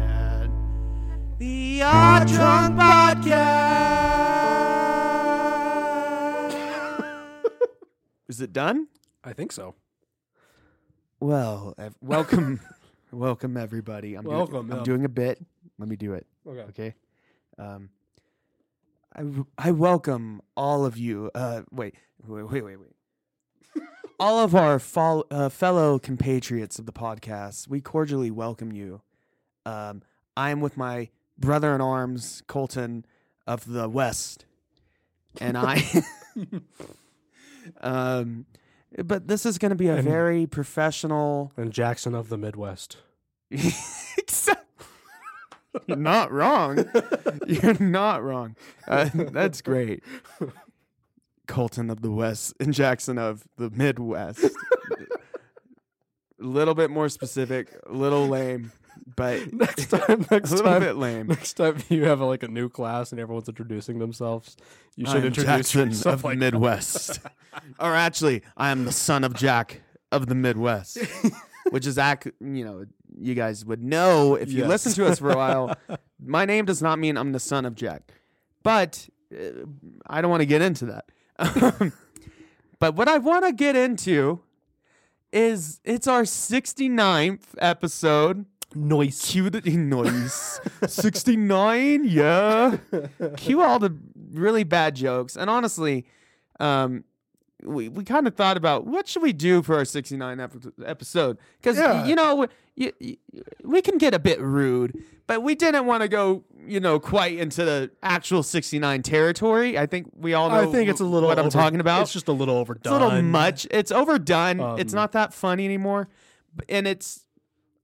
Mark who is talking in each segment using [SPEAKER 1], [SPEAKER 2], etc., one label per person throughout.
[SPEAKER 1] at the Odd Drunk Podcast. Is it done?
[SPEAKER 2] I think so.
[SPEAKER 1] Well, ev- welcome, welcome everybody. I'm
[SPEAKER 2] Welcome,
[SPEAKER 1] Doing, I'm
[SPEAKER 2] yeah.
[SPEAKER 1] doing a bit. Let me do it.
[SPEAKER 2] Okay.
[SPEAKER 1] Okay. Um, I w- I welcome all of you. Uh, wait, wait, wait, wait, wait. all of our fol- uh, fellow compatriots of the podcast, we cordially welcome you. Um, I am with my brother in arms, Colton of the West, and I. um, but this is going to be a
[SPEAKER 2] And-
[SPEAKER 1] very professional.
[SPEAKER 2] And Jackson of the Midwest.
[SPEAKER 1] Exact- You're not wrong. You're not wrong. Uh, that's great. Colton of the West and Jackson of the Midwest. A little bit more specific, a little lame, but
[SPEAKER 2] Next time,
[SPEAKER 1] a
[SPEAKER 2] next
[SPEAKER 1] little
[SPEAKER 2] time,
[SPEAKER 1] bit lame.
[SPEAKER 2] next time you have like a new class and everyone's introducing themselves, you should
[SPEAKER 1] I'm
[SPEAKER 2] introduce
[SPEAKER 1] Jackson
[SPEAKER 2] yourself
[SPEAKER 1] of
[SPEAKER 2] like
[SPEAKER 1] the Midwest. or actually, I am the son of Jack of the Midwest, which is ac- you know you guys would know if you
[SPEAKER 2] Yes.
[SPEAKER 1] listen to us for a while. My name does not mean I'm the son of Jack, but uh, I don't want to get into that. but what I want to get into is it's our 69th episode.
[SPEAKER 2] noise.
[SPEAKER 1] Cue the noise. 69, yeah. Cue all the really bad jokes. And honestly, um, we, we kind of thought about what should we do for our 69 ep- episode because
[SPEAKER 2] Yeah.
[SPEAKER 1] you know you, you, we can get a bit rude but we didn't want to go you know quite into the actual 69 territory i think we all know
[SPEAKER 2] I think it's a little.
[SPEAKER 1] what i'm
[SPEAKER 2] over-
[SPEAKER 1] talking about
[SPEAKER 2] It's just a little
[SPEAKER 1] it's
[SPEAKER 2] overdone.
[SPEAKER 1] a little much it's overdone it's
[SPEAKER 2] Um,
[SPEAKER 1] not that funny anymore B- and it's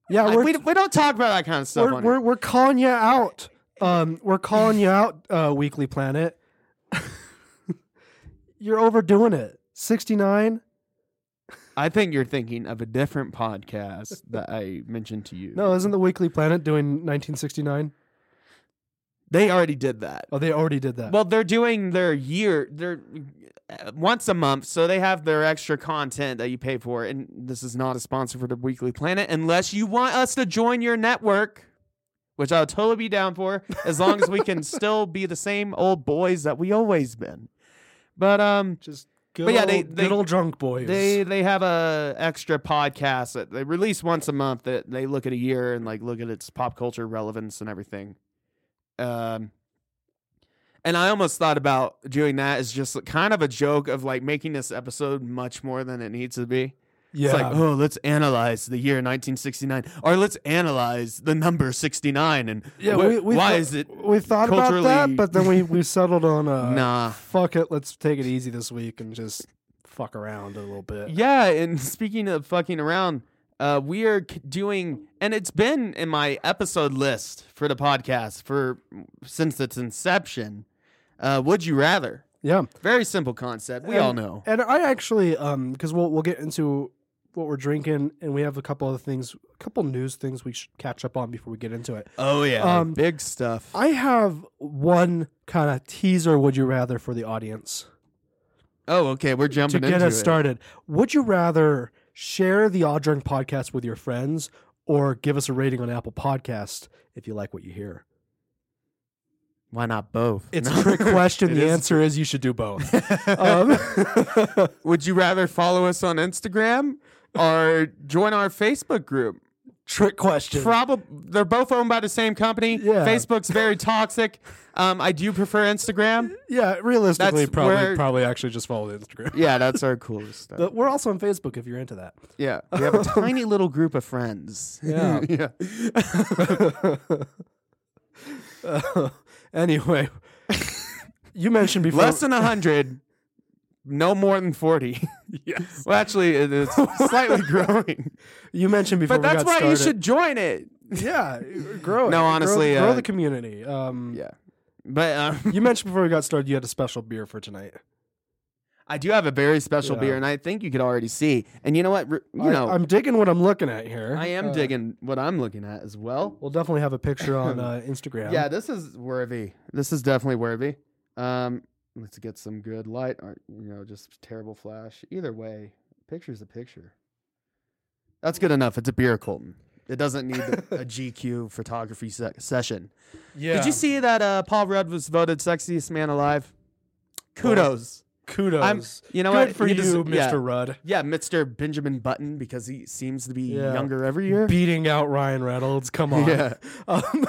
[SPEAKER 2] Yeah,
[SPEAKER 1] I-
[SPEAKER 2] Uh, we're
[SPEAKER 1] we, we don't talk about that kind of stuff
[SPEAKER 2] we're,
[SPEAKER 1] on
[SPEAKER 2] we're,
[SPEAKER 1] here.
[SPEAKER 2] we're calling you out. Um, we're calling you out, uh, Weekly Planet. You're overdoing it. Sixty nine.
[SPEAKER 1] I think you're thinking of a different podcast that I mentioned to you.
[SPEAKER 2] No, isn't the Weekly Planet doing nineteen sixty nine?
[SPEAKER 1] they already did that.
[SPEAKER 2] Oh, they already did that.
[SPEAKER 1] Well, they're doing their year, they're uh, once a month, so they have their extra content that you pay for. And this is not a sponsor for the Weekly Planet, unless you want us to join your network, which I'll totally be down for, as long as we can still be the same old boys that we always been. But um,
[SPEAKER 2] just good,
[SPEAKER 1] But yeah,
[SPEAKER 2] old,
[SPEAKER 1] they- they-
[SPEAKER 2] good old drunk boys.
[SPEAKER 1] They they have a extra podcast that they release once a month that they look at a year and like look at its pop culture relevance and everything. Um and I almost thought about doing that as just kind of a joke of like making this episode much more than it needs to be.
[SPEAKER 2] yeah,
[SPEAKER 1] It's like, oh, let's analyze the year 1969, or let's analyze the number 69, and
[SPEAKER 2] Yeah,
[SPEAKER 1] wh-
[SPEAKER 2] we, we
[SPEAKER 1] why
[SPEAKER 2] thought-
[SPEAKER 1] is it?
[SPEAKER 2] We thought about
[SPEAKER 1] culturally-
[SPEAKER 2] that, but then we, we settled on uh,
[SPEAKER 1] Nah.
[SPEAKER 2] Fuck it, let's take it easy this week and just fuck around a little bit.
[SPEAKER 1] Yeah, and speaking of fucking around, uh, we are c- doing, and it's been in my episode list for the podcast for since its inception. Uh, would you rather?
[SPEAKER 2] yeah.
[SPEAKER 1] Very simple concept. We
[SPEAKER 2] And-
[SPEAKER 1] all know.
[SPEAKER 2] And I actually, um, because we'll we'll get into what we're drinking, and we have a couple other things, a couple news things we should catch up on before we get into it.
[SPEAKER 1] Oh yeah,
[SPEAKER 2] um,
[SPEAKER 1] big stuff.
[SPEAKER 2] I have one kind of teaser. Would you rather for the audience
[SPEAKER 1] oh okay, we're
[SPEAKER 2] to
[SPEAKER 1] jumping
[SPEAKER 2] get
[SPEAKER 1] into
[SPEAKER 2] us
[SPEAKER 1] it.
[SPEAKER 2] started? Would you rather share the Odd Drunk podcast with your friends, or give us a rating on Apple Podcast if you like what you hear?
[SPEAKER 1] Why not both?
[SPEAKER 2] It's
[SPEAKER 1] No.
[SPEAKER 2] a trick question.
[SPEAKER 1] It
[SPEAKER 2] the
[SPEAKER 1] is.
[SPEAKER 2] answer is you should do both. um,
[SPEAKER 1] Would you rather follow us on Instagram or join our Facebook group?
[SPEAKER 2] trick question.
[SPEAKER 1] Probably they're both owned by the same company.
[SPEAKER 2] Yeah.
[SPEAKER 1] Facebook's very toxic. Um, I do prefer Instagram.
[SPEAKER 2] yeah, realistically,
[SPEAKER 1] That's
[SPEAKER 2] probably
[SPEAKER 1] where-
[SPEAKER 2] probably actually just follow the Instagram.
[SPEAKER 1] Yeah, that's our coolest stuff.
[SPEAKER 2] But we're also on Facebook if you're into that.
[SPEAKER 1] yeah, we have a tiny little group of friends.
[SPEAKER 2] Yeah.
[SPEAKER 1] yeah.
[SPEAKER 2] Uh, anyway, you mentioned before.
[SPEAKER 1] Less than hundred, no more than forty.
[SPEAKER 2] yes.
[SPEAKER 1] Well, actually, it is slightly growing,
[SPEAKER 2] You mentioned before.
[SPEAKER 1] but
[SPEAKER 2] we
[SPEAKER 1] that's
[SPEAKER 2] got
[SPEAKER 1] why you
[SPEAKER 2] started.
[SPEAKER 1] should join it.
[SPEAKER 2] Yeah, grow. it.
[SPEAKER 1] No, honestly,
[SPEAKER 2] grow, grow
[SPEAKER 1] uh,
[SPEAKER 2] the community. Um,
[SPEAKER 1] Yeah, But um,
[SPEAKER 2] You mentioned before we got started you had a special beer for tonight.
[SPEAKER 1] I do have a very special
[SPEAKER 2] Yeah.
[SPEAKER 1] beer, and I think you could already see. And you know what? Ru- You
[SPEAKER 2] I,
[SPEAKER 1] know,
[SPEAKER 2] I'm digging what I'm looking at here.
[SPEAKER 1] I am
[SPEAKER 2] Uh,
[SPEAKER 1] digging what I'm looking at as well.
[SPEAKER 2] We'll definitely have a picture on uh, Instagram.
[SPEAKER 1] Yeah, this is worthy. This is definitely worthy. Um, let's get some good light, or you know, just terrible flash. Either way, picture's a picture. That's good enough. It's a beer, Colton. It doesn't need the- a GQ photography se- session.
[SPEAKER 2] yeah.
[SPEAKER 1] Did you see that uh, Paul Rudd was voted sexiest man alive? Kudos.
[SPEAKER 2] Kudos.
[SPEAKER 1] I'm- you know
[SPEAKER 2] Good
[SPEAKER 1] what?
[SPEAKER 2] for
[SPEAKER 1] He
[SPEAKER 2] you,
[SPEAKER 1] des-
[SPEAKER 2] Mr.
[SPEAKER 1] yeah.
[SPEAKER 2] Rudd.
[SPEAKER 1] Yeah, Mr. Benjamin Button because he seems to be
[SPEAKER 2] Yeah.
[SPEAKER 1] younger every year.
[SPEAKER 2] Beating out Ryan Reynolds. Come on.
[SPEAKER 1] Yeah,
[SPEAKER 2] Um,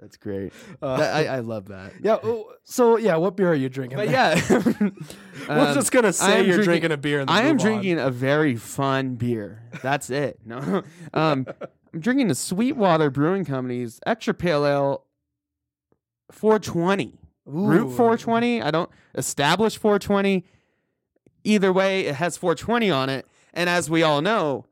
[SPEAKER 1] that's great.
[SPEAKER 2] uh,
[SPEAKER 1] That- I, I love that.
[SPEAKER 2] yeah. oh, So yeah, what beer are you drinking?
[SPEAKER 1] But
[SPEAKER 2] then?
[SPEAKER 1] yeah,
[SPEAKER 2] We're
[SPEAKER 1] Um,
[SPEAKER 2] just gonna
[SPEAKER 1] I
[SPEAKER 2] say
[SPEAKER 1] am
[SPEAKER 2] you're
[SPEAKER 1] drinking-
[SPEAKER 2] drinking, a beer. And then
[SPEAKER 1] I am
[SPEAKER 2] move on.
[SPEAKER 1] drinking a very fun beer. That's it. No, um, I'm drinking the Sweetwater Brewing Company's Extra Pale Ale 420. Root
[SPEAKER 2] Ooh.
[SPEAKER 1] 420. I don't establish 420. Either way, it has 420 on it. And as we all know,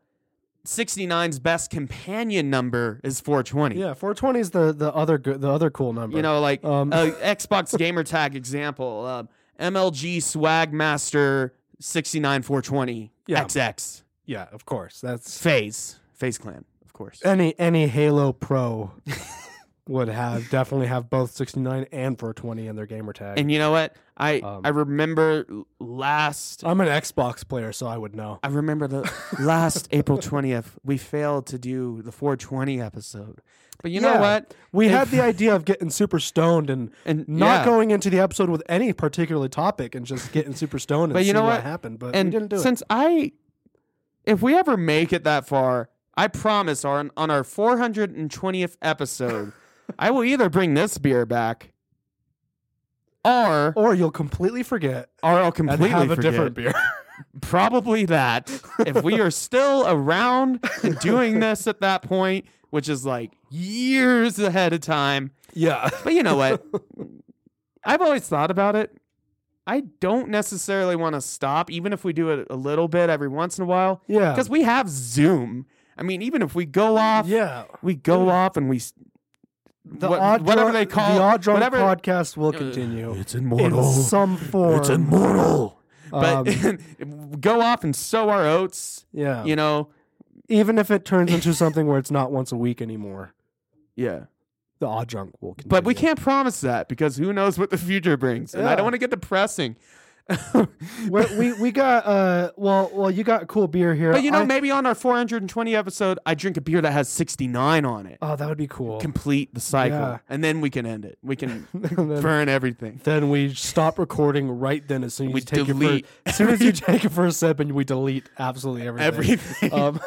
[SPEAKER 1] 69's best companion number is 420.
[SPEAKER 2] Yeah, 420 is the the other good, the other cool number.
[SPEAKER 1] You know, like
[SPEAKER 2] Um.
[SPEAKER 1] a Xbox gamer tag example, um, MLG Swagmaster 69420
[SPEAKER 2] Yeah.
[SPEAKER 1] XX
[SPEAKER 2] yeah, of course. That's
[SPEAKER 1] Phase Phase Clan, of course.
[SPEAKER 2] any any Halo Pro would have definitely have both 69 and 420 in their gamer tag.
[SPEAKER 1] And you know what? I
[SPEAKER 2] Um. uh,
[SPEAKER 1] I remember l- last
[SPEAKER 2] I'm an Xbox player, so I would know.
[SPEAKER 1] I remember the last April 20th we failed to do the 420 episode. But you know
[SPEAKER 2] Yeah.
[SPEAKER 1] what?
[SPEAKER 2] We
[SPEAKER 1] If-
[SPEAKER 2] had the idea of getting super stoned and
[SPEAKER 1] And
[SPEAKER 2] not
[SPEAKER 1] yeah.
[SPEAKER 2] going into the episode with any particular topic and just getting super stoned and
[SPEAKER 1] But you know
[SPEAKER 2] seeing
[SPEAKER 1] what?
[SPEAKER 2] happened, but
[SPEAKER 1] and
[SPEAKER 2] we didn't do it.
[SPEAKER 1] since I, if we ever make it that far, I promise on on our 420th episode, I will either bring this beer back, or
[SPEAKER 2] Or you'll completely forget
[SPEAKER 1] or I'll
[SPEAKER 2] and
[SPEAKER 1] completely
[SPEAKER 2] have a
[SPEAKER 1] forget.
[SPEAKER 2] different beer.
[SPEAKER 1] Probably that. if we are still around and doing this at that point, which is like years ahead of time,
[SPEAKER 2] yeah.
[SPEAKER 1] but you know what? I've always thought about it. I don't necessarily want to stop, even if we do it a little bit every once in a while.
[SPEAKER 2] Yeah.
[SPEAKER 1] because we have Zoom. I mean, even if we go off,
[SPEAKER 2] Yeah.
[SPEAKER 1] we go off and we s-
[SPEAKER 2] The
[SPEAKER 1] what-
[SPEAKER 2] odd
[SPEAKER 1] whatever
[SPEAKER 2] Drunk-
[SPEAKER 1] they call
[SPEAKER 2] the odd drunk
[SPEAKER 1] whatever Uh,
[SPEAKER 2] podcast will continue
[SPEAKER 1] It's
[SPEAKER 2] in
[SPEAKER 1] immortal.
[SPEAKER 2] some form.
[SPEAKER 1] It's immortal. But
[SPEAKER 2] Um,
[SPEAKER 1] go off and sow our oats.
[SPEAKER 2] yeah.
[SPEAKER 1] You know.
[SPEAKER 2] Even if it turns into something where it's not once a week anymore,
[SPEAKER 1] Yeah.
[SPEAKER 2] the odd drunk will continue.
[SPEAKER 1] But we can't promise that because who knows what the future brings, and I
[SPEAKER 2] Yeah.
[SPEAKER 1] don't want to get depressing.
[SPEAKER 2] We're- we we got uh well well you got cool beer here.
[SPEAKER 1] But you know,
[SPEAKER 2] I-
[SPEAKER 1] maybe on our 420 episode, I drink a beer that has 69 on it.
[SPEAKER 2] oh that would be cool.
[SPEAKER 1] Complete the cycle,
[SPEAKER 2] Yeah.
[SPEAKER 1] and then we can end it. We can
[SPEAKER 2] And then-
[SPEAKER 1] burn everything.
[SPEAKER 2] then we stop recording right then as soon as
[SPEAKER 1] We
[SPEAKER 2] you take
[SPEAKER 1] delete
[SPEAKER 2] it for, as soon as you take it for a sip and we delete absolutely everything.
[SPEAKER 1] Everything.
[SPEAKER 2] um,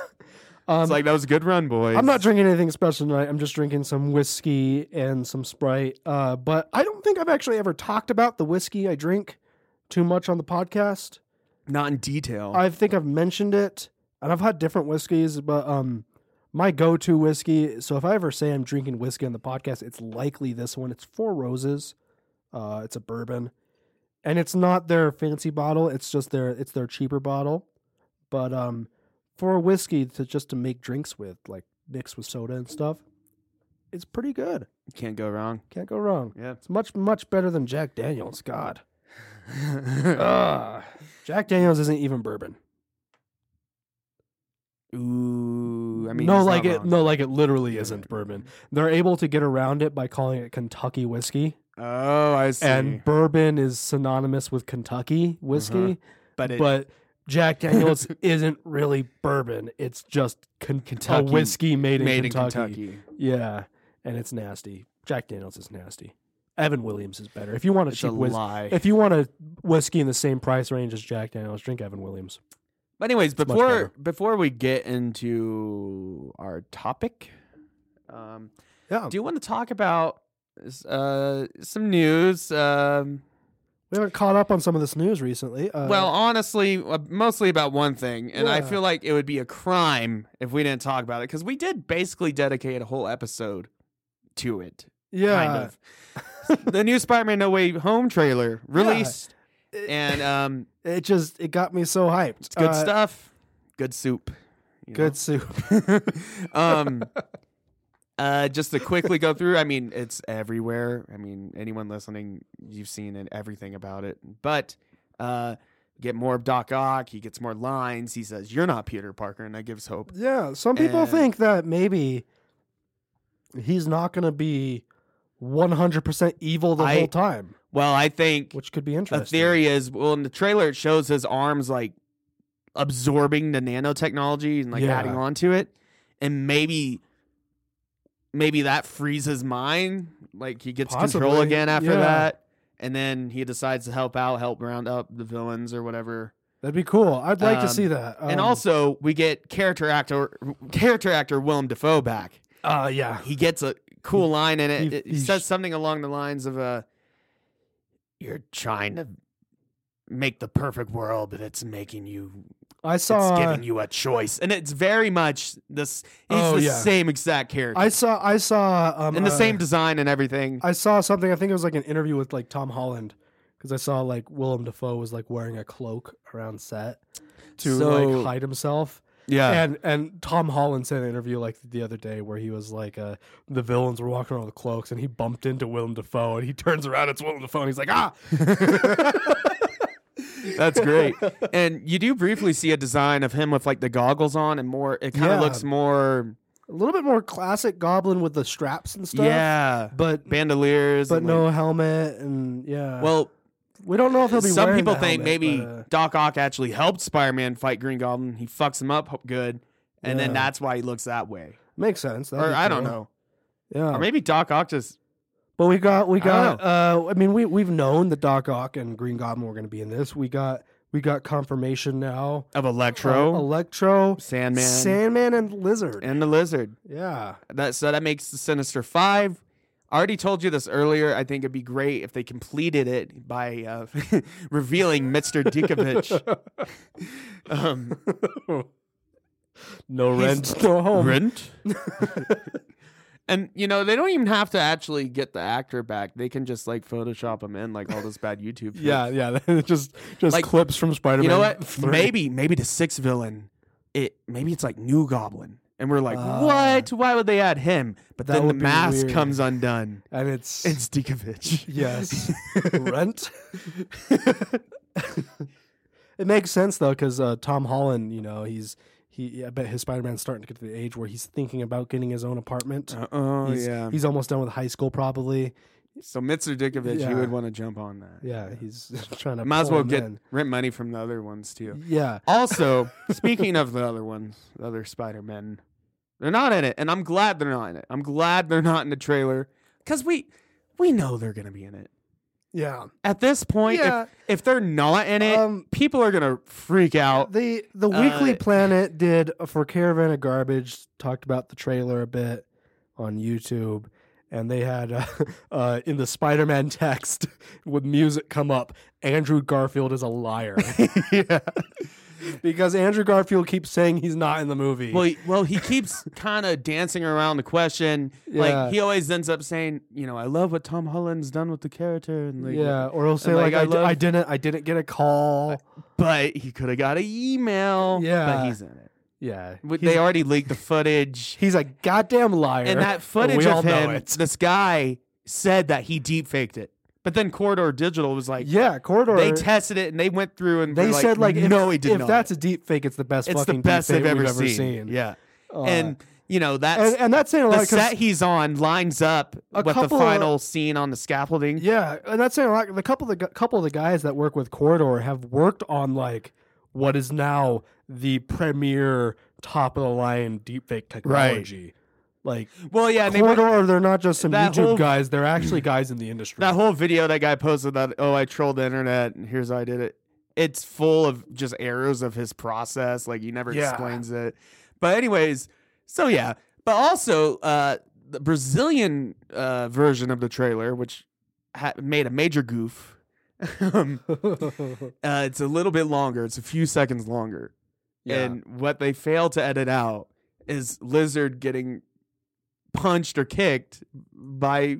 [SPEAKER 1] it's like that was a good run, boys.
[SPEAKER 2] I'm not drinking anything special tonight. I'm just drinking some whiskey and some Sprite. Uh, but I don't think I've actually ever talked about the whiskey I drink too much on the podcast.
[SPEAKER 1] not in detail.
[SPEAKER 2] I think I've mentioned it, and I've had different whiskeys, but um, my go-to whiskey. So if I ever say I'm drinking whiskey on the podcast, it's likely this one. It's Four Roses. Uh, it's a bourbon, and it's not their fancy bottle. It's just their it's their cheaper bottle. But um, for a whiskey to just to make drinks with, like mixed with soda and stuff, it's pretty good.
[SPEAKER 1] Can't go wrong.
[SPEAKER 2] Can't go wrong.
[SPEAKER 1] Yeah.
[SPEAKER 2] It's much much better than Jack Daniels. God, Ugh. Jack Daniels isn't even bourbon.
[SPEAKER 1] Ooh. I mean,
[SPEAKER 2] no,
[SPEAKER 1] he's
[SPEAKER 2] like
[SPEAKER 1] not
[SPEAKER 2] it,
[SPEAKER 1] wrong.
[SPEAKER 2] no, like it literally isn't bourbon. They're able to get around it by calling it Kentucky whiskey,
[SPEAKER 1] Oh, I see.
[SPEAKER 2] and bourbon is synonymous with Kentucky whiskey.
[SPEAKER 1] Uh-huh. but it,
[SPEAKER 2] But Jack Daniel's isn't really bourbon; it's just Ken-
[SPEAKER 1] Kentucky-
[SPEAKER 2] a whiskey made,
[SPEAKER 1] made
[SPEAKER 2] in, Kentucky.
[SPEAKER 1] in Kentucky.
[SPEAKER 2] Yeah, and it's nasty. Jack Daniel's is nasty. Evan Williams is better. If you want a
[SPEAKER 1] It's a
[SPEAKER 2] cheap whiskey,
[SPEAKER 1] lie.
[SPEAKER 2] if you want a whiskey in the same price range as Jack Daniel's, drink Evan Williams.
[SPEAKER 1] but anyways,
[SPEAKER 2] much
[SPEAKER 1] before
[SPEAKER 2] better.
[SPEAKER 1] before we get into our topic, um,
[SPEAKER 2] Yeah,
[SPEAKER 1] do you want to talk about uh, some news? Um,
[SPEAKER 2] we haven't caught up on some of this news recently. Uh,
[SPEAKER 1] well, honestly, uh, mostly about one thing, and I
[SPEAKER 2] Yeah.
[SPEAKER 1] feel like it would be a crime if we didn't talk about it because we did basically dedicate a whole episode to it.
[SPEAKER 2] yeah,
[SPEAKER 1] Kind of. the new Spider-Man No Way Home trailer released,
[SPEAKER 2] It- Uh,
[SPEAKER 1] and um,
[SPEAKER 2] it just it got me so hyped. It's
[SPEAKER 1] good stuff, good soup, you
[SPEAKER 2] Good soup.
[SPEAKER 1] know? um, Uh, just to quickly go through, I mean, it's everywhere. I mean, anyone listening, you've seen it, everything about it. But uh, get more of Doc Ock. He gets more lines. He says, "You're not Peter Parker," and that gives hope.
[SPEAKER 2] Yeah, some people
[SPEAKER 1] And-
[SPEAKER 2] think that maybe he's not going to be 100% evil the
[SPEAKER 1] I-
[SPEAKER 2] whole time,
[SPEAKER 1] Well, I think
[SPEAKER 2] which could be
[SPEAKER 1] a
[SPEAKER 2] interesting.
[SPEAKER 1] theory is well in the trailer it shows his arms like absorbing the nanotechnology and like
[SPEAKER 2] Yeah.
[SPEAKER 1] adding on to it and maybe maybe that frees his mind like he gets control
[SPEAKER 2] Possibly,
[SPEAKER 1] again after
[SPEAKER 2] yeah.
[SPEAKER 1] that and then he decides to help out help round up the villains or whatever
[SPEAKER 2] That'd be cool. I'd like
[SPEAKER 1] Um,
[SPEAKER 2] to see that.
[SPEAKER 1] and
[SPEAKER 2] Um,
[SPEAKER 1] also we get character actor character actor Willem Dafoe back
[SPEAKER 2] uh, yeah,
[SPEAKER 1] he gets a cool line in it.
[SPEAKER 2] he-
[SPEAKER 1] it, it
[SPEAKER 2] he
[SPEAKER 1] says
[SPEAKER 2] sh-
[SPEAKER 1] something along the lines of uh, "You're trying to make the perfect world, but it's making you,
[SPEAKER 2] I
[SPEAKER 1] it's
[SPEAKER 2] saw.
[SPEAKER 1] giving you a choice." And it's very much this. He's
[SPEAKER 2] Oh,
[SPEAKER 1] the
[SPEAKER 2] yeah.
[SPEAKER 1] same exact character
[SPEAKER 2] I saw. I saw. Um,
[SPEAKER 1] and the
[SPEAKER 2] uh,
[SPEAKER 1] same design and everything.
[SPEAKER 2] I saw something. I think it was like an interview with like Tom Holland because I saw like Willem Dafoe was like wearing a cloak around set to
[SPEAKER 1] So-
[SPEAKER 2] like hide himself.
[SPEAKER 1] yeah,
[SPEAKER 2] and and Tom Holland said in an interview like the other day where he was like, uh, the villains were walking around with cloaks, and he bumped into Willem Dafoe, and he turns around, it's Willem Dafoe, and he's like, ah,
[SPEAKER 1] that's great. and you do briefly see a design of him with like the goggles on and more. It kind of
[SPEAKER 2] Yeah.
[SPEAKER 1] looks more,
[SPEAKER 2] a little bit more classic Goblin with the straps and stuff,
[SPEAKER 1] yeah,
[SPEAKER 2] but
[SPEAKER 1] bandoliers.
[SPEAKER 2] but
[SPEAKER 1] and,
[SPEAKER 2] no uh,
[SPEAKER 1] like-
[SPEAKER 2] helmet, and yeah,
[SPEAKER 1] well,
[SPEAKER 2] we don't know if he'll be.
[SPEAKER 1] Some
[SPEAKER 2] wearing
[SPEAKER 1] people
[SPEAKER 2] the
[SPEAKER 1] think
[SPEAKER 2] helmet,
[SPEAKER 1] maybe
[SPEAKER 2] but, uh,
[SPEAKER 1] Doc Ock actually helped Spider Man fight Green Goblin. He fucks him up ho- good, and then
[SPEAKER 2] Yeah.
[SPEAKER 1] that's why he looks that way.
[SPEAKER 2] makes sense, That'd
[SPEAKER 1] or
[SPEAKER 2] be
[SPEAKER 1] I don't
[SPEAKER 2] cool. Oh.
[SPEAKER 1] know.
[SPEAKER 2] yeah,
[SPEAKER 1] Or maybe Doc Ock just.
[SPEAKER 2] But we got we
[SPEAKER 1] I don't
[SPEAKER 2] got uh I mean we we've known that Doc Ock and Green Goblin were going to be in this. We got we got confirmation now.
[SPEAKER 1] Of
[SPEAKER 2] Uh,
[SPEAKER 1] Electro,
[SPEAKER 2] Electro,
[SPEAKER 1] Sandman,
[SPEAKER 2] Sandman and Lizard.
[SPEAKER 1] and the Lizard.
[SPEAKER 2] yeah.
[SPEAKER 1] That So that makes the Sinister Five. I already told you this earlier. I think it'd be great if they completed it by uh, revealing Mr. Dickovich. um,
[SPEAKER 2] no
[SPEAKER 1] He's-
[SPEAKER 2] rent, no home.
[SPEAKER 1] Rent. and you know they don't even have to actually get the actor back. They can just like Photoshop him in, like all those bad YouTube. shit.
[SPEAKER 2] Yeah, yeah, just just
[SPEAKER 1] Like,
[SPEAKER 2] clips from Spider-Man.
[SPEAKER 1] You know what?
[SPEAKER 2] three.
[SPEAKER 1] Maybe maybe the sixth villain. It maybe it's like New Goblin, and we're like,
[SPEAKER 2] Ah.
[SPEAKER 1] what? Why would they add him? But
[SPEAKER 2] That
[SPEAKER 1] then the
[SPEAKER 2] would be
[SPEAKER 1] mask
[SPEAKER 2] weird.
[SPEAKER 1] comes undone.
[SPEAKER 2] and it's
[SPEAKER 1] It's Dikovich.
[SPEAKER 2] yes, rent. it makes sense though because uh, Tom Holland, you know, he's he. I bet his Spider-Man's starting to get to the age where he's thinking about getting his own apartment.
[SPEAKER 1] oh
[SPEAKER 2] he's,
[SPEAKER 1] yeah.
[SPEAKER 2] he's almost done with high school probably.
[SPEAKER 1] So Mr. Dikovich,
[SPEAKER 2] Yeah.
[SPEAKER 1] you would want to jump on that.
[SPEAKER 2] Yeah, he's trying to
[SPEAKER 1] Might as
[SPEAKER 2] pull
[SPEAKER 1] well
[SPEAKER 2] him
[SPEAKER 1] get
[SPEAKER 2] in.
[SPEAKER 1] rent money from the other ones too.
[SPEAKER 2] Yeah,
[SPEAKER 1] Also, speaking of the other ones, the other Spider Men, they're not in it, and I'm glad they're not in it. I'm glad they're not in the trailer because we we know they're gonna be in it.
[SPEAKER 2] yeah.
[SPEAKER 1] At this point,
[SPEAKER 2] Yeah.
[SPEAKER 1] if, if they're not in it,
[SPEAKER 2] Um,
[SPEAKER 1] people are gonna freak out.
[SPEAKER 2] the the
[SPEAKER 1] Uh,
[SPEAKER 2] Weekly Planet did uh, for Caravan of Garbage talked about the trailer a bit on YouTube, and they had uh, uh, in the Spider Man text with music come up. Andrew Garfield is a liar. yeah. Because Andrew Garfield keeps saying he's not in the movie.
[SPEAKER 1] Well, he- well, he keeps kind of dancing around the question.
[SPEAKER 2] Yeah.
[SPEAKER 1] Like he always ends up saying, you know, I love what Tom Holland's done with the character, and like,
[SPEAKER 2] yeah, or he'll say
[SPEAKER 1] like,
[SPEAKER 2] like,
[SPEAKER 1] I
[SPEAKER 2] I, di-
[SPEAKER 1] love-
[SPEAKER 2] I didn't I didn't get a call.
[SPEAKER 1] but he could have got an email. but
[SPEAKER 2] Yeah.
[SPEAKER 1] he's in it.
[SPEAKER 2] Yeah,
[SPEAKER 1] But
[SPEAKER 2] he's,
[SPEAKER 1] They already leaked the footage.
[SPEAKER 2] he's a goddamn liar.
[SPEAKER 1] And that footage
[SPEAKER 2] we all
[SPEAKER 1] of
[SPEAKER 2] know
[SPEAKER 1] him,
[SPEAKER 2] it.
[SPEAKER 1] this guy said that he deep faked it. But then Corridor Digital was like,
[SPEAKER 2] yeah, corridor.
[SPEAKER 1] they tested it and they went through and
[SPEAKER 2] They
[SPEAKER 1] were
[SPEAKER 2] said like if-
[SPEAKER 1] no, he did
[SPEAKER 2] if
[SPEAKER 1] not.
[SPEAKER 2] that's a deep fake, it's the best.
[SPEAKER 1] it's the
[SPEAKER 2] fucking
[SPEAKER 1] best
[SPEAKER 2] deep
[SPEAKER 1] they've
[SPEAKER 2] fake
[SPEAKER 1] ever,
[SPEAKER 2] we've ever Uh,
[SPEAKER 1] seen. Yeah, and you know that's
[SPEAKER 2] and, and that's saying a lot.
[SPEAKER 1] the
[SPEAKER 2] 'cause-
[SPEAKER 1] set he's on lines up
[SPEAKER 2] A
[SPEAKER 1] with the
[SPEAKER 2] couple of-
[SPEAKER 1] final scene on the scaffolding.
[SPEAKER 2] yeah, and that's saying a lot. The couple of the gu- couple of the guys that work with Corridor have worked on like what is now the premier top of the line deep fake technology. Like
[SPEAKER 1] Well, yeah, and they went,
[SPEAKER 2] Corridor, they're not just some
[SPEAKER 1] that
[SPEAKER 2] YouTube
[SPEAKER 1] whole-
[SPEAKER 2] guys. They're actually guys in the industry.
[SPEAKER 1] that whole video that guy posted that oh I trolled the internet and here's how I did it. It's full of just errors of his process. Like he never
[SPEAKER 2] Yeah.
[SPEAKER 1] explains it. But anyways, so yeah. But also uh, the Brazilian uh, version of the trailer, which ha- made a major goof. um, uh, it's a little bit longer. It's a few seconds longer.
[SPEAKER 2] Yeah.
[SPEAKER 1] And what they failed to edit out is Lizard getting punched or kicked by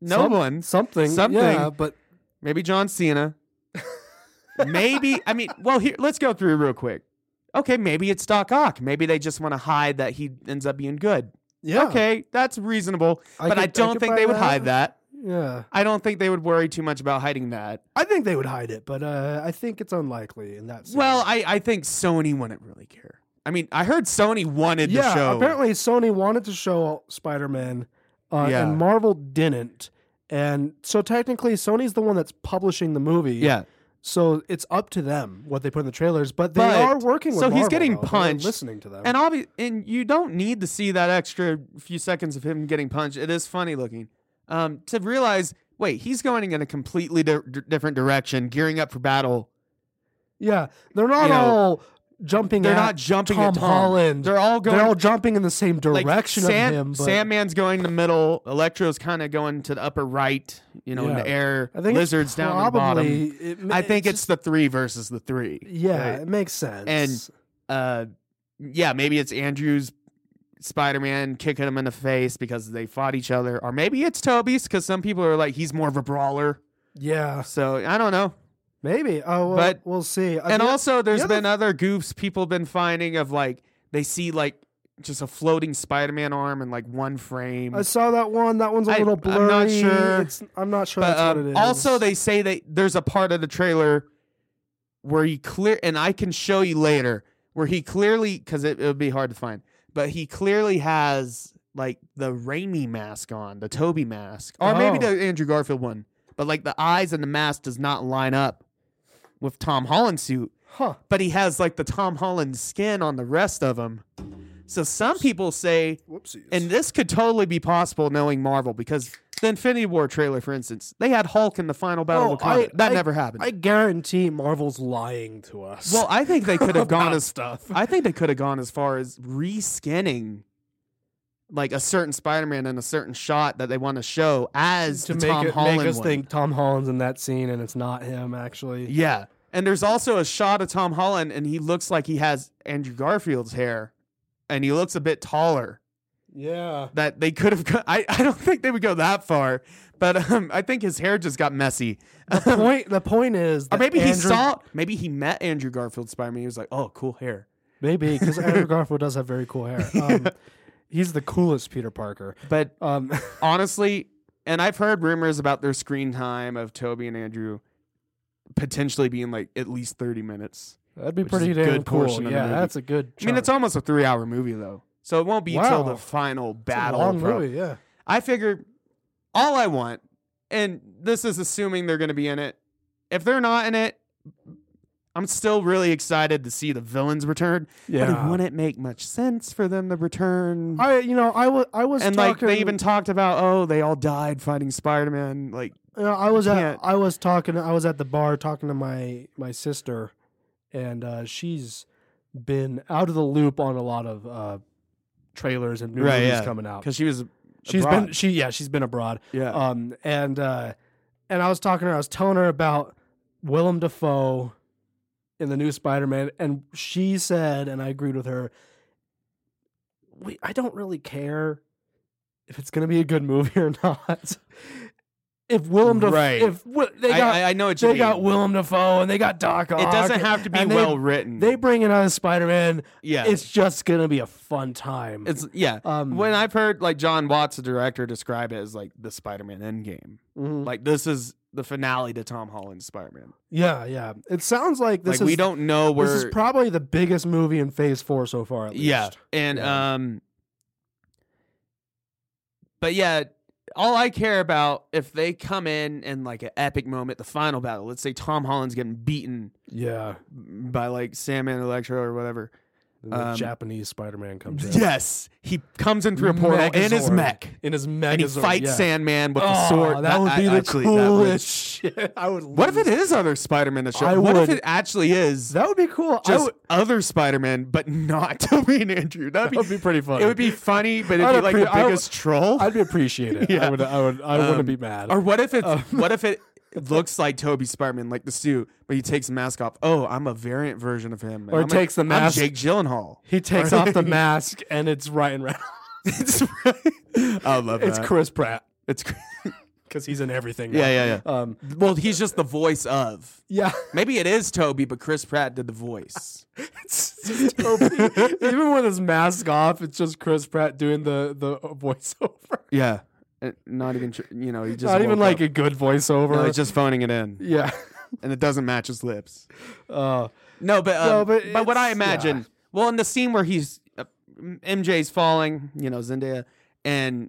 [SPEAKER 1] no
[SPEAKER 2] Some-
[SPEAKER 1] one.
[SPEAKER 2] something,
[SPEAKER 1] Something.
[SPEAKER 2] yeah, but
[SPEAKER 1] Maybe John Cena. maybe I mean, well, here let's go through real quick. Okay, maybe it's Doc Ock. Maybe they just want to hide that he ends up being good.
[SPEAKER 2] Yeah.
[SPEAKER 1] Okay, that's reasonable.
[SPEAKER 2] I
[SPEAKER 1] but
[SPEAKER 2] could-
[SPEAKER 1] I
[SPEAKER 2] I
[SPEAKER 1] don't
[SPEAKER 2] could
[SPEAKER 1] think
[SPEAKER 2] buy
[SPEAKER 1] they would
[SPEAKER 2] that.
[SPEAKER 1] hide that.
[SPEAKER 2] Yeah.
[SPEAKER 1] I don't think they would worry too much about hiding that.
[SPEAKER 2] I think they would hide it, but uh, I think it's unlikely in that sense.
[SPEAKER 1] Well, I, I think Sony wouldn't really care. I mean, I heard Sony wanted
[SPEAKER 2] yeah,
[SPEAKER 1] the show.
[SPEAKER 2] apparently Sony wanted to show Spider Man, uh,
[SPEAKER 1] Yeah.
[SPEAKER 2] and Marvel didn't. And so technically, Sony's the one that's publishing the movie.
[SPEAKER 1] Yeah.
[SPEAKER 2] So it's up to them what they put in the trailers, but they
[SPEAKER 1] But-
[SPEAKER 2] are working with
[SPEAKER 1] so he's
[SPEAKER 2] Marvel,
[SPEAKER 1] getting
[SPEAKER 2] though. They're
[SPEAKER 1] punched,
[SPEAKER 2] listening to them.
[SPEAKER 1] And obvi- and you don't need to see that extra few seconds of him getting punched. It is funny looking. Um, to realize, wait, he's going in a completely di- di- different direction, gearing up for battle.
[SPEAKER 2] yeah, they're not
[SPEAKER 1] you know,
[SPEAKER 2] all jumping
[SPEAKER 1] They're
[SPEAKER 2] at
[SPEAKER 1] not jumping
[SPEAKER 2] Tom,
[SPEAKER 1] at Tom.
[SPEAKER 2] Holland.
[SPEAKER 1] They're all going
[SPEAKER 2] They're all jumping in the same
[SPEAKER 1] like,
[SPEAKER 2] direction
[SPEAKER 1] Sand-
[SPEAKER 2] of him. But
[SPEAKER 1] Sandman's going the middle. Electro's kind of going to the upper right. You know, in
[SPEAKER 2] Yeah.
[SPEAKER 1] the air.
[SPEAKER 2] I think it's
[SPEAKER 1] Lizard's down the bottom.
[SPEAKER 2] probably- it ma-
[SPEAKER 1] I think it's
[SPEAKER 2] just-
[SPEAKER 1] the three versus the three.
[SPEAKER 2] yeah,
[SPEAKER 1] right?
[SPEAKER 2] it makes sense.
[SPEAKER 1] And- uh yeah, maybe it's Andrew's Spider-Man kicking him in the face because they fought each other, or maybe it's Toby's because some people are like he's more of a brawler.
[SPEAKER 2] yeah,
[SPEAKER 1] So I don't know.
[SPEAKER 2] maybe. Oh, well,
[SPEAKER 1] But-
[SPEAKER 2] we'll see. I
[SPEAKER 1] and
[SPEAKER 2] mean,
[SPEAKER 1] also, there's
[SPEAKER 2] other-
[SPEAKER 1] been other goofs people been finding of like they see like just a floating Spider-Man arm in like one frame.
[SPEAKER 2] I saw that one. That one's a
[SPEAKER 1] I-
[SPEAKER 2] little
[SPEAKER 1] I'm
[SPEAKER 2] blurry.
[SPEAKER 1] not sure.
[SPEAKER 2] It's, I'm not sure
[SPEAKER 1] but
[SPEAKER 2] that's
[SPEAKER 1] um,
[SPEAKER 2] what it is.
[SPEAKER 1] also, they say that there's a part of the trailer where he clear, and I can show you later where he clearly because it, it would be hard to find, but he clearly has like the Raimi mask on, the Toby mask, or maybe
[SPEAKER 2] Oh.
[SPEAKER 1] the Andrew Garfield one, but like the eyes and the mask does not line up with Tom Holland's suit,
[SPEAKER 2] huh?
[SPEAKER 1] but he has like the Tom Holland skin on the rest of him. So some people say
[SPEAKER 2] Whoopsies.
[SPEAKER 1] and this could totally be possible knowing Marvel because the Infinity War trailer, for instance, they had Hulk in the final battle
[SPEAKER 2] Oh,
[SPEAKER 1] of Wakanda.
[SPEAKER 2] I-
[SPEAKER 1] that
[SPEAKER 2] I-
[SPEAKER 1] never happened.
[SPEAKER 2] I guarantee Marvel's lying to us.
[SPEAKER 1] well, I think they could have gone
[SPEAKER 2] About
[SPEAKER 1] as
[SPEAKER 2] stuff.
[SPEAKER 1] I think they could have gone as far as reskinning like a certain Spider-Man in a certain shot that they want to show as
[SPEAKER 2] to
[SPEAKER 1] the
[SPEAKER 2] make,
[SPEAKER 1] Tom
[SPEAKER 2] it,
[SPEAKER 1] Holland
[SPEAKER 2] make us
[SPEAKER 1] one.
[SPEAKER 2] think Tom Holland's in that scene and it's not him actually.
[SPEAKER 1] Yeah. And there's also a shot of Tom Holland and he looks like he has Andrew Garfield's hair and he looks a bit taller.
[SPEAKER 2] Yeah.
[SPEAKER 1] that they could have. go- I, I don't think they would go that far, but um, I think his hair just got messy. or
[SPEAKER 2] Point. The point is, that
[SPEAKER 1] maybe he
[SPEAKER 2] Andrew-
[SPEAKER 1] saw. Maybe he met Andrew Garfield Spider Man. He was like, "Oh, cool hair."
[SPEAKER 2] Maybe because Andrew Garfield does have very cool hair. Um, he's the coolest Peter Parker.
[SPEAKER 1] But
[SPEAKER 2] Um,
[SPEAKER 1] honestly, and I've heard rumors about their screen time of Toby and Andrew potentially being like at least thirty minutes.
[SPEAKER 2] that'd be
[SPEAKER 1] Which is
[SPEAKER 2] pretty
[SPEAKER 1] a
[SPEAKER 2] damn
[SPEAKER 1] good
[SPEAKER 2] cool.
[SPEAKER 1] portion of the
[SPEAKER 2] Yeah,
[SPEAKER 1] movie.
[SPEAKER 2] that's a good.
[SPEAKER 1] I mean, it's
[SPEAKER 2] chunk.
[SPEAKER 1] almost a three-hour movie though, so it won't be till
[SPEAKER 2] Wow.
[SPEAKER 1] the final
[SPEAKER 2] It's a
[SPEAKER 1] battle. uh,
[SPEAKER 2] long
[SPEAKER 1] pro-
[SPEAKER 2] movie. Yeah.
[SPEAKER 1] I figure all I want, and this is assuming they're going to be in it. If they're not in it, I'm still really excited to see the villains return. But it wouldn't make much sense for them to return.
[SPEAKER 2] I you know I was I was
[SPEAKER 1] and like
[SPEAKER 2] talking,
[SPEAKER 1] they even talked about, oh, they all died fighting Spider-Man. Like,
[SPEAKER 2] you know, I was at
[SPEAKER 1] can't-
[SPEAKER 2] I was talking I was at the bar talking to my my sister, and uh, she's been out of the loop on a lot of uh, trailers and new
[SPEAKER 1] Right,
[SPEAKER 2] movies
[SPEAKER 1] yeah.
[SPEAKER 2] coming out.
[SPEAKER 1] because she was,
[SPEAKER 2] She's been
[SPEAKER 1] abroad.
[SPEAKER 2] she yeah she's been abroad.
[SPEAKER 1] yeah,
[SPEAKER 2] Um and uh, and I was talking to her I was telling her about Willem Dafoe in the new Spider Man, and she said and I agreed with her. We I don't really care if it's gonna be a good movie or not. If Willem Dafoe,
[SPEAKER 1] Right.
[SPEAKER 2] if Wi- they
[SPEAKER 1] I-
[SPEAKER 2] got
[SPEAKER 1] I, I know what you
[SPEAKER 2] they
[SPEAKER 1] mean.
[SPEAKER 2] got Willem Dafoe and they got Doc Ock,
[SPEAKER 1] it doesn't have to be
[SPEAKER 2] and they-
[SPEAKER 1] well written.
[SPEAKER 2] They bring in other Spider Man.
[SPEAKER 1] yeah,
[SPEAKER 2] It's just gonna be a fun time.
[SPEAKER 1] it's yeah.
[SPEAKER 2] um
[SPEAKER 1] when I've heard like John Watts, the director, describe it as like the Spider-Man Endgame.
[SPEAKER 2] mhm.
[SPEAKER 1] Like this is the finale to Tom Holland's Spider-Man.
[SPEAKER 2] yeah yeah. It sounds like
[SPEAKER 1] like
[SPEAKER 2] this is
[SPEAKER 1] we don't know where.
[SPEAKER 2] this is probably the biggest movie in Phase Four so far. At least.
[SPEAKER 1] yeah, and
[SPEAKER 2] Yeah.
[SPEAKER 1] um, but yeah, all I care about if they come in and like an epic moment, the final battle. Let's say Tom Holland's getting beaten
[SPEAKER 2] yeah.
[SPEAKER 1] by like Sandman, Electro, or whatever.
[SPEAKER 2] And the
[SPEAKER 1] Um,
[SPEAKER 2] Japanese Spider-Man comes in.
[SPEAKER 1] Yes, he comes in through a portal in his
[SPEAKER 2] Megazord.
[SPEAKER 1] mech,
[SPEAKER 2] in his Megazord.
[SPEAKER 1] and he fights
[SPEAKER 2] yeah.
[SPEAKER 1] Sandman with
[SPEAKER 2] oh,
[SPEAKER 1] the sword.
[SPEAKER 2] That, would
[SPEAKER 1] I-
[SPEAKER 2] be the
[SPEAKER 1] actually, that would-
[SPEAKER 2] coolest shit. I would.
[SPEAKER 1] What if
[SPEAKER 2] lose.
[SPEAKER 1] it is other Spider-Man that show?
[SPEAKER 2] I
[SPEAKER 1] What if
[SPEAKER 2] would-
[SPEAKER 1] it actually is
[SPEAKER 2] That would be cool. I
[SPEAKER 1] just
[SPEAKER 2] would,
[SPEAKER 1] other Spider-Man, but not Toby and Andrew? That'd
[SPEAKER 2] that
[SPEAKER 1] be
[SPEAKER 2] would be pretty funny.
[SPEAKER 1] It would be funny, but
[SPEAKER 2] I'd
[SPEAKER 1] it'd be like the
[SPEAKER 2] appre- I would-
[SPEAKER 1] biggest troll.
[SPEAKER 2] I'd be appreciative.
[SPEAKER 1] Yeah.
[SPEAKER 2] I would. I would. I wouldn't
[SPEAKER 1] Um,
[SPEAKER 2] be mad.
[SPEAKER 1] or what if it's
[SPEAKER 2] Uh,
[SPEAKER 1] what if it looks like Toby Spider-Man, like the suit, but he takes the mask off? Oh, I'm a variant version of him. and
[SPEAKER 2] Or
[SPEAKER 1] I'm a-
[SPEAKER 2] takes the mask-
[SPEAKER 1] I'm Jake Gyllenhaal.
[SPEAKER 2] he takes off the mask and it's Ryan Reynolds.
[SPEAKER 1] it's, I love
[SPEAKER 2] it's
[SPEAKER 1] that.
[SPEAKER 2] Chris Pratt
[SPEAKER 1] it's cr-
[SPEAKER 2] because he's in everything. now.
[SPEAKER 1] yeah, yeah, yeah.
[SPEAKER 2] Um.
[SPEAKER 1] Well, he's just the voice of.
[SPEAKER 2] Yeah.
[SPEAKER 1] Maybe it is Toby, but Chris Pratt did the voice.
[SPEAKER 2] just Opie. Even with his mask off, it's just Chris Pratt doing the the voiceover.
[SPEAKER 1] Yeah. It- Uh, not even, tr- you know, he just.
[SPEAKER 2] Not even
[SPEAKER 1] woke
[SPEAKER 2] like
[SPEAKER 1] up.
[SPEAKER 2] a good voiceover.
[SPEAKER 1] No, he's just phoning it in.
[SPEAKER 2] yeah.
[SPEAKER 1] And it doesn't match his lips.
[SPEAKER 2] Uh,
[SPEAKER 1] No, but um,
[SPEAKER 2] No,
[SPEAKER 1] but,
[SPEAKER 2] but
[SPEAKER 1] what I
[SPEAKER 2] it's-
[SPEAKER 1] imagine,
[SPEAKER 2] yeah.
[SPEAKER 1] well, in the scene where he's uh, MJ's falling, you know, Zendaya, and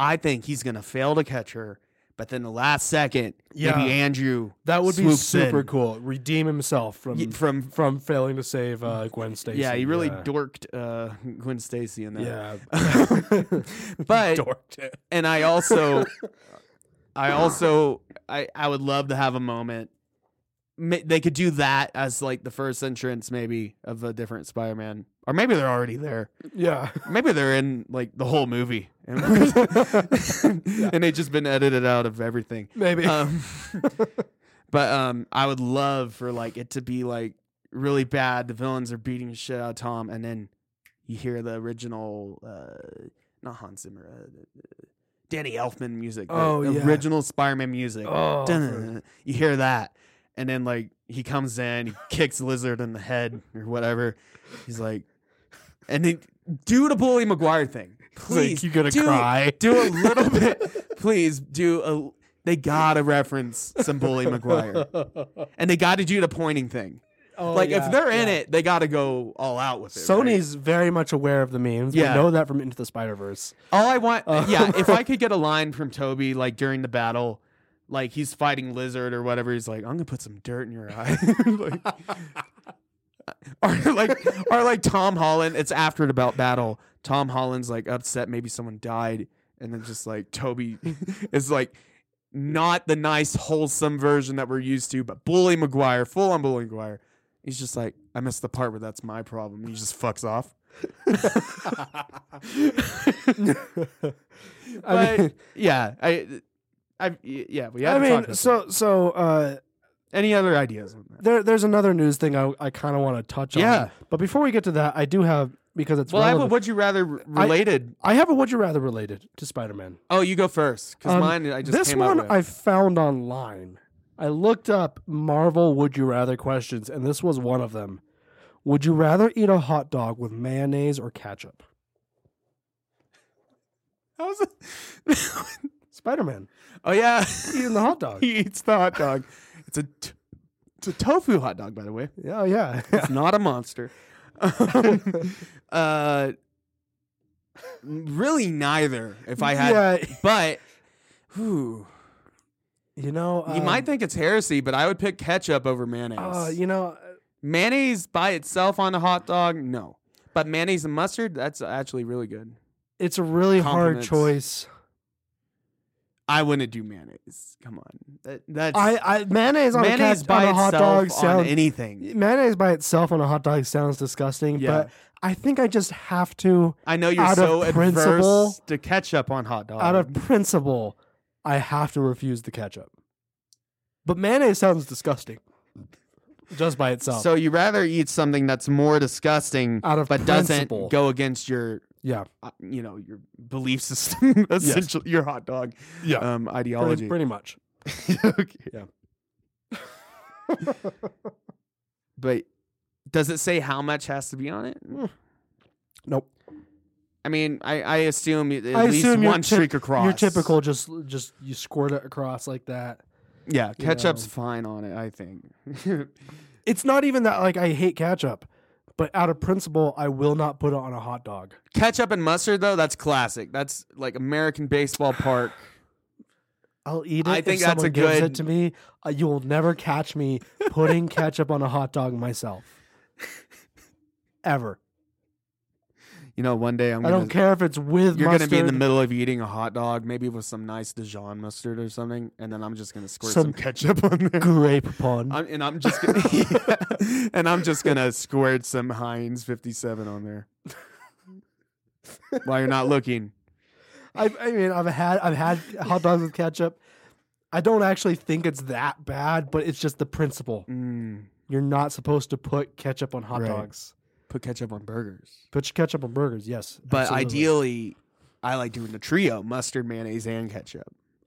[SPEAKER 1] I think he's gonna fail to catch her, but then the last second,
[SPEAKER 2] Yeah.
[SPEAKER 1] maybe Andrew
[SPEAKER 2] that would be
[SPEAKER 1] swoops
[SPEAKER 2] super
[SPEAKER 1] in.
[SPEAKER 2] cool. Redeem himself from
[SPEAKER 1] Y- from.
[SPEAKER 2] from failing to save uh, Gwen Stacy.
[SPEAKER 1] Yeah, he really
[SPEAKER 2] yeah.
[SPEAKER 1] dorked uh, Gwen Stacy in that.
[SPEAKER 2] yeah.
[SPEAKER 1] But-
[SPEAKER 2] dorked it.
[SPEAKER 1] and I also, I also, I I would love to have a moment. Ma- They could do that as like the first entrance, maybe of a different Spider-Man, or maybe they're already there.
[SPEAKER 2] Yeah.
[SPEAKER 1] Maybe they're in like the whole movie, and, and they've just been edited out of everything.
[SPEAKER 2] Maybe.
[SPEAKER 1] Um, but um, I would love for like it to be like really bad. The villains are beating the shit out of Tom, and then you hear the original, uh, not Hans Zimmer, uh, uh, Danny Elfman music. the
[SPEAKER 2] Oh, yeah.
[SPEAKER 1] original Spider-Man music.
[SPEAKER 2] oh, for-
[SPEAKER 1] Dun-dun-dun. You hear that, and then like he comes in, he kicks Lizard in the head or whatever. He's like, and then do the Bully Maguire thing, please.
[SPEAKER 2] like you gonna
[SPEAKER 1] do,
[SPEAKER 2] cry.
[SPEAKER 1] Do a little bit, please. Do a. They gotta reference some Bully Maguire, and they gotta do the pointing thing.
[SPEAKER 2] Oh,
[SPEAKER 1] like
[SPEAKER 2] yeah,
[SPEAKER 1] if they're in
[SPEAKER 2] yeah.
[SPEAKER 1] it, they gotta go all out with it. right?
[SPEAKER 2] Sony's very much aware of the memes.
[SPEAKER 1] Yeah.
[SPEAKER 2] We know that from Into the Spider Verse.
[SPEAKER 1] All I want,
[SPEAKER 2] Uh,
[SPEAKER 1] yeah. If I could get a line from Toby, like during the battle, like he's fighting lizard or whatever, he's like, "I'm gonna put some dirt in your eye," like, or like, or like Tom Holland. It's after the about battle. Tom Holland's like upset, maybe someone died, and then just like Toby is like. Not the nice, wholesome version that we're used to, but Bully McGuire, full on Bully McGuire. He's just like, I missed the part where that's my problem. He just fucks off.
[SPEAKER 2] I
[SPEAKER 1] But
[SPEAKER 2] mean,
[SPEAKER 1] yeah, I, I, yeah, we.
[SPEAKER 2] I
[SPEAKER 1] haven't talked
[SPEAKER 2] mean
[SPEAKER 1] this
[SPEAKER 2] so so uh,
[SPEAKER 1] Any other ideas? on that?
[SPEAKER 2] there there's another news thing I, I kind of want to touch on.
[SPEAKER 1] Yeah.
[SPEAKER 2] But before we get to that, I do have because it's
[SPEAKER 1] Well, I have a
[SPEAKER 2] relevant-
[SPEAKER 1] would you rather r-
[SPEAKER 2] I-
[SPEAKER 1] related.
[SPEAKER 2] I have a would you rather related to Spider Man.
[SPEAKER 1] oh, you go first because
[SPEAKER 2] Um,
[SPEAKER 1] mine I just
[SPEAKER 2] this
[SPEAKER 1] came
[SPEAKER 2] one
[SPEAKER 1] up with.
[SPEAKER 2] I found online. I looked up Marvel Would You Rather questions, and this was one of them. Would you rather eat a hot dog with mayonnaise or ketchup?
[SPEAKER 1] How is it?
[SPEAKER 2] Spider Man
[SPEAKER 1] oh yeah,
[SPEAKER 2] eating the hot dog.
[SPEAKER 1] he eats the hot dog. It's a, t- it's a tofu hot dog, by the way.
[SPEAKER 2] Oh yeah,
[SPEAKER 1] It's not a monster. Um, uh, really neither. If I had,
[SPEAKER 2] Yeah,
[SPEAKER 1] but. Whew.
[SPEAKER 2] you know, um,
[SPEAKER 1] You might think it's heresy, but I would pick ketchup over mayonnaise.
[SPEAKER 2] Uh, you know, uh,
[SPEAKER 1] Mayonnaise by itself on a hot dog, no. But mayonnaise and mustard, that's actually really good.
[SPEAKER 2] it's a really hard
[SPEAKER 1] Compliments.
[SPEAKER 2] choice.
[SPEAKER 1] I wouldn't do mayonnaise. Come on, that, that's
[SPEAKER 2] I, I mayonnaise on a,
[SPEAKER 1] mayonnaise
[SPEAKER 2] ketchup,
[SPEAKER 1] by
[SPEAKER 2] on a hot
[SPEAKER 1] itself
[SPEAKER 2] dog
[SPEAKER 1] on
[SPEAKER 2] sounds
[SPEAKER 1] anything.
[SPEAKER 2] mayonnaise by itself on a hot dog sounds disgusting.
[SPEAKER 1] Yeah.
[SPEAKER 2] But I think I just have to,
[SPEAKER 1] I know you're
[SPEAKER 2] out of
[SPEAKER 1] so
[SPEAKER 2] principle-
[SPEAKER 1] adverse to ketchup on hot dogs.
[SPEAKER 2] out of principle, I have to refuse the ketchup. But mayonnaise sounds disgusting, just by itself.
[SPEAKER 1] so you rather eat something that's more disgusting,
[SPEAKER 2] out of
[SPEAKER 1] but doesn't
[SPEAKER 2] principle,
[SPEAKER 1] go against your,
[SPEAKER 2] yeah,
[SPEAKER 1] uh, you know, your belief system, essentially your hot dog
[SPEAKER 2] yeah,
[SPEAKER 1] um,
[SPEAKER 2] Uh, pretty,
[SPEAKER 1] ideology.
[SPEAKER 2] pretty much.
[SPEAKER 1] okay.
[SPEAKER 2] Yeah.
[SPEAKER 1] but does it say how much has to be on it?
[SPEAKER 2] Mm. Nope.
[SPEAKER 1] I mean, I, I assume at
[SPEAKER 2] I
[SPEAKER 1] least
[SPEAKER 2] assume your
[SPEAKER 1] one
[SPEAKER 2] typ-
[SPEAKER 1] streak across.
[SPEAKER 2] Your typical, just just you squirt it across like that.
[SPEAKER 1] Yeah,
[SPEAKER 2] you
[SPEAKER 1] ketchup's
[SPEAKER 2] know.
[SPEAKER 1] fine on it, I think.
[SPEAKER 2] It's not even that like I hate ketchup, but out of principle, I will not put it on a hot dog.
[SPEAKER 1] ketchup and mustard, though, that's classic. That's like American baseball park.
[SPEAKER 2] I'll eat it.
[SPEAKER 1] I
[SPEAKER 2] if
[SPEAKER 1] think that's
[SPEAKER 2] someone
[SPEAKER 1] a
[SPEAKER 2] gives
[SPEAKER 1] good-
[SPEAKER 2] it to me. Uh, you will never catch me putting ketchup on a hot dog myself. Ever.
[SPEAKER 1] You know, one day I'm
[SPEAKER 2] I
[SPEAKER 1] gonna,
[SPEAKER 2] don't care if it's with
[SPEAKER 1] You're
[SPEAKER 2] mustard,
[SPEAKER 1] gonna be in the middle of eating a hot dog, maybe with some nice Dijon mustard or something, and then I'm just gonna squirt some,
[SPEAKER 2] Some-
[SPEAKER 1] ketchup on there.
[SPEAKER 2] grape pun.
[SPEAKER 1] I'm, and I'm just gonna, Yeah. and I'm just gonna squirt some Heinz 57 on there while you're not looking.
[SPEAKER 2] I, I mean, I've had I've had hot dogs with ketchup. I don't actually think it's that bad, but it's just the principle.
[SPEAKER 1] Mm,
[SPEAKER 2] You're not supposed to put ketchup on hot
[SPEAKER 1] Right.
[SPEAKER 2] dogs.
[SPEAKER 1] put ketchup on burgers,
[SPEAKER 2] Put your ketchup on burgers, yes.
[SPEAKER 1] but
[SPEAKER 2] absolutely.
[SPEAKER 1] ideally, I like doing the trio: mustard, mayonnaise, and ketchup.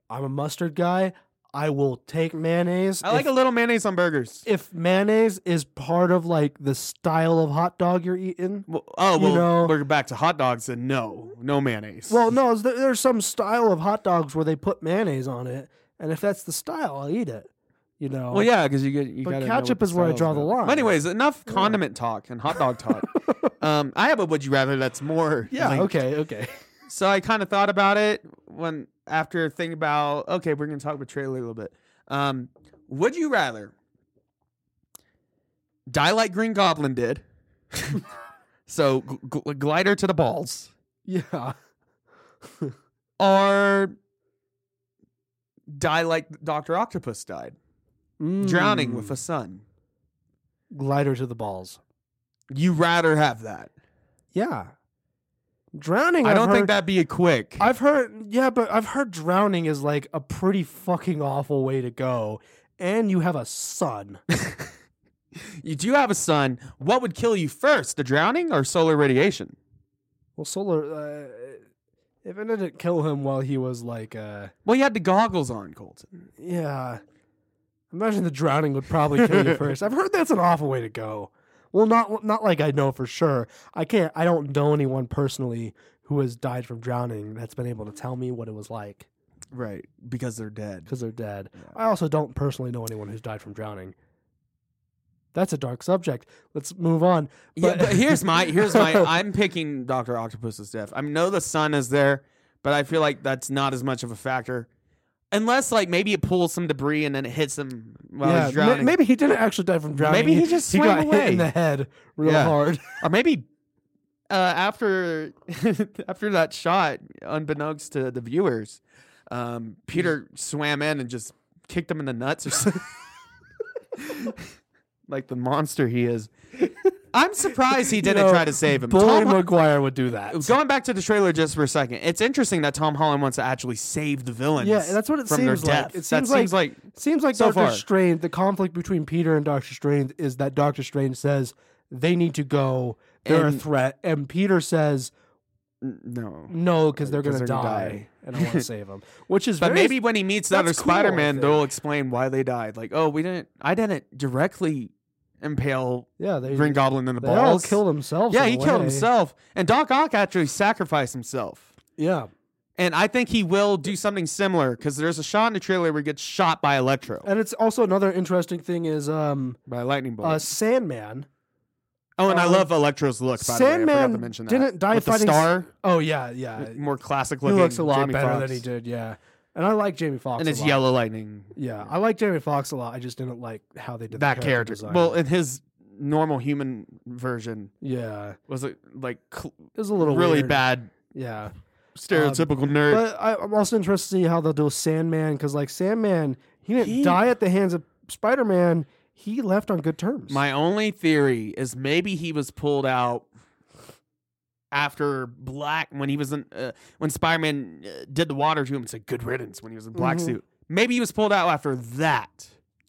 [SPEAKER 2] I'm a mustard guy. I will take mayonnaise.
[SPEAKER 1] I like
[SPEAKER 2] if,
[SPEAKER 1] a little mayonnaise on burgers.
[SPEAKER 2] if mayonnaise is part of like the style of hot dog you're eating.
[SPEAKER 1] Well, oh,
[SPEAKER 2] you
[SPEAKER 1] well,
[SPEAKER 2] know-
[SPEAKER 1] we're back to hot dogs and no, no mayonnaise.
[SPEAKER 2] Well, no, is there- there's some style of hot dogs where they put mayonnaise on it, and if that's the style, I'll eat it. You know.
[SPEAKER 1] well, yeah, because you get you
[SPEAKER 2] But
[SPEAKER 1] gotta know
[SPEAKER 2] ketchup
[SPEAKER 1] what
[SPEAKER 2] is where I
[SPEAKER 1] style's
[SPEAKER 2] draw the
[SPEAKER 1] about.
[SPEAKER 2] line.
[SPEAKER 1] But anyways, enough condiment talk and hot dog talk. um, I have a would you rather that's more.
[SPEAKER 2] Yeah.
[SPEAKER 1] linked.
[SPEAKER 2] Okay. Okay.
[SPEAKER 1] So I kind of thought about it when after thinking about okay, we're gonna talk about trailer a little bit. Um, would you rather die like Green Goblin did? so gl- gl- glider to the balls,
[SPEAKER 2] Yeah.
[SPEAKER 1] or die like Doctor Octopus died, drowning
[SPEAKER 2] Hmm.
[SPEAKER 1] with a sun?
[SPEAKER 2] Mm. glider to the balls.
[SPEAKER 1] You rather have that?
[SPEAKER 2] Yeah. Drowning.
[SPEAKER 1] I
[SPEAKER 2] I've
[SPEAKER 1] don't think
[SPEAKER 2] heard-
[SPEAKER 1] that'd be a quick.
[SPEAKER 2] I've heard, yeah, but I've heard drowning is like a pretty fucking awful way to go. And you have a son.
[SPEAKER 1] you do have a son. What would kill you first, the drowning or solar radiation?
[SPEAKER 2] Well, Solar, uh, if it didn't kill him while he was like, uh,
[SPEAKER 1] Well, you had the goggles on, Colton.
[SPEAKER 2] yeah, imagine the drowning would probably kill you first. I've heard that's an awful way to go. Well, not not like I know for sure. I can't. I don't know anyone personally who has died from drowning that's been able to tell me what it was like
[SPEAKER 1] Right, because they're dead.
[SPEAKER 2] because they're dead. I also don't personally know anyone who's died from drowning. That's a dark subject. Let's move on.
[SPEAKER 1] yeah, but here's my here's my I'm picking Doctor Octopus's death. I know the sun is there, but I feel like that's not as much of a factor, unless like maybe it pulls some debris and then it hits him while
[SPEAKER 2] Yeah,
[SPEAKER 1] he's
[SPEAKER 2] ma-
[SPEAKER 1] drowning,
[SPEAKER 2] maybe he didn't actually die from drowning.
[SPEAKER 1] Maybe he just
[SPEAKER 2] he
[SPEAKER 1] swam
[SPEAKER 2] got hit
[SPEAKER 1] away.
[SPEAKER 2] in the head real
[SPEAKER 1] Yeah.
[SPEAKER 2] hard.
[SPEAKER 1] or maybe uh, after after that shot, unbeknownst to the viewers, um, Peter swam in and just kicked him in the nuts or something. like the monster he is. I'm surprised he didn't
[SPEAKER 2] know,
[SPEAKER 1] try to save him.
[SPEAKER 2] Bully
[SPEAKER 1] Tom
[SPEAKER 2] McGuire would do that.
[SPEAKER 1] Going back to the trailer just for a second, it's interesting that Tom Holland wants to actually save the villains.
[SPEAKER 2] Yeah, that's what it
[SPEAKER 1] from
[SPEAKER 2] seems
[SPEAKER 1] their
[SPEAKER 2] like.
[SPEAKER 1] death.
[SPEAKER 2] It
[SPEAKER 1] that
[SPEAKER 2] seems like-
[SPEAKER 1] seems like
[SPEAKER 2] Seems like
[SPEAKER 1] So
[SPEAKER 2] Doctor
[SPEAKER 1] far.
[SPEAKER 2] Strange. The conflict between Peter and Doctor Strange is that Doctor Strange says they need to go. They're a
[SPEAKER 1] And-
[SPEAKER 2] threat, and Peter says
[SPEAKER 1] n- no.
[SPEAKER 2] no because they're going
[SPEAKER 1] 'Cause
[SPEAKER 2] to
[SPEAKER 1] they're
[SPEAKER 2] die,
[SPEAKER 1] gonna
[SPEAKER 2] and I want to save them. Which is
[SPEAKER 1] But
[SPEAKER 2] very-
[SPEAKER 1] maybe when he meets the other
[SPEAKER 2] that's cool, I
[SPEAKER 1] Spider-Man,
[SPEAKER 2] think.
[SPEAKER 1] they'll explain why they died. Like, oh, we didn't. I didn't directly impale
[SPEAKER 2] yeah, they
[SPEAKER 1] Green Goblin in the
[SPEAKER 2] they all
[SPEAKER 1] balls.
[SPEAKER 2] kill themselves.
[SPEAKER 1] yeah,
[SPEAKER 2] in a
[SPEAKER 1] he killed
[SPEAKER 2] way.
[SPEAKER 1] himself, and Doc Ock actually sacrificed himself.
[SPEAKER 2] Yeah,
[SPEAKER 1] And I think he will do something similar because there's a shot in the trailer where he gets shot by Electro
[SPEAKER 2] and it's also another interesting thing is um
[SPEAKER 1] by a lightning bolt.
[SPEAKER 2] uh Sandman.
[SPEAKER 1] oh, and I
[SPEAKER 2] uh,
[SPEAKER 1] love Electro's look. By the way. I forgot to
[SPEAKER 2] Sandman
[SPEAKER 1] mention that.
[SPEAKER 2] didn't die
[SPEAKER 1] With the
[SPEAKER 2] fighting s-
[SPEAKER 1] star, uh,
[SPEAKER 2] Oh yeah, yeah.
[SPEAKER 1] more classic
[SPEAKER 2] He
[SPEAKER 1] looking.
[SPEAKER 2] looks a lot
[SPEAKER 1] Jamie
[SPEAKER 2] better
[SPEAKER 1] Foxx.
[SPEAKER 2] than he did. Yeah, and I like Jamie Foxx.
[SPEAKER 1] And
[SPEAKER 2] a
[SPEAKER 1] it's
[SPEAKER 2] lot.
[SPEAKER 1] yellow lightning.
[SPEAKER 2] Yeah, I like Jamie Foxx a lot. I just didn't like how they did
[SPEAKER 1] That
[SPEAKER 2] the
[SPEAKER 1] character.
[SPEAKER 2] design.
[SPEAKER 1] Well, in his normal human version,
[SPEAKER 2] yeah, it
[SPEAKER 1] was it like cl-
[SPEAKER 2] was a little
[SPEAKER 1] really
[SPEAKER 2] weird.
[SPEAKER 1] bad
[SPEAKER 2] Yeah,
[SPEAKER 1] stereotypical nerd.
[SPEAKER 2] but I, I'm also interested to see how they'll do with Sandman because like Sandman, he didn't
[SPEAKER 1] He-
[SPEAKER 2] die at the hands of Spider Man. He left on good terms.
[SPEAKER 1] My only theory is maybe he was pulled out after Black when he was in uh, when Spider Man uh, did the water to him and said "Good riddance" when he was in black
[SPEAKER 2] Mhm.
[SPEAKER 1] suit. Maybe he was pulled out after that,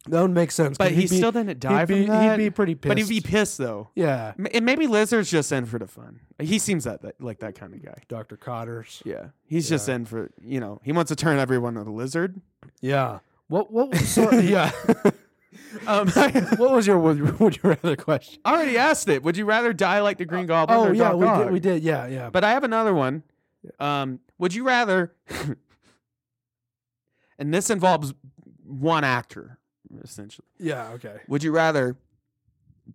[SPEAKER 2] that would make sense.
[SPEAKER 1] but
[SPEAKER 2] 'cause
[SPEAKER 1] he
[SPEAKER 2] he'd be-
[SPEAKER 1] still didn't die
[SPEAKER 2] he'd
[SPEAKER 1] from
[SPEAKER 2] be,
[SPEAKER 1] that.
[SPEAKER 2] He'd be pretty pissed.
[SPEAKER 1] but he'd be pissed though.
[SPEAKER 2] yeah,
[SPEAKER 1] M- And maybe Lizard's just in for the fun. He seems that, that like that kind of guy.
[SPEAKER 2] Doctor Cotters.
[SPEAKER 1] Yeah, he's just in for you know. He wants to turn everyone into lizard.
[SPEAKER 2] Yeah. What? What? So, yeah.
[SPEAKER 1] Um, I
[SPEAKER 2] what was your would, would you rather question?
[SPEAKER 1] already asked it. Would you rather die like the Green Goblin?
[SPEAKER 2] Oh
[SPEAKER 1] or
[SPEAKER 2] yeah,
[SPEAKER 1] Doc
[SPEAKER 2] we
[SPEAKER 1] Ock?
[SPEAKER 2] did. We did. Yeah, yeah.
[SPEAKER 1] But I have another one. Um, would you rather? and this involves one actor, essentially.
[SPEAKER 2] Yeah. Okay.
[SPEAKER 1] Would you rather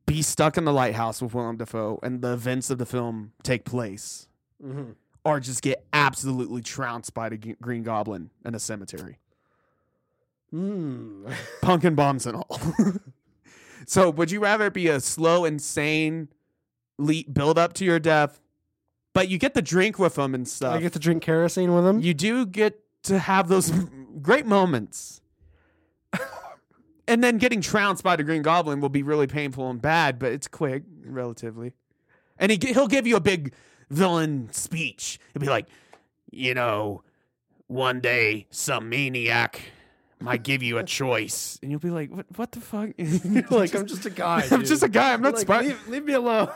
[SPEAKER 1] be stuck in the lighthouse with Willem Dafoe and the events of the film take place,
[SPEAKER 2] Mm-hmm.
[SPEAKER 1] or just get absolutely trounced by the G- Green Goblin in a cemetery,
[SPEAKER 2] Mm.
[SPEAKER 1] pumpkin bombs and all? so, would you rather be a slow, insane le- build up to your death, but you get the drink with them and stuff?
[SPEAKER 2] I get to drink kerosene with him.
[SPEAKER 1] Uh, you do get to have those great moments. and then getting trounced by the Green Goblin will be really painful and bad, but it's quick, relatively. And he, g- he'll give you a big villain speech. He'll be like, you know, one day some maniac might give you a choice. And you'll be like, what, what the fuck?
[SPEAKER 2] like I'm just a guy.
[SPEAKER 1] I'm just a guy. I'm not
[SPEAKER 2] Like,
[SPEAKER 1] Spider.
[SPEAKER 2] leave, leave me alone.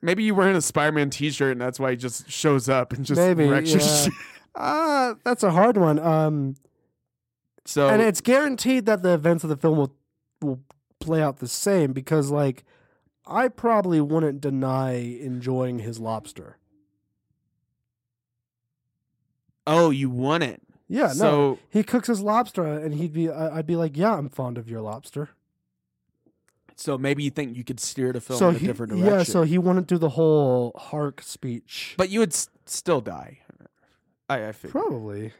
[SPEAKER 1] Maybe you wearing a Spider-Man T-shirt, and that's why he just shows up and just
[SPEAKER 2] Maybe,
[SPEAKER 1] wrecks your
[SPEAKER 2] yeah.
[SPEAKER 1] shit.
[SPEAKER 2] Ah, that's a hard one. Um,
[SPEAKER 1] So
[SPEAKER 2] and it's guaranteed that the events of the film will will play out the same because like I probably wouldn't deny enjoying his lobster.
[SPEAKER 1] oh, you won it.
[SPEAKER 2] Yeah, no.
[SPEAKER 1] so
[SPEAKER 2] he cooks his lobster and he'd be I- I'd be like, "Yeah, I'm fond of your lobster."
[SPEAKER 1] so maybe you think you could steer the film
[SPEAKER 2] so
[SPEAKER 1] in a
[SPEAKER 2] he,
[SPEAKER 1] different direction.
[SPEAKER 2] yeah, so he wouldn't do the whole Hark speech.
[SPEAKER 1] but you would s- still die. I, I figure.
[SPEAKER 2] probably.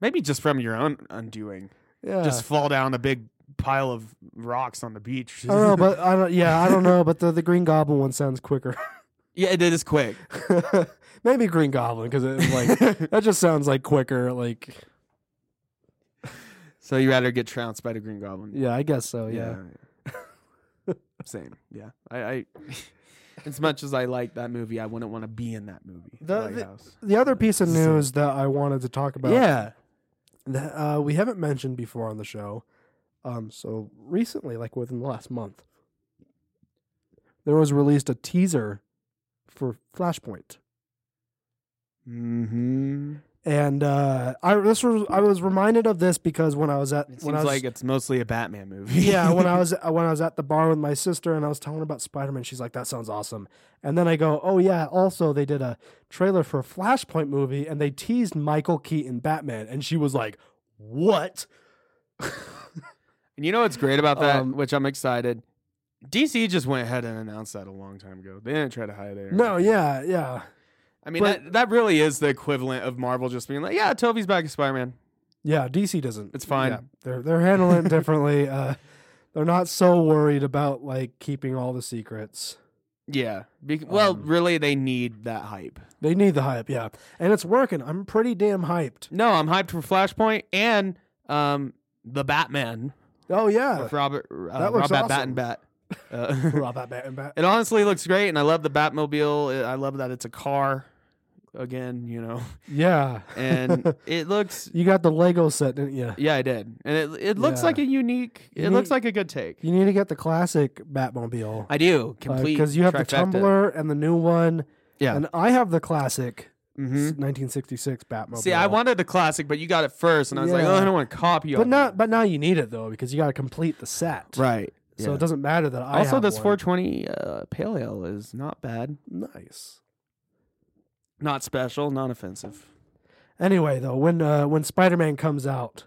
[SPEAKER 1] maybe just from your own undoing.
[SPEAKER 2] Yeah.
[SPEAKER 1] Just fall down a big pile of rocks on the beach.
[SPEAKER 2] I don't know, but I don't. Yeah, I don't know, but the, the Green Goblin one sounds quicker.
[SPEAKER 1] yeah, it is quick.
[SPEAKER 2] Maybe Green Goblin because it like that just sounds like quicker. Like,
[SPEAKER 1] so you rather get trounced by the Green Goblin?
[SPEAKER 2] yeah, I guess so. Yeah,
[SPEAKER 1] yeah. Same. Yeah. I, I as much as I like that movie, I wouldn't want to be in that movie.
[SPEAKER 2] The- the-
[SPEAKER 1] Lighthouse.
[SPEAKER 2] the other piece of
[SPEAKER 1] So-
[SPEAKER 2] news that I wanted to talk about,
[SPEAKER 1] yeah.
[SPEAKER 2] that uh, we haven't mentioned before on the show. Um, so recently, like within the last month, there was released a teaser for Flashpoint.
[SPEAKER 1] Mm-hmm.
[SPEAKER 2] And uh, I this was I was reminded of this because when I was at
[SPEAKER 1] It
[SPEAKER 2] when
[SPEAKER 1] seems
[SPEAKER 2] I was,
[SPEAKER 1] like it's mostly a Batman movie.
[SPEAKER 2] yeah, when I was uh, when I was at the bar with my sister and I was telling her about Spider Man, she's like, "That sounds awesome." And then I go, "Oh yeah, also they did a trailer for a Flashpoint movie and they teased Michael Keaton Batman," and she was like, "What?"
[SPEAKER 1] And you know what's great about that,
[SPEAKER 2] Um,
[SPEAKER 1] which I'm excited. DC just went ahead and announced that a long time ago. They didn't try to hide it. or
[SPEAKER 2] No,
[SPEAKER 1] anything.
[SPEAKER 2] yeah, yeah,
[SPEAKER 1] I mean
[SPEAKER 2] but-
[SPEAKER 1] that that really is the equivalent of Marvel just being like, yeah, Toby's back as Spider-Man.
[SPEAKER 2] yeah. DC doesn't.
[SPEAKER 1] It's fine.
[SPEAKER 2] Yeah, they're they're handling it differently. Uh, they're not so worried about like keeping all the secrets.
[SPEAKER 1] Yeah. Bec well,
[SPEAKER 2] Um,
[SPEAKER 1] really, they need that hype.
[SPEAKER 2] They need the hype, yeah, and it's working. I'm pretty damn hyped.
[SPEAKER 1] No, I'm hyped for Flashpoint and um the Batman
[SPEAKER 2] Oh yeah,
[SPEAKER 1] with Robert uh,
[SPEAKER 2] That looks
[SPEAKER 1] Robert
[SPEAKER 2] awesome.
[SPEAKER 1] Bat and Bat. Uh,
[SPEAKER 2] Rob Batman. Bat-
[SPEAKER 1] it honestly looks great, and I love the Batmobile. I I love that it's a car. Again, you know,
[SPEAKER 2] Yeah,
[SPEAKER 1] and it looks
[SPEAKER 2] You got the Lego set, didn't you?
[SPEAKER 1] Yeah, I did, and it it looks
[SPEAKER 2] Yeah.
[SPEAKER 1] like a unique. It
[SPEAKER 2] You
[SPEAKER 1] looks
[SPEAKER 2] need-
[SPEAKER 1] like a good take.
[SPEAKER 2] You need to get the classic Batmobile.
[SPEAKER 1] I do complete
[SPEAKER 2] Because Uh, you have the
[SPEAKER 1] trifecta.
[SPEAKER 2] tumbler and the new one.
[SPEAKER 1] Yeah.
[SPEAKER 2] And I have the classic
[SPEAKER 1] hmm
[SPEAKER 2] s- 1966 Batmobile.
[SPEAKER 1] See, I wanted the classic, but you got it first, and I was like,
[SPEAKER 2] Oh, Yeah.
[SPEAKER 1] oh, I don't want to copy you.
[SPEAKER 2] But not. But now you need it though, because you got to complete the set.
[SPEAKER 1] right.
[SPEAKER 2] So
[SPEAKER 1] yeah.
[SPEAKER 2] it doesn't matter that I
[SPEAKER 1] also
[SPEAKER 2] have
[SPEAKER 1] this
[SPEAKER 2] one.
[SPEAKER 1] 420 uh, pale ale is not bad,
[SPEAKER 2] Nice.
[SPEAKER 1] not special, not offensive.
[SPEAKER 2] Anyway, though, when uh, when Spider Man comes out,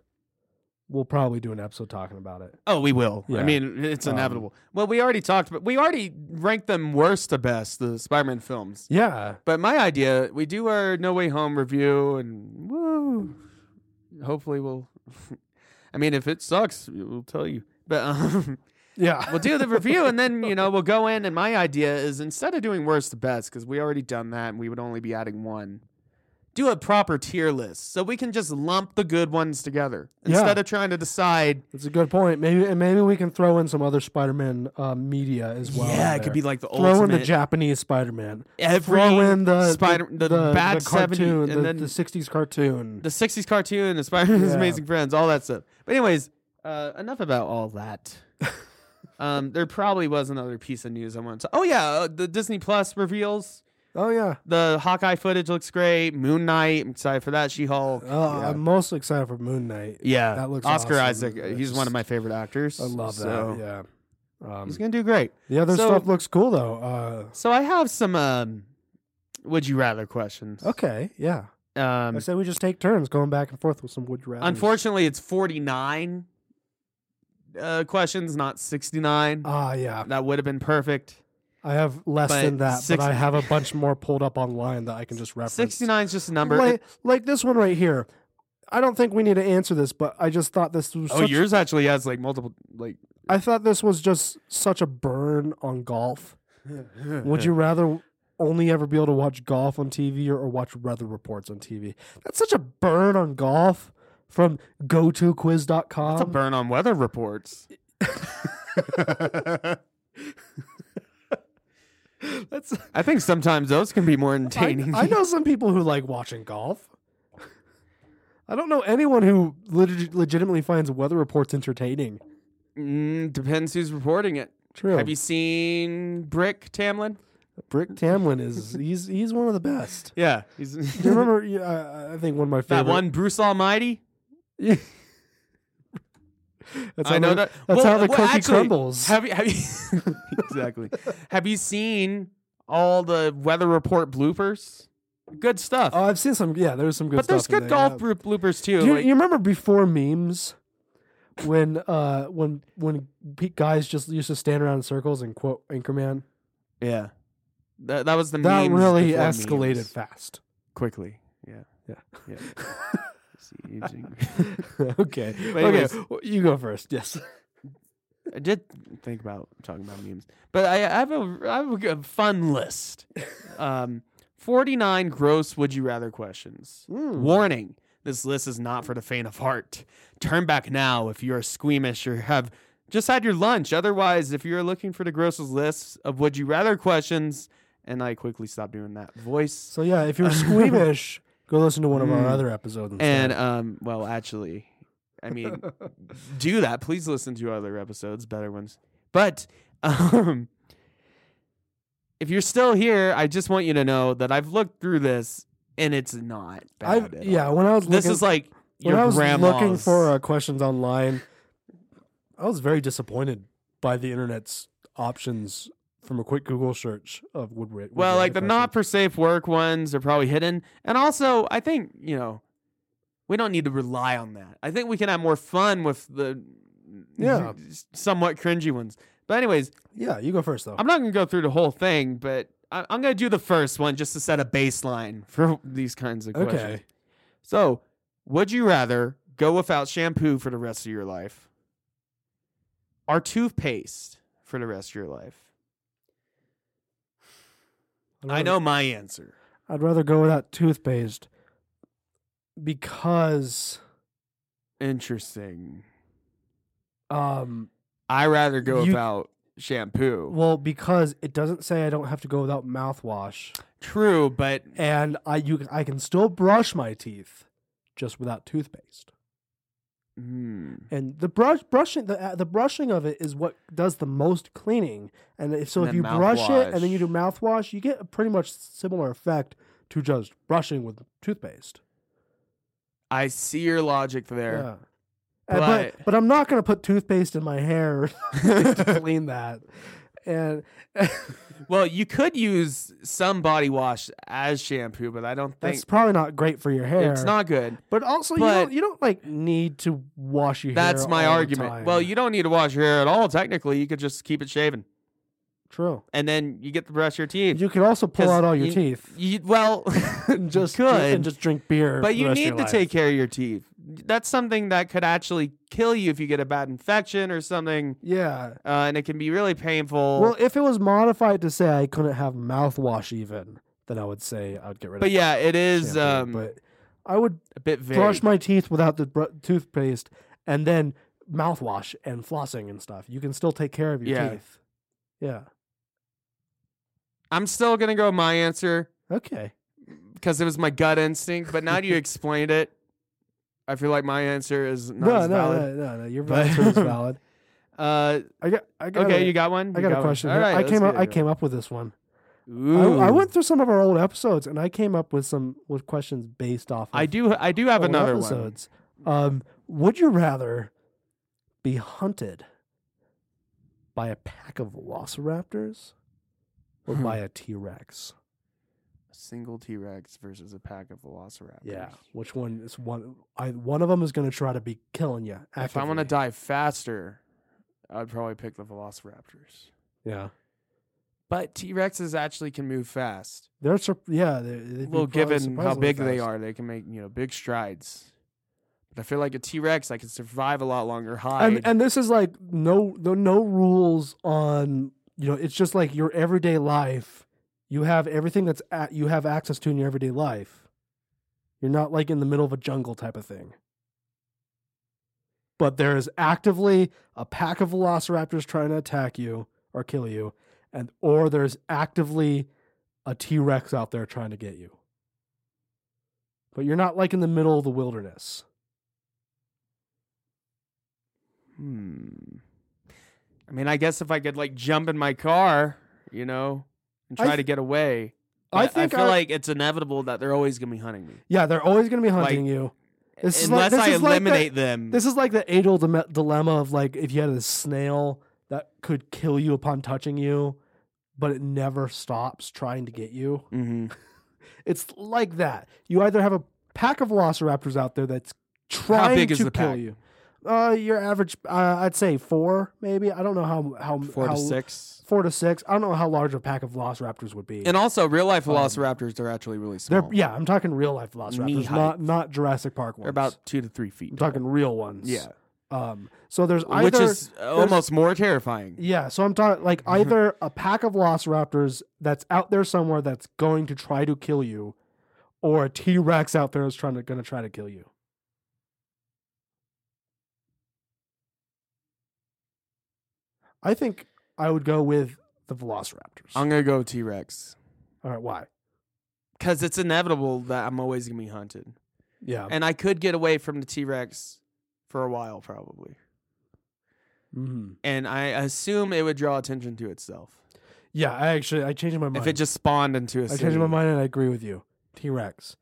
[SPEAKER 2] we'll probably do an episode talking about it.
[SPEAKER 1] Oh, we will. I
[SPEAKER 2] Yeah.
[SPEAKER 1] mean, it's
[SPEAKER 2] Um,
[SPEAKER 1] inevitable. well, we already talked, but we already ranked them worst to best, the Spider-Man films.
[SPEAKER 2] Yeah.
[SPEAKER 1] But my idea, we do our No Way Home review and woo. Hopefully we'll I mean if it sucks, we'll tell you. But um,
[SPEAKER 2] Yeah.
[SPEAKER 1] we'll do the review and then, you know, we'll go in and my idea is instead of doing worst to best cuz we already done that and we would only be adding one. Do a proper tier list so we can just lump the good ones together
[SPEAKER 2] Yeah.
[SPEAKER 1] instead of trying to decide
[SPEAKER 2] That's a good point. Maybe and maybe we can throw in some other Spider Man uh, media as well.
[SPEAKER 1] yeah, it
[SPEAKER 2] in there.
[SPEAKER 1] could be like the
[SPEAKER 2] Throw
[SPEAKER 1] ultimate
[SPEAKER 2] in the Japanese Spider Man.
[SPEAKER 1] every
[SPEAKER 2] throw in the
[SPEAKER 1] Spider the, bad
[SPEAKER 2] cartoon,
[SPEAKER 1] 70 and
[SPEAKER 2] the,
[SPEAKER 1] then
[SPEAKER 2] the '60s cartoon.
[SPEAKER 1] the 60s cartoon, the Spider-Man's
[SPEAKER 2] Yeah.
[SPEAKER 1] Amazing Friends, all that stuff. But anyways, uh, enough about all that. um, there probably was another piece of news I wanted to. Oh yeah, uh, the Disney Plus reveals.
[SPEAKER 2] oh yeah,
[SPEAKER 1] The Hawkeye footage looks great. Moon Knight, I'm excited for that. She-Hulk.
[SPEAKER 2] uh,
[SPEAKER 1] yeah.
[SPEAKER 2] I'm most excited for Moon Knight.
[SPEAKER 1] Yeah.
[SPEAKER 2] that looks
[SPEAKER 1] Oscar
[SPEAKER 2] awesome.
[SPEAKER 1] Isaac. uh,
[SPEAKER 2] I
[SPEAKER 1] He's one of my favorite actors.
[SPEAKER 2] I love
[SPEAKER 1] so
[SPEAKER 2] that. Yeah, um,
[SPEAKER 1] He's gonna do great.
[SPEAKER 2] the other
[SPEAKER 1] so-
[SPEAKER 2] stuff looks cool though. Uh,
[SPEAKER 1] So I have some um, would you rather questions.
[SPEAKER 2] Uh, okay, yeah. I
[SPEAKER 1] Um,
[SPEAKER 2] said we just take turns going back and forth with some wood rather.
[SPEAKER 1] unfortunately, it's 49 uh, questions, not 69.
[SPEAKER 2] Ah, yeah.
[SPEAKER 1] That would have been perfect.
[SPEAKER 2] I have less
[SPEAKER 1] But
[SPEAKER 2] than that,
[SPEAKER 1] six-
[SPEAKER 2] but I have a bunch more pulled up online that I can just reference.
[SPEAKER 1] 69 is just a number.
[SPEAKER 2] like, like this one right here. I don't think we need to answer this, but I just thought this was.
[SPEAKER 1] oh,
[SPEAKER 2] such-
[SPEAKER 1] yours actually has like multiple. Like,
[SPEAKER 2] I thought this was just such a burn on golf. Would you rather only ever be able to watch golf on TV or, or watch weather reports on TV? That's such a burn on golf from
[SPEAKER 1] That's a
[SPEAKER 2] gotoquiz.com.
[SPEAKER 1] burn on weather reports.
[SPEAKER 2] That's
[SPEAKER 1] I think sometimes those can be more
[SPEAKER 2] I,
[SPEAKER 1] entertaining.
[SPEAKER 2] I know some people who like watching golf. I don't know anyone who leg- legitimately finds weather reports entertaining.
[SPEAKER 1] Mm, depends who's reporting it.
[SPEAKER 2] True.
[SPEAKER 1] Have you seen Brick Tamlin?
[SPEAKER 2] Brick Tamlin is he's he's one of the best.
[SPEAKER 1] Yeah, he's
[SPEAKER 2] Do you remember? yeah, I I think one of my favorite.
[SPEAKER 1] that one Bruce Almighty.
[SPEAKER 2] That's how
[SPEAKER 1] I know
[SPEAKER 2] the,
[SPEAKER 1] that.
[SPEAKER 2] That's
[SPEAKER 1] well,
[SPEAKER 2] how the
[SPEAKER 1] well,
[SPEAKER 2] cookie
[SPEAKER 1] actually,
[SPEAKER 2] crumbles.
[SPEAKER 1] Have you, have you exactly? have you seen all the weather report bloopers? Good stuff.
[SPEAKER 2] oh, I've seen some. Yeah, there's some good.
[SPEAKER 1] but
[SPEAKER 2] stuff
[SPEAKER 1] there's good
[SPEAKER 2] in there, yeah.
[SPEAKER 1] golf bro- bloopers too.
[SPEAKER 2] Do you,
[SPEAKER 1] like-
[SPEAKER 2] you remember before memes when uh when when pe- guys just used to stand around in circles and quote Anchorman?
[SPEAKER 1] yeah, that, that was the
[SPEAKER 2] That
[SPEAKER 1] memes
[SPEAKER 2] really
[SPEAKER 1] before
[SPEAKER 2] escalated
[SPEAKER 1] memes.
[SPEAKER 2] fast.
[SPEAKER 1] quickly. Yeah,
[SPEAKER 2] Yeah.
[SPEAKER 1] yeah. See, aging.
[SPEAKER 2] okay.
[SPEAKER 1] But anyways.
[SPEAKER 2] okay. well, You go first. Yes.
[SPEAKER 1] I did think about talking about memes, but I, I have a I have a good- fun list. Um, forty nine gross would you rather questions.
[SPEAKER 2] Hmm.
[SPEAKER 1] Warning: This list is not for the faint of heart. Turn back now if you are squeamish or have just had your lunch. Otherwise, if you are looking for the grossest list of would you rather questions, and I quickly stopped doing that voice.
[SPEAKER 2] So yeah, if you're squeamish, go listen to one of our
[SPEAKER 1] Mm.
[SPEAKER 2] other episodes.
[SPEAKER 1] And
[SPEAKER 2] instead.
[SPEAKER 1] um, well, actually, I mean, do that. Please listen to other episodes, better ones. But um, if you're still here, I just want you to know that I've looked through this and it's not bad.
[SPEAKER 2] I've,
[SPEAKER 1] at
[SPEAKER 2] yeah,
[SPEAKER 1] all.
[SPEAKER 2] when I was
[SPEAKER 1] this
[SPEAKER 2] looking,
[SPEAKER 1] is like
[SPEAKER 2] when
[SPEAKER 1] your
[SPEAKER 2] I was
[SPEAKER 1] grandma's.
[SPEAKER 2] looking for uh, questions online, I was very disappointed by the internet's options from a quick Google search of Woodward.
[SPEAKER 1] well, like the not for safe work ones are probably hidden, and also I think you know we don't need to rely on that. I think we can have more fun with the
[SPEAKER 2] Yeah.
[SPEAKER 1] somewhat cringy ones. But anyways,
[SPEAKER 2] Yeah, you go first though.
[SPEAKER 1] I'm not gonna go through the whole thing, but I- I'm gonna do the first one just to set a baseline for these kinds of
[SPEAKER 2] okay.
[SPEAKER 1] questions. So, would you rather go without shampoo for the rest of your life, or toothpaste for the rest of your life?
[SPEAKER 2] I'd
[SPEAKER 1] I
[SPEAKER 2] rather-
[SPEAKER 1] know my answer.
[SPEAKER 2] I'd rather go without toothpaste because
[SPEAKER 1] Interesting.
[SPEAKER 2] um
[SPEAKER 1] I rather go
[SPEAKER 2] You-
[SPEAKER 1] without shampoo.
[SPEAKER 2] well because it doesn't say I don't have to go without mouthwash
[SPEAKER 1] True, but
[SPEAKER 2] and I you I can still brush my teeth just without toothpaste.
[SPEAKER 1] hmm.
[SPEAKER 2] And the brush brushing the uh, the brushing of it is what does the most cleaning. And if, so
[SPEAKER 1] And
[SPEAKER 2] if
[SPEAKER 1] then
[SPEAKER 2] you brush it and then
[SPEAKER 1] mouthwash.
[SPEAKER 2] you do mouthwash, you get a pretty much similar effect to just brushing with toothpaste.
[SPEAKER 1] I see your logic there.
[SPEAKER 2] Yeah. Uh, But,
[SPEAKER 1] But-
[SPEAKER 2] but I'm not gonna put toothpaste in my hair to clean that. And
[SPEAKER 1] Well, you could use some body wash as shampoo, but I don't think
[SPEAKER 2] that's probably not great for your hair.
[SPEAKER 1] it's not good.
[SPEAKER 2] But also, you,
[SPEAKER 1] but-
[SPEAKER 2] don't, you don't like need to wash your hair.
[SPEAKER 1] That's my
[SPEAKER 2] all the
[SPEAKER 1] argument.
[SPEAKER 2] time.
[SPEAKER 1] Well, you don't need to wash your hair at all. Technically, you could just keep it shaven,
[SPEAKER 2] true.
[SPEAKER 1] and then you get to brush your teeth.
[SPEAKER 2] You could also pull
[SPEAKER 1] 'Cause
[SPEAKER 2] out all your
[SPEAKER 1] you-
[SPEAKER 2] teeth
[SPEAKER 1] You, well,
[SPEAKER 2] and just
[SPEAKER 1] could,
[SPEAKER 2] and just drink beer. for
[SPEAKER 1] but
[SPEAKER 2] the
[SPEAKER 1] you
[SPEAKER 2] rest of your
[SPEAKER 1] need to
[SPEAKER 2] life.
[SPEAKER 1] take care of your teeth. That's something that could actually kill you if you get a bad infection or something,
[SPEAKER 2] Yeah.
[SPEAKER 1] uh, and it can be really painful.
[SPEAKER 2] Well, if it was modified to say I couldn't have mouthwash even, then I would say I'd get rid
[SPEAKER 1] but
[SPEAKER 2] of.
[SPEAKER 1] yeah, it is
[SPEAKER 2] shampoo,
[SPEAKER 1] um,
[SPEAKER 2] but I would
[SPEAKER 1] a bit vague.
[SPEAKER 2] brush my teeth without the br- toothpaste and then mouthwash and flossing and stuff. You can still take care of your
[SPEAKER 1] Yeah.
[SPEAKER 2] teeth. Yeah.
[SPEAKER 1] I'm still gonna go with my answer
[SPEAKER 2] Okay.
[SPEAKER 1] because it was my gut instinct. But now that you explained it, I feel like my answer is not
[SPEAKER 2] No, no,
[SPEAKER 1] as valid.
[SPEAKER 2] no, no, no. Your
[SPEAKER 1] But-
[SPEAKER 2] answer is valid.
[SPEAKER 1] Uh,
[SPEAKER 2] I got. I got.
[SPEAKER 1] okay,
[SPEAKER 2] a-
[SPEAKER 1] you got one.
[SPEAKER 2] I
[SPEAKER 1] You
[SPEAKER 2] got, a
[SPEAKER 1] one.
[SPEAKER 2] question.
[SPEAKER 1] All
[SPEAKER 2] here.
[SPEAKER 1] right,
[SPEAKER 2] I
[SPEAKER 1] let's
[SPEAKER 2] came.
[SPEAKER 1] get
[SPEAKER 2] Up, I
[SPEAKER 1] into it.
[SPEAKER 2] came up with this one. I,
[SPEAKER 1] Ooh.
[SPEAKER 2] I went through some of our old episodes, and I came up with some with questions based off. Of
[SPEAKER 1] I do. I do have
[SPEAKER 2] old
[SPEAKER 1] another one.
[SPEAKER 2] episodes. Um, would you rather be hunted by a pack of velociraptors or
[SPEAKER 1] Hmm.
[SPEAKER 2] by a T Rex?
[SPEAKER 1] A single T Rex versus a pack of velociraptors.
[SPEAKER 2] Yeah, which one is one? I one of them is going to try to be killing you.
[SPEAKER 1] If I want to
[SPEAKER 2] actively.
[SPEAKER 1] die faster, I'd probably pick the velociraptors.
[SPEAKER 2] yeah,
[SPEAKER 1] But T Rexes actually can move fast.
[SPEAKER 2] they're sur- yeah. They, they'd be
[SPEAKER 1] Well, given
[SPEAKER 2] probably
[SPEAKER 1] how
[SPEAKER 2] surprisingly
[SPEAKER 1] big they
[SPEAKER 2] fast.
[SPEAKER 1] are, they can make you know big strides. But I feel like a T Rex, I can survive a lot longer. Hide.
[SPEAKER 2] and and this is like no no no rules on you know it's just like your everyday life you have everything that's at, you have access to in your everyday life you're not like in the middle of a jungle type of thing but there is actively a pack of velociraptors trying to attack you or kill you and or there's actively a T-Rex out there trying to get you but you're not like in the middle of the wilderness
[SPEAKER 1] hmm. I mean, I guess if I could like jump in my car, you know, and
[SPEAKER 2] I
[SPEAKER 1] try
[SPEAKER 2] th-
[SPEAKER 1] to get away.
[SPEAKER 2] I
[SPEAKER 1] But
[SPEAKER 2] think
[SPEAKER 1] I feel
[SPEAKER 2] I-
[SPEAKER 1] like it's inevitable that they're always gonna be hunting me.
[SPEAKER 2] yeah they're always going to be hunting you This is like-
[SPEAKER 1] unless I
[SPEAKER 2] this is like
[SPEAKER 1] eliminate them.
[SPEAKER 2] This is like the age old dilemma of like if you had a snail that could kill you upon touching you, but it never stops trying to get you.
[SPEAKER 1] Mhm.
[SPEAKER 2] It's like that. You either have a pack of velociraptors out there that's trying
[SPEAKER 1] How big
[SPEAKER 2] to
[SPEAKER 1] is the
[SPEAKER 2] kill
[SPEAKER 1] pack?
[SPEAKER 2] you. Uh, your average, uh, I'd say four, maybe. I don't know how how
[SPEAKER 1] Four
[SPEAKER 2] how,
[SPEAKER 1] to six.
[SPEAKER 2] Four to six. I don't know how large a pack of velociraptors would be.
[SPEAKER 1] And also, real life velociraptors they are actually really
[SPEAKER 2] they're
[SPEAKER 1] small.
[SPEAKER 2] yeah, I'm talking real life
[SPEAKER 1] Oh. Knee
[SPEAKER 2] velociraptors,
[SPEAKER 1] height.
[SPEAKER 2] not not Jurassic Park ones.
[SPEAKER 1] They're about two to three feet.
[SPEAKER 2] I'm talking real ones.
[SPEAKER 1] Yeah,
[SPEAKER 2] Um. So there's either
[SPEAKER 1] which is Mm-hmm. almost more terrifying.
[SPEAKER 2] Yeah, so I'm talking like either a pack of velociraptors that's out there somewhere that's going to try to kill you, or a T Rex out there that's trying to going to try to kill you. I think I would go with the velociraptors.
[SPEAKER 1] I'm gonna go T Rex
[SPEAKER 2] All right, why?
[SPEAKER 1] because it's inevitable that I'm always gonna be hunted,
[SPEAKER 2] Yeah,
[SPEAKER 1] and I could get away from the T Rex for a while probably.
[SPEAKER 2] hmm
[SPEAKER 1] And I assume it would draw attention to itself
[SPEAKER 2] yeah. I actually I changed my mind.
[SPEAKER 1] if it just spawned into a
[SPEAKER 2] I
[SPEAKER 1] city.
[SPEAKER 2] changed my mind and I agree with you. T Rex.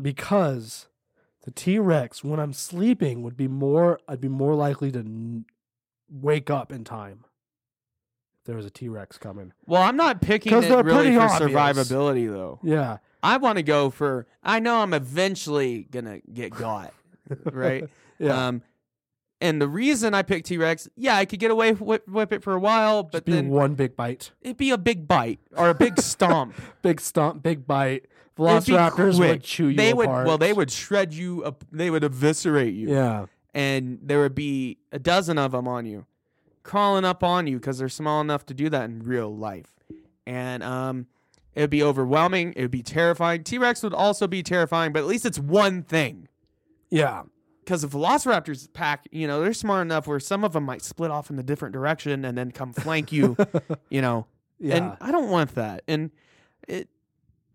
[SPEAKER 2] because the T Rex, when I'm sleeping, would be more, I'd be more likely to n- wake up in time. If there was a T Rex coming.
[SPEAKER 1] Well, I'm not picking
[SPEAKER 2] 'Cause
[SPEAKER 1] it
[SPEAKER 2] they're
[SPEAKER 1] really
[SPEAKER 2] pretty
[SPEAKER 1] for
[SPEAKER 2] obvious.
[SPEAKER 1] survivability though.
[SPEAKER 2] Yeah.
[SPEAKER 1] I want to go for. I know I'm eventually gonna get got, right?
[SPEAKER 2] Yeah.
[SPEAKER 1] Um, and the reason I picked T Rex, yeah, I could get away whip, whip it for a while, but
[SPEAKER 2] Just be
[SPEAKER 1] then
[SPEAKER 2] one big bite.
[SPEAKER 1] it'd be a big bite or a big stomp.
[SPEAKER 2] Big stomp, big
[SPEAKER 1] It'd
[SPEAKER 2] bite.
[SPEAKER 1] be
[SPEAKER 2] Velociraptors would
[SPEAKER 1] quick.
[SPEAKER 2] chew you
[SPEAKER 1] They
[SPEAKER 2] apart.
[SPEAKER 1] would. Well, they would shred you. Up, they would eviscerate you.
[SPEAKER 2] Yeah.
[SPEAKER 1] And there would be a dozen of them on you, crawling up on you because they're small enough to do that in real life. And um, it would be overwhelming. It would be terrifying. T Rex would also be terrifying, but at least it's one thing.
[SPEAKER 2] Yeah.
[SPEAKER 1] because the Velociraptors pack, you know, they're smart enough where some of them might split off in a different direction and then come flank you, you know.
[SPEAKER 2] Yeah.
[SPEAKER 1] And I don't want that. And it,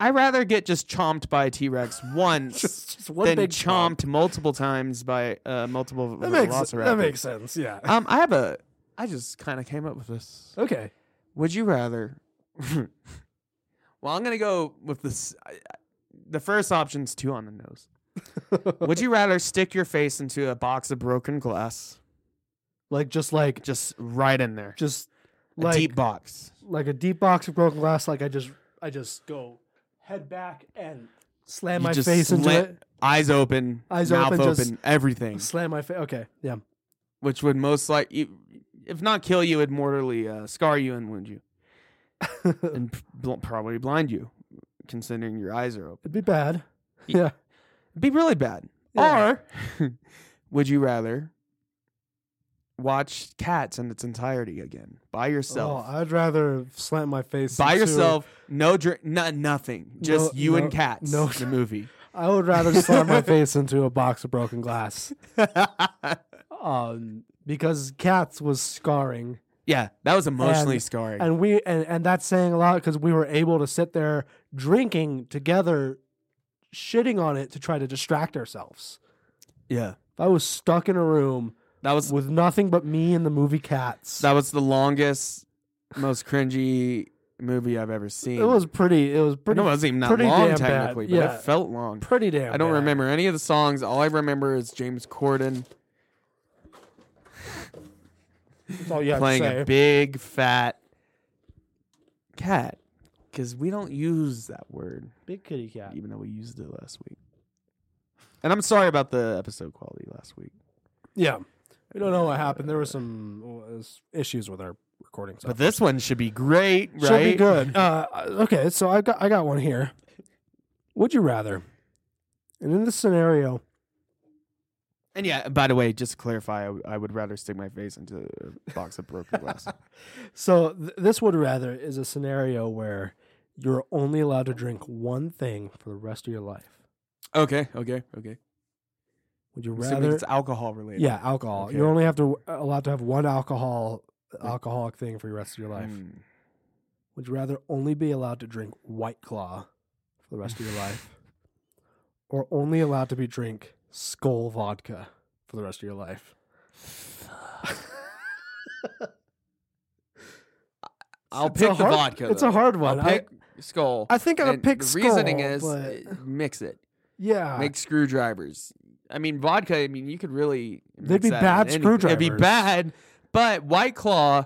[SPEAKER 1] I rather get just chomped by a T Rex once
[SPEAKER 2] just, just one
[SPEAKER 1] than
[SPEAKER 2] big
[SPEAKER 1] chomped
[SPEAKER 2] chomp.
[SPEAKER 1] multiple times by uh, multiple
[SPEAKER 2] That makes,
[SPEAKER 1] Velociraptors.
[SPEAKER 2] that makes sense. Yeah.
[SPEAKER 1] Um, I have a. I just kind of came up with this.
[SPEAKER 2] Okay.
[SPEAKER 1] Would you rather? well, I'm gonna go with this. I, I, the first option's two on the nose. Would you rather stick your face into a box of broken glass,
[SPEAKER 2] like, just like,
[SPEAKER 1] just right in there,
[SPEAKER 2] just
[SPEAKER 1] a
[SPEAKER 2] like,
[SPEAKER 1] deep box,
[SPEAKER 2] like a deep box of broken glass. Like I just, I just go head back and slam
[SPEAKER 1] You
[SPEAKER 2] my
[SPEAKER 1] just
[SPEAKER 2] face into
[SPEAKER 1] slant-
[SPEAKER 2] it.
[SPEAKER 1] eyes open,
[SPEAKER 2] Eyes
[SPEAKER 1] mouth
[SPEAKER 2] open,
[SPEAKER 1] open,
[SPEAKER 2] just-
[SPEAKER 1] everything,
[SPEAKER 2] Slam my face. Okay, yeah.
[SPEAKER 1] which would most likely, if not kill you, would mortally uh, scar you and wound you, and p- bl- probably blind you, considering your eyes are open.
[SPEAKER 2] It'd be bad.
[SPEAKER 1] Ye-
[SPEAKER 2] Yeah.
[SPEAKER 1] be really bad.
[SPEAKER 2] Yeah.
[SPEAKER 1] Or would you rather watch Cats in its entirety again by yourself?
[SPEAKER 2] Oh, I'd rather slam my face
[SPEAKER 1] by
[SPEAKER 2] into-
[SPEAKER 1] yourself, no drink, no, nothing, just
[SPEAKER 2] No-
[SPEAKER 1] you
[SPEAKER 2] no-
[SPEAKER 1] and cats.
[SPEAKER 2] no-
[SPEAKER 1] the movie.
[SPEAKER 2] I would rather slam my face into a box of broken glass. Um, because cats was scarring,
[SPEAKER 1] yeah, that was emotionally
[SPEAKER 2] And-
[SPEAKER 1] scarring.
[SPEAKER 2] and we and, and that's saying a lot because we were able to sit there drinking together, shitting on it to try to distract ourselves.
[SPEAKER 1] yeah,
[SPEAKER 2] If I was stuck in a room
[SPEAKER 1] that was
[SPEAKER 2] with nothing but me and the movie Cats.
[SPEAKER 1] that was the longest, most cringy movie I've ever seen.
[SPEAKER 2] It was pretty. It was pretty.
[SPEAKER 1] no, it wasn't even that
[SPEAKER 2] pretty
[SPEAKER 1] long
[SPEAKER 2] damn bad,
[SPEAKER 1] technically, but
[SPEAKER 2] yeah.
[SPEAKER 1] it felt long.
[SPEAKER 2] pretty damn.
[SPEAKER 1] I don't
[SPEAKER 2] bad.
[SPEAKER 1] remember any of the songs. All I remember is James Corden
[SPEAKER 2] That's all you have to
[SPEAKER 1] playing
[SPEAKER 2] say.
[SPEAKER 1] a big fat cat because we don't use that word,
[SPEAKER 2] Big kitty cat.
[SPEAKER 1] even though we used it last week. And I'm sorry about the episode quality last week,
[SPEAKER 2] Yeah, we don't know what happened. There were some uh, s- issues with our recording. So.
[SPEAKER 1] but this one should be great, right?
[SPEAKER 2] should be good. Uh, okay, so I got I got one here. Would you rather? And in this scenario,
[SPEAKER 1] And yeah, by the way, just to clarify, I, w- I would rather stick my face into a box of broken glass.
[SPEAKER 2] so th- this would rather is a scenario where you're only allowed to drink one thing for the rest of your life.
[SPEAKER 1] okay, okay, okay.
[SPEAKER 2] Would you
[SPEAKER 1] I'm assuming
[SPEAKER 2] rather?
[SPEAKER 1] it's alcohol related.
[SPEAKER 2] Yeah, alcohol.
[SPEAKER 1] Okay.
[SPEAKER 2] You're only have to uh, allowed to have one alcohol alcoholic thing for the rest of your life.
[SPEAKER 1] Mm.
[SPEAKER 2] Would you rather only be allowed to drink White Claw for the rest of your life, or only allowed to be drink Skull vodka for the rest of your life?
[SPEAKER 1] I'll
[SPEAKER 2] It's a
[SPEAKER 1] pick the
[SPEAKER 2] hard-
[SPEAKER 1] vodka.
[SPEAKER 2] It's
[SPEAKER 1] though.
[SPEAKER 2] a hard
[SPEAKER 1] I'll
[SPEAKER 2] one. I,
[SPEAKER 1] pick skull.
[SPEAKER 2] I think I would
[SPEAKER 1] And
[SPEAKER 2] pick
[SPEAKER 1] the
[SPEAKER 2] Skull.
[SPEAKER 1] reasoning is
[SPEAKER 2] but-
[SPEAKER 1] uh, mix it.
[SPEAKER 2] yeah,
[SPEAKER 1] Make screwdrivers. I mean, vodka. I mean, you could really.
[SPEAKER 2] They'd
[SPEAKER 1] mix
[SPEAKER 2] be
[SPEAKER 1] that
[SPEAKER 2] bad
[SPEAKER 1] with anything. It'd be
[SPEAKER 2] screwdrivers.
[SPEAKER 1] bad, but White Claw,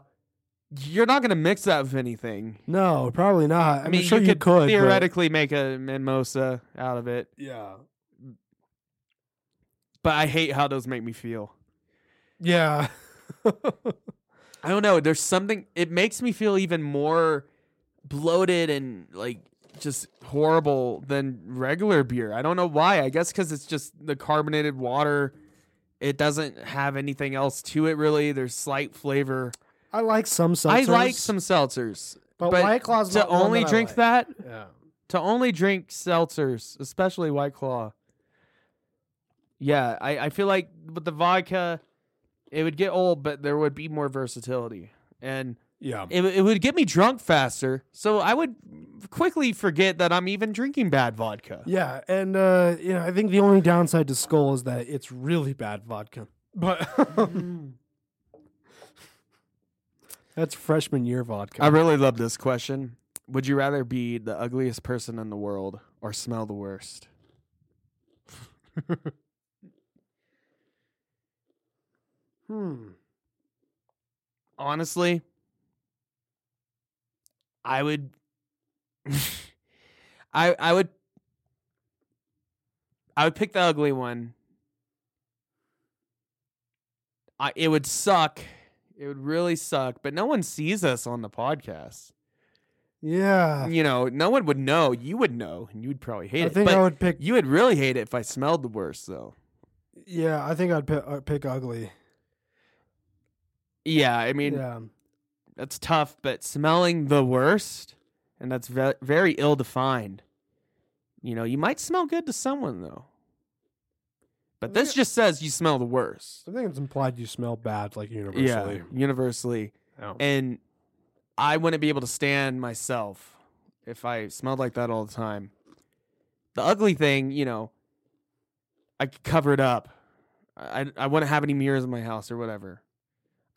[SPEAKER 1] you're not gonna mix that with anything.
[SPEAKER 2] No, probably not. I, mean, sure you could, but-
[SPEAKER 1] theoretically make a mimosa out of it,
[SPEAKER 2] Yeah.
[SPEAKER 1] but I hate how those make me feel.
[SPEAKER 2] Yeah.
[SPEAKER 1] I don't know. There's something. It makes me feel even more bloated and like just horrible than regular beer. I don't know why. I guess because it's just the carbonated water. It doesn't have anything else to it really. There's slight flavor.
[SPEAKER 2] I like some seltzers.
[SPEAKER 1] I like some seltzers,
[SPEAKER 2] but,
[SPEAKER 1] but
[SPEAKER 2] White Claw's
[SPEAKER 1] to
[SPEAKER 2] not one
[SPEAKER 1] only
[SPEAKER 2] that I
[SPEAKER 1] drink
[SPEAKER 2] like.
[SPEAKER 1] that.
[SPEAKER 2] Yeah.
[SPEAKER 1] To only drink seltzers, especially White Claw. Yeah, I, I feel like with the vodka, it would get old, but there would be more versatility. And
[SPEAKER 2] Yeah.
[SPEAKER 1] it, it would get me drunk faster. So I would quickly forget that I'm even drinking bad vodka.
[SPEAKER 2] Yeah, and uh, you know, I think the only downside to Skull is that it's really bad vodka. But
[SPEAKER 1] Mm.
[SPEAKER 2] that's freshman year vodka.
[SPEAKER 1] I really love this question. Would you rather be the ugliest person in the world or smell the worst?
[SPEAKER 2] hmm.
[SPEAKER 1] Honestly, I would I I would I would pick the ugly one. I it would suck. It would really suck, but no one sees us on the podcast.
[SPEAKER 2] Yeah,
[SPEAKER 1] you know, no one would know. You would know, and you'd probably hate
[SPEAKER 2] Ah. I
[SPEAKER 1] it.
[SPEAKER 2] think
[SPEAKER 1] but
[SPEAKER 2] I would pick.
[SPEAKER 1] you would really hate it if I smelled the worst, though.
[SPEAKER 2] Yeah, I think I'd pick, uh, pick ugly.
[SPEAKER 1] Yeah, I mean
[SPEAKER 2] yeah,
[SPEAKER 1] that's tough, but smelling the worst, and that's ve- very ill defined. You know, you might smell good to someone though, but this just says you smell the worst.
[SPEAKER 2] I think it's implied you smell bad, like
[SPEAKER 1] Yeah,
[SPEAKER 2] universally.
[SPEAKER 1] universally, and I wouldn't be able to stand myself if I smelled like that all the time. The ugly thing, you know, I could cover it up. I I wouldn't have any mirrors in my house or whatever.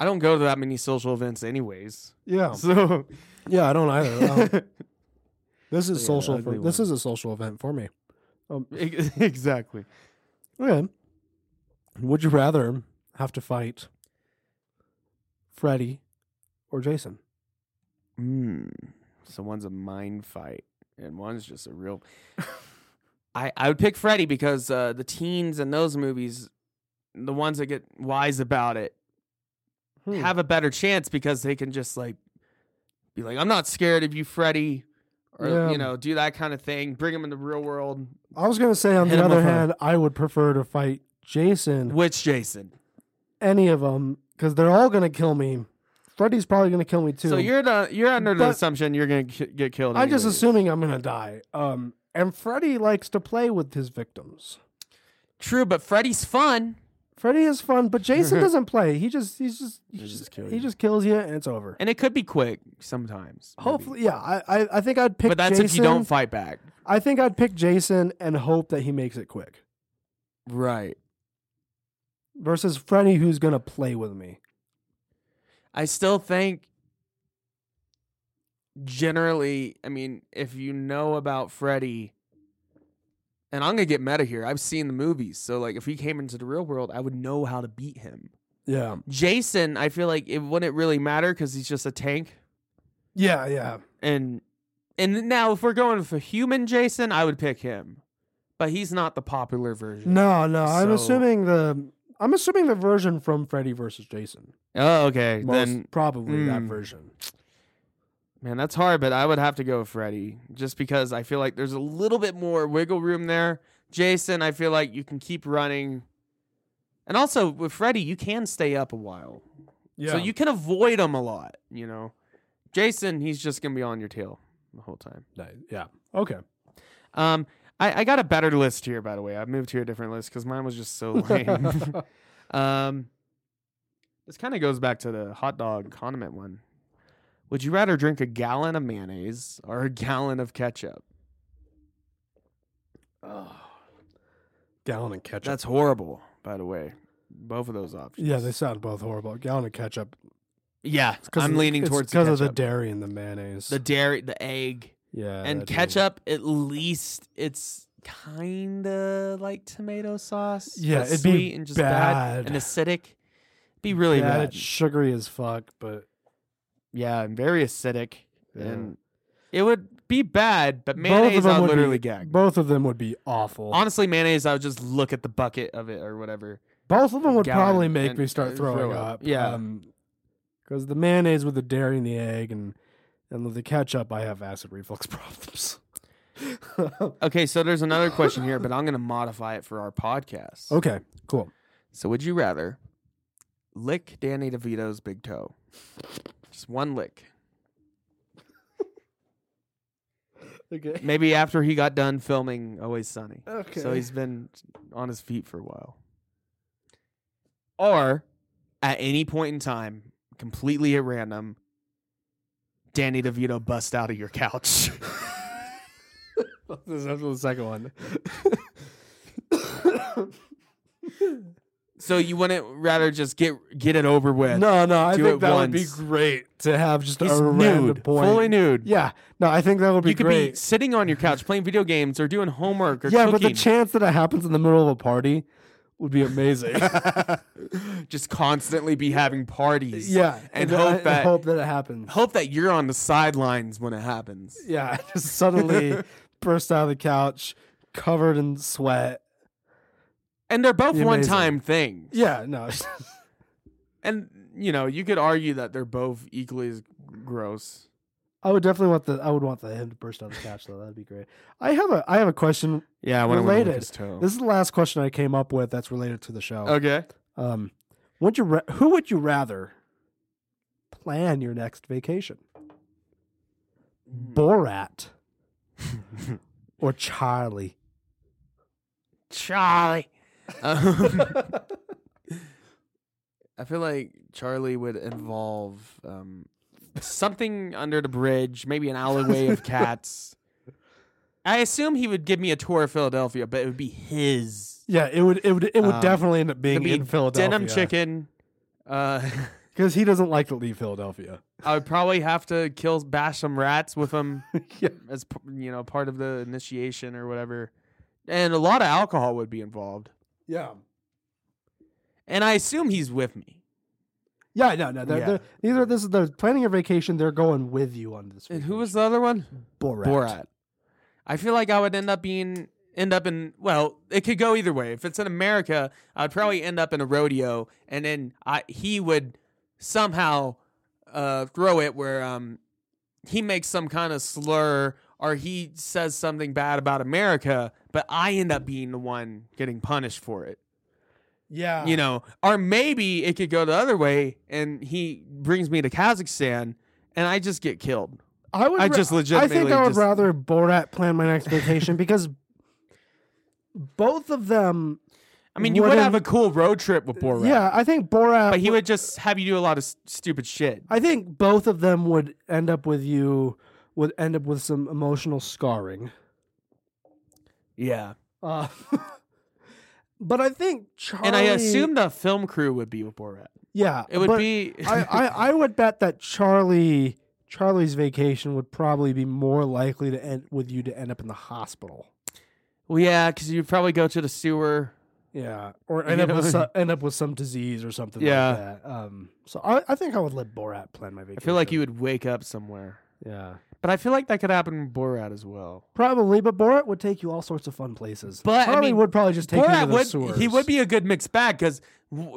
[SPEAKER 1] I don't go to that many social events anyways.
[SPEAKER 2] yeah,
[SPEAKER 1] So
[SPEAKER 2] yeah. I don't either. Um, this is
[SPEAKER 1] Yeah, the
[SPEAKER 2] social. For,
[SPEAKER 1] ugly
[SPEAKER 2] this
[SPEAKER 1] one.
[SPEAKER 2] is a social event for me.
[SPEAKER 1] Ex- exactly.
[SPEAKER 2] Okay. Would you rather have to fight Freddy or Jason?
[SPEAKER 1] Mm. So one's a mind fight and one's just a real. I I would pick Freddy because uh, the teens in those movies, the ones that get wise about it,
[SPEAKER 2] Hmm.
[SPEAKER 1] have a better chance because they can just like be like, I'm not scared of you, Freddy, or
[SPEAKER 2] Yeah.
[SPEAKER 1] you know, do that kind of thing. Bring them in the real world.
[SPEAKER 2] I was gonna say, on
[SPEAKER 1] Hit
[SPEAKER 2] the
[SPEAKER 1] 'em
[SPEAKER 2] other
[SPEAKER 1] with a-
[SPEAKER 2] hand, I would prefer to fight Jason,
[SPEAKER 1] Which Jason?
[SPEAKER 2] any of them, because they're all gonna kill me. Freddy's probably gonna kill me too.
[SPEAKER 1] So you're the, you're under the
[SPEAKER 2] But-
[SPEAKER 1] assumption you're gonna ki- get killed.
[SPEAKER 2] I'm just
[SPEAKER 1] anyways.
[SPEAKER 2] assuming I'm gonna die. Um, and Freddy likes to play with his victims.
[SPEAKER 1] true, but Freddy's fun.
[SPEAKER 2] Freddy is fun, but Jason doesn't play. He just he's just he,
[SPEAKER 1] They
[SPEAKER 2] just,
[SPEAKER 1] just kill
[SPEAKER 2] he
[SPEAKER 1] you.
[SPEAKER 2] just kills you and it's over.
[SPEAKER 1] And it could be quick sometimes. maybe.
[SPEAKER 2] Hopefully, yeah. I, I I think I'd pick.
[SPEAKER 1] But that's if you
[SPEAKER 2] Jason.
[SPEAKER 1] don't fight back.
[SPEAKER 2] I think I'd pick Jason and hope that he makes it quick
[SPEAKER 1] Right.
[SPEAKER 2] versus Freddy, who's gonna play with me.
[SPEAKER 1] I still think generally, I mean, if you know about Freddy, and I'm gonna get meta here. I've seen the movies, so like if he came into the real world, I would know how to beat him.
[SPEAKER 2] Yeah,
[SPEAKER 1] Jason, I feel like it wouldn't really matter because he's just a tank.
[SPEAKER 2] yeah, yeah.
[SPEAKER 1] And and now if we're going for human Jason, I would pick him. But he's not the popular version.
[SPEAKER 2] No, no. I'm
[SPEAKER 1] So-
[SPEAKER 2] assuming the I'm assuming the version from Freddy versus Jason.
[SPEAKER 1] Oh, okay.
[SPEAKER 2] Most
[SPEAKER 1] then
[SPEAKER 2] probably that
[SPEAKER 1] mm.
[SPEAKER 2] version.
[SPEAKER 1] Man, that's hard, but I would have to go with Freddy just because I feel like there's a little bit more wiggle room there. Jason, I feel like you can keep running. And also with Freddy, you can stay up a while.
[SPEAKER 2] Yeah.
[SPEAKER 1] So you can avoid him a lot, you know. Jason, he's just going to be on your tail the whole time.
[SPEAKER 2] yeah. Okay.
[SPEAKER 1] Um, I, I got a better list here, by the way. I moved to a different list because mine was just so lame. um, this kind of goes back to the hot dog condiment one. Would you rather drink a gallon of mayonnaise or a gallon of ketchup?
[SPEAKER 2] Gallon and ketchup.
[SPEAKER 1] That's horrible, by the way. Both of those options.
[SPEAKER 2] yeah, they sound both horrible. Gallon and ketchup.
[SPEAKER 1] yeah. I'm leaning towards
[SPEAKER 2] because of the
[SPEAKER 1] ketchup.
[SPEAKER 2] dairy and the mayonnaise.
[SPEAKER 1] the dairy, the egg,
[SPEAKER 2] yeah,
[SPEAKER 1] and
[SPEAKER 2] that is-
[SPEAKER 1] ketchup. At least it's kind of like tomato sauce.
[SPEAKER 2] Yeah,
[SPEAKER 1] but
[SPEAKER 2] it'd be
[SPEAKER 1] sweet and just bad.
[SPEAKER 2] bad.
[SPEAKER 1] and acidic. Be really
[SPEAKER 2] yeah,
[SPEAKER 1] bad.
[SPEAKER 2] it's sugary as fuck, but
[SPEAKER 1] yeah, and very acidic.
[SPEAKER 2] Yeah.
[SPEAKER 1] And it would be bad, but
[SPEAKER 2] Both of
[SPEAKER 1] mayonnaise
[SPEAKER 2] them
[SPEAKER 1] I'd
[SPEAKER 2] would
[SPEAKER 1] literally
[SPEAKER 2] be-
[SPEAKER 1] gag.
[SPEAKER 2] both of them would be awful.
[SPEAKER 1] Honestly, mayonnaise, I would just look at the bucket of it or whatever.
[SPEAKER 2] both of them would
[SPEAKER 1] gallon
[SPEAKER 2] probably make
[SPEAKER 1] and-
[SPEAKER 2] me
[SPEAKER 1] uh,
[SPEAKER 2] start
[SPEAKER 1] throw
[SPEAKER 2] throwing
[SPEAKER 1] up.
[SPEAKER 2] up.
[SPEAKER 1] Yeah.
[SPEAKER 2] because the mayonnaise with the dairy and the egg, and and with the ketchup, I have acid reflux problems.
[SPEAKER 1] Okay, so there's another question here, but I'm going to modify it for our podcast.
[SPEAKER 2] okay, cool.
[SPEAKER 1] So, would you rather lick Danny DeVito's big toe? Just one lick.
[SPEAKER 2] Okay.
[SPEAKER 1] Maybe after he got done filming Always Sunny.
[SPEAKER 2] Okay.
[SPEAKER 1] So he's been on his feet for a while. Or at any point in time, completely at random, Danny DeVito bust out of your couch.
[SPEAKER 2] this is after the second one.
[SPEAKER 1] so you wouldn't rather just get get it over with.
[SPEAKER 2] no, no, I
[SPEAKER 1] Do it
[SPEAKER 2] think that would be
[SPEAKER 1] once.
[SPEAKER 2] great to have just
[SPEAKER 1] He's
[SPEAKER 2] a random
[SPEAKER 1] nude,
[SPEAKER 2] point.
[SPEAKER 1] fully nude.
[SPEAKER 2] Yeah, no, I think that would be
[SPEAKER 1] you could
[SPEAKER 2] great.
[SPEAKER 1] be sitting on your couch playing video games or doing homework or
[SPEAKER 2] yeah, but
[SPEAKER 1] cooking.
[SPEAKER 2] the chance that it happens in the middle of a party would be amazing.
[SPEAKER 1] just constantly be having parties.
[SPEAKER 2] yeah,
[SPEAKER 1] And
[SPEAKER 2] I-
[SPEAKER 1] hope
[SPEAKER 2] I
[SPEAKER 1] that-
[SPEAKER 2] hope that it happens.
[SPEAKER 1] Hope that you're on the sidelines when it happens.
[SPEAKER 2] Yeah, I just suddenly burst out of the couch, covered in sweat.
[SPEAKER 1] And they're both
[SPEAKER 2] Be
[SPEAKER 1] one
[SPEAKER 2] amazing.
[SPEAKER 1] time thing.
[SPEAKER 2] Yeah, no,
[SPEAKER 1] And you know, you could argue that they're both equally as gross.
[SPEAKER 2] I would definitely want the I would want the him to burst out of the couch though. That'd be great. I have a I have a question.
[SPEAKER 1] Yeah, I
[SPEAKER 2] wanna lick
[SPEAKER 1] related.
[SPEAKER 2] his This is the last question I came up with that's related to the show.
[SPEAKER 1] okay.
[SPEAKER 2] Um, would you ra- who would you rather plan your next vacation? Borat or Charlie?
[SPEAKER 1] Charlie. Um, I feel like Charlie would involve um, something under the bridge, maybe an alleyway of cats. I assume he would give me a tour of Philadelphia, but it would be his.
[SPEAKER 2] Yeah, it would it would it would
[SPEAKER 1] Um,
[SPEAKER 2] definitely end up being
[SPEAKER 1] It'd be
[SPEAKER 2] in Philadelphia.
[SPEAKER 1] Denim chicken. Uh,
[SPEAKER 2] because he doesn't like to leave Philadelphia.
[SPEAKER 1] I would probably have to kill, bash some rats with him.
[SPEAKER 2] yeah.
[SPEAKER 1] as p- you know part of the initiation or whatever and a lot of alcohol would be involved
[SPEAKER 2] Yeah.
[SPEAKER 1] and i assume he's with me
[SPEAKER 2] Yeah, no, no. They're,
[SPEAKER 1] Yeah.
[SPEAKER 2] they're, these are this is they're planning a vacation. They're going with you on this.
[SPEAKER 1] and who
[SPEAKER 2] vacation.
[SPEAKER 1] was the other one
[SPEAKER 2] Borat?
[SPEAKER 1] borat i feel like i would end up being end up in well it could go either way if it's in america i'd probably end up in a rodeo and then i he would somehow uh throw it where um he makes some kind of slur or he says something bad about america but i end up being the one getting punished for it
[SPEAKER 2] Yeah,
[SPEAKER 1] you know, or maybe it could go the other way and he brings me to Kazakhstan and I just get killed.
[SPEAKER 2] I would.
[SPEAKER 1] I just
[SPEAKER 2] I
[SPEAKER 1] legitimately
[SPEAKER 2] think I would
[SPEAKER 1] just-
[SPEAKER 2] rather Borat plan my next vacation because both of them.
[SPEAKER 1] I mean, you would have a
[SPEAKER 2] wouldn't-
[SPEAKER 1] cool road trip with Borat.
[SPEAKER 2] Yeah, I think Borat.
[SPEAKER 1] But he
[SPEAKER 2] would-
[SPEAKER 1] would just have you do a lot of s- stupid shit.
[SPEAKER 2] I think both of them would end up with you. Would end up with some emotional scarring.
[SPEAKER 1] Yeah.
[SPEAKER 2] Uh, but I think Charlie.
[SPEAKER 1] And I assume the film crew would be with Borat.
[SPEAKER 2] Yeah,
[SPEAKER 1] It would
[SPEAKER 2] but-
[SPEAKER 1] be.
[SPEAKER 2] I, I, I would bet that Charlie Charlie's vacation would probably be more likely to end with you to end up in the hospital.
[SPEAKER 1] well, yeah, because you'd probably go to the sewer.
[SPEAKER 2] Yeah, or
[SPEAKER 1] You
[SPEAKER 2] end up with
[SPEAKER 1] know?
[SPEAKER 2] some, end up with some disease or something.
[SPEAKER 1] Yeah.
[SPEAKER 2] like that. Um. So I, I think I would let Borat plan my vacation.
[SPEAKER 1] I feel like you would wake up somewhere.
[SPEAKER 2] Yeah.
[SPEAKER 1] But I feel like that could happen with Borat as well.
[SPEAKER 2] Probably, but Borat would take you all sorts of fun places.
[SPEAKER 1] But, I
[SPEAKER 2] Charlie
[SPEAKER 1] mean,
[SPEAKER 2] would probably just take you to
[SPEAKER 1] Borat
[SPEAKER 2] the
[SPEAKER 1] would
[SPEAKER 2] sewers.
[SPEAKER 1] he would be a good mixed bag because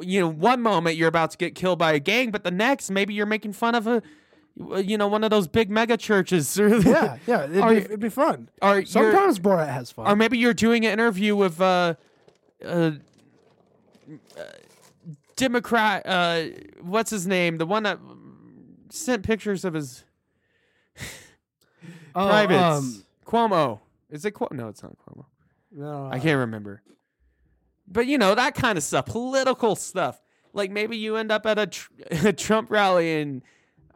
[SPEAKER 1] you know one moment you're about to get killed by a gang, but the next maybe you're making fun of a you know one of those big mega churches.
[SPEAKER 2] Yeah, yeah. It'd,
[SPEAKER 1] Are
[SPEAKER 2] be,
[SPEAKER 1] you-
[SPEAKER 2] it'd be fun.
[SPEAKER 1] Or you're-
[SPEAKER 2] Sometimes Borat has fun.
[SPEAKER 1] or maybe you're doing an interview with uh, uh, Democrat. Uh, what's his name? The one that sent pictures of his
[SPEAKER 2] Oh,
[SPEAKER 1] privates.
[SPEAKER 2] um,
[SPEAKER 1] Cuomo. Is it Cuomo? No, it's not Cuomo.
[SPEAKER 2] no,
[SPEAKER 1] I can't remember. But you know that kind of stuff, political stuff. Like maybe you end up at a, tr- a Trump rally, and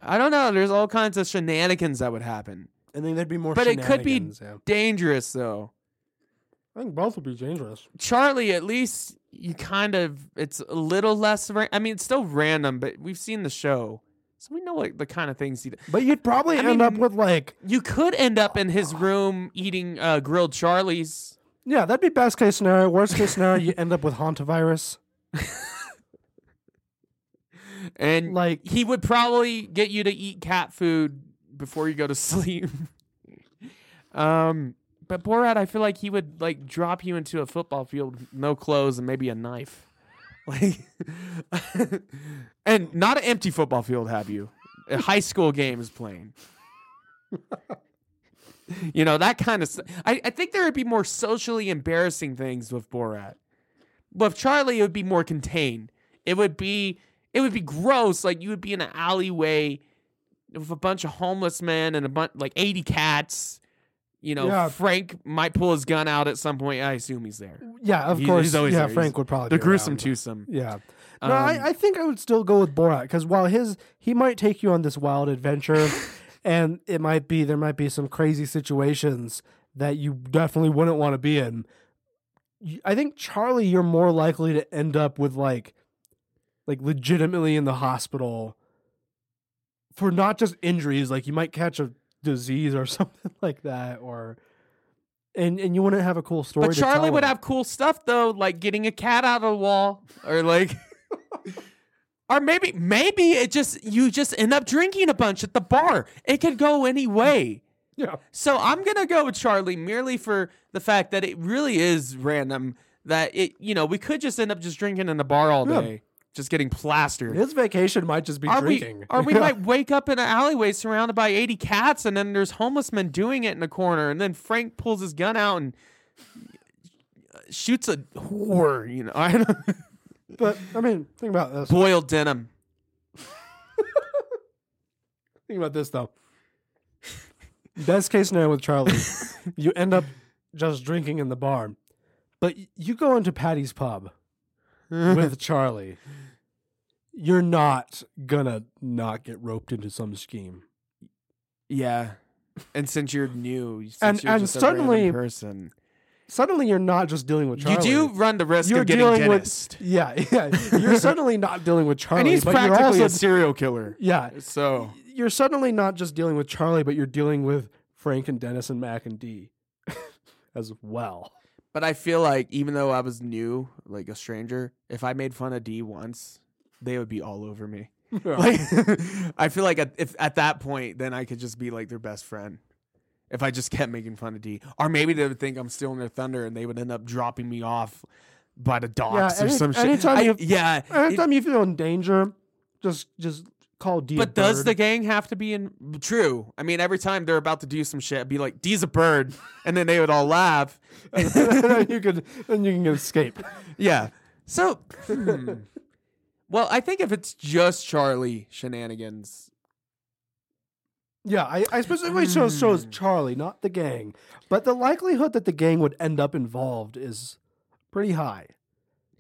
[SPEAKER 1] I don't know. There's all kinds of shenanigans that would happen.
[SPEAKER 2] I think there'd be more.
[SPEAKER 1] But it could be-
[SPEAKER 2] shenanigans, Yeah.
[SPEAKER 1] Dangerous though.
[SPEAKER 2] I think both would be dangerous.
[SPEAKER 1] Charlie, at least you kind of it's a little less. Ra- I mean, it's still random, but we've seen the show, so we know what the kind of things he. d-
[SPEAKER 2] But you'd probably
[SPEAKER 1] I
[SPEAKER 2] end
[SPEAKER 1] mean,
[SPEAKER 2] up with like
[SPEAKER 1] You could end up in his room eating uh, grilled Charlie's.
[SPEAKER 2] Yeah, that'd be best case scenario. Worst case scenario, you end up with hantavirus.
[SPEAKER 1] And
[SPEAKER 2] Like,
[SPEAKER 1] he would probably get you to eat cat food before you go to sleep. um, but Borat, I feel like he would like drop you into a football field, with no clothes, and maybe a knife, like, and not an empty football field. Have you? A high school game is playing. you know that kind of. St- I I think there would be more socially embarrassing things with Borat. With Charlie, it would be more contained. It would be it would be gross. Like you would be in an alleyway with a bunch of homeless men and a bunch like eighty cats. You know,
[SPEAKER 2] Yeah.
[SPEAKER 1] Frank might pull his gun out at some point. I assume he's there.
[SPEAKER 2] yeah, of
[SPEAKER 1] He- he's
[SPEAKER 2] course.
[SPEAKER 1] always
[SPEAKER 2] yeah,
[SPEAKER 1] there.
[SPEAKER 2] Frank
[SPEAKER 1] He's-
[SPEAKER 2] would probably
[SPEAKER 1] The
[SPEAKER 2] be
[SPEAKER 1] gruesome
[SPEAKER 2] around.
[SPEAKER 1] twosome.
[SPEAKER 2] Yeah. No, I,
[SPEAKER 1] Um,
[SPEAKER 2] I think I would still go with Borat because while his he might take you on this wild adventure, and it might be there might be some crazy situations that you definitely wouldn't want to be in. You- I think Charlie, you're more likely to end up with like, like legitimately in the hospital for not just injuries. Like you might catch a disease or something like that, or and and you wouldn't have a cool story.
[SPEAKER 1] But
[SPEAKER 2] to tell
[SPEAKER 1] Charlie would
[SPEAKER 2] him.
[SPEAKER 1] have cool stuff though, like getting a cat out of the wall, or like, or maybe maybe it just you just end up drinking a bunch at the bar. It could go any way.
[SPEAKER 2] yeah.
[SPEAKER 1] So I'm gonna go with Charlie merely for the fact that it really is random. That it, you know, we could just end up just drinking in the bar all
[SPEAKER 2] Yeah.
[SPEAKER 1] day, just getting plastered.
[SPEAKER 2] His vacation might just be
[SPEAKER 1] Or
[SPEAKER 2] drinking.
[SPEAKER 1] we, or we might wake up in an alleyway surrounded by 80 cats, and then there's homeless men doing it in a corner, and then Frank pulls his gun out and uh, shoots a whore, you know, I don't know.
[SPEAKER 2] But I mean, think about this.
[SPEAKER 1] boiled denim.
[SPEAKER 2] Think about this though. Best case scenario with Charlie, you end up just drinking in the bar, but y- you go into Patty's pub with Charlie. You're not gonna not get roped into some scheme.
[SPEAKER 1] yeah, and since you're new, since
[SPEAKER 2] And-
[SPEAKER 1] you're
[SPEAKER 2] and
[SPEAKER 1] just a
[SPEAKER 2] suddenly-
[SPEAKER 1] random person,
[SPEAKER 2] Suddenly, you're not just dealing with Charlie.
[SPEAKER 1] you do run the risk
[SPEAKER 2] You're
[SPEAKER 1] of getting
[SPEAKER 2] dealing
[SPEAKER 1] dentist.
[SPEAKER 2] with yeah, yeah. You're suddenly not dealing with Charlie,
[SPEAKER 1] and he's
[SPEAKER 2] but
[SPEAKER 1] practically
[SPEAKER 2] you're
[SPEAKER 1] a
[SPEAKER 2] also
[SPEAKER 1] serial killer.
[SPEAKER 2] yeah.
[SPEAKER 1] So
[SPEAKER 2] You're suddenly not just dealing with Charlie, but you're dealing with Frank and Dennis and Mac and D as well.
[SPEAKER 1] But I feel like even though I was new, like a stranger, if I made fun of D once, they would be all over me. Like, I feel like at, if at that point, then I could just be like their best friend. If I just kept making fun of D, or maybe they would think I'm stealing their thunder, and they would end up dropping me off by the docks or
[SPEAKER 2] any-
[SPEAKER 1] some shit.
[SPEAKER 2] anytime
[SPEAKER 1] I-
[SPEAKER 2] you-
[SPEAKER 1] yeah. it-
[SPEAKER 2] Anytime you feel in danger, just just call D. a
[SPEAKER 1] but does the
[SPEAKER 2] bird.
[SPEAKER 1] gang have to be in? True. I mean, every time they're about to do some shit, I'd be like, "D's a bird," and then they would all laugh.
[SPEAKER 2] then you could then you can escape?
[SPEAKER 1] Yeah. So, hmm. well, I think if it's just Charlie shenanigans,
[SPEAKER 2] Yeah, I, I specifically
[SPEAKER 1] Mm.
[SPEAKER 2] chose chose Charlie, not the gang. But the likelihood that the gang would end up involved is pretty high,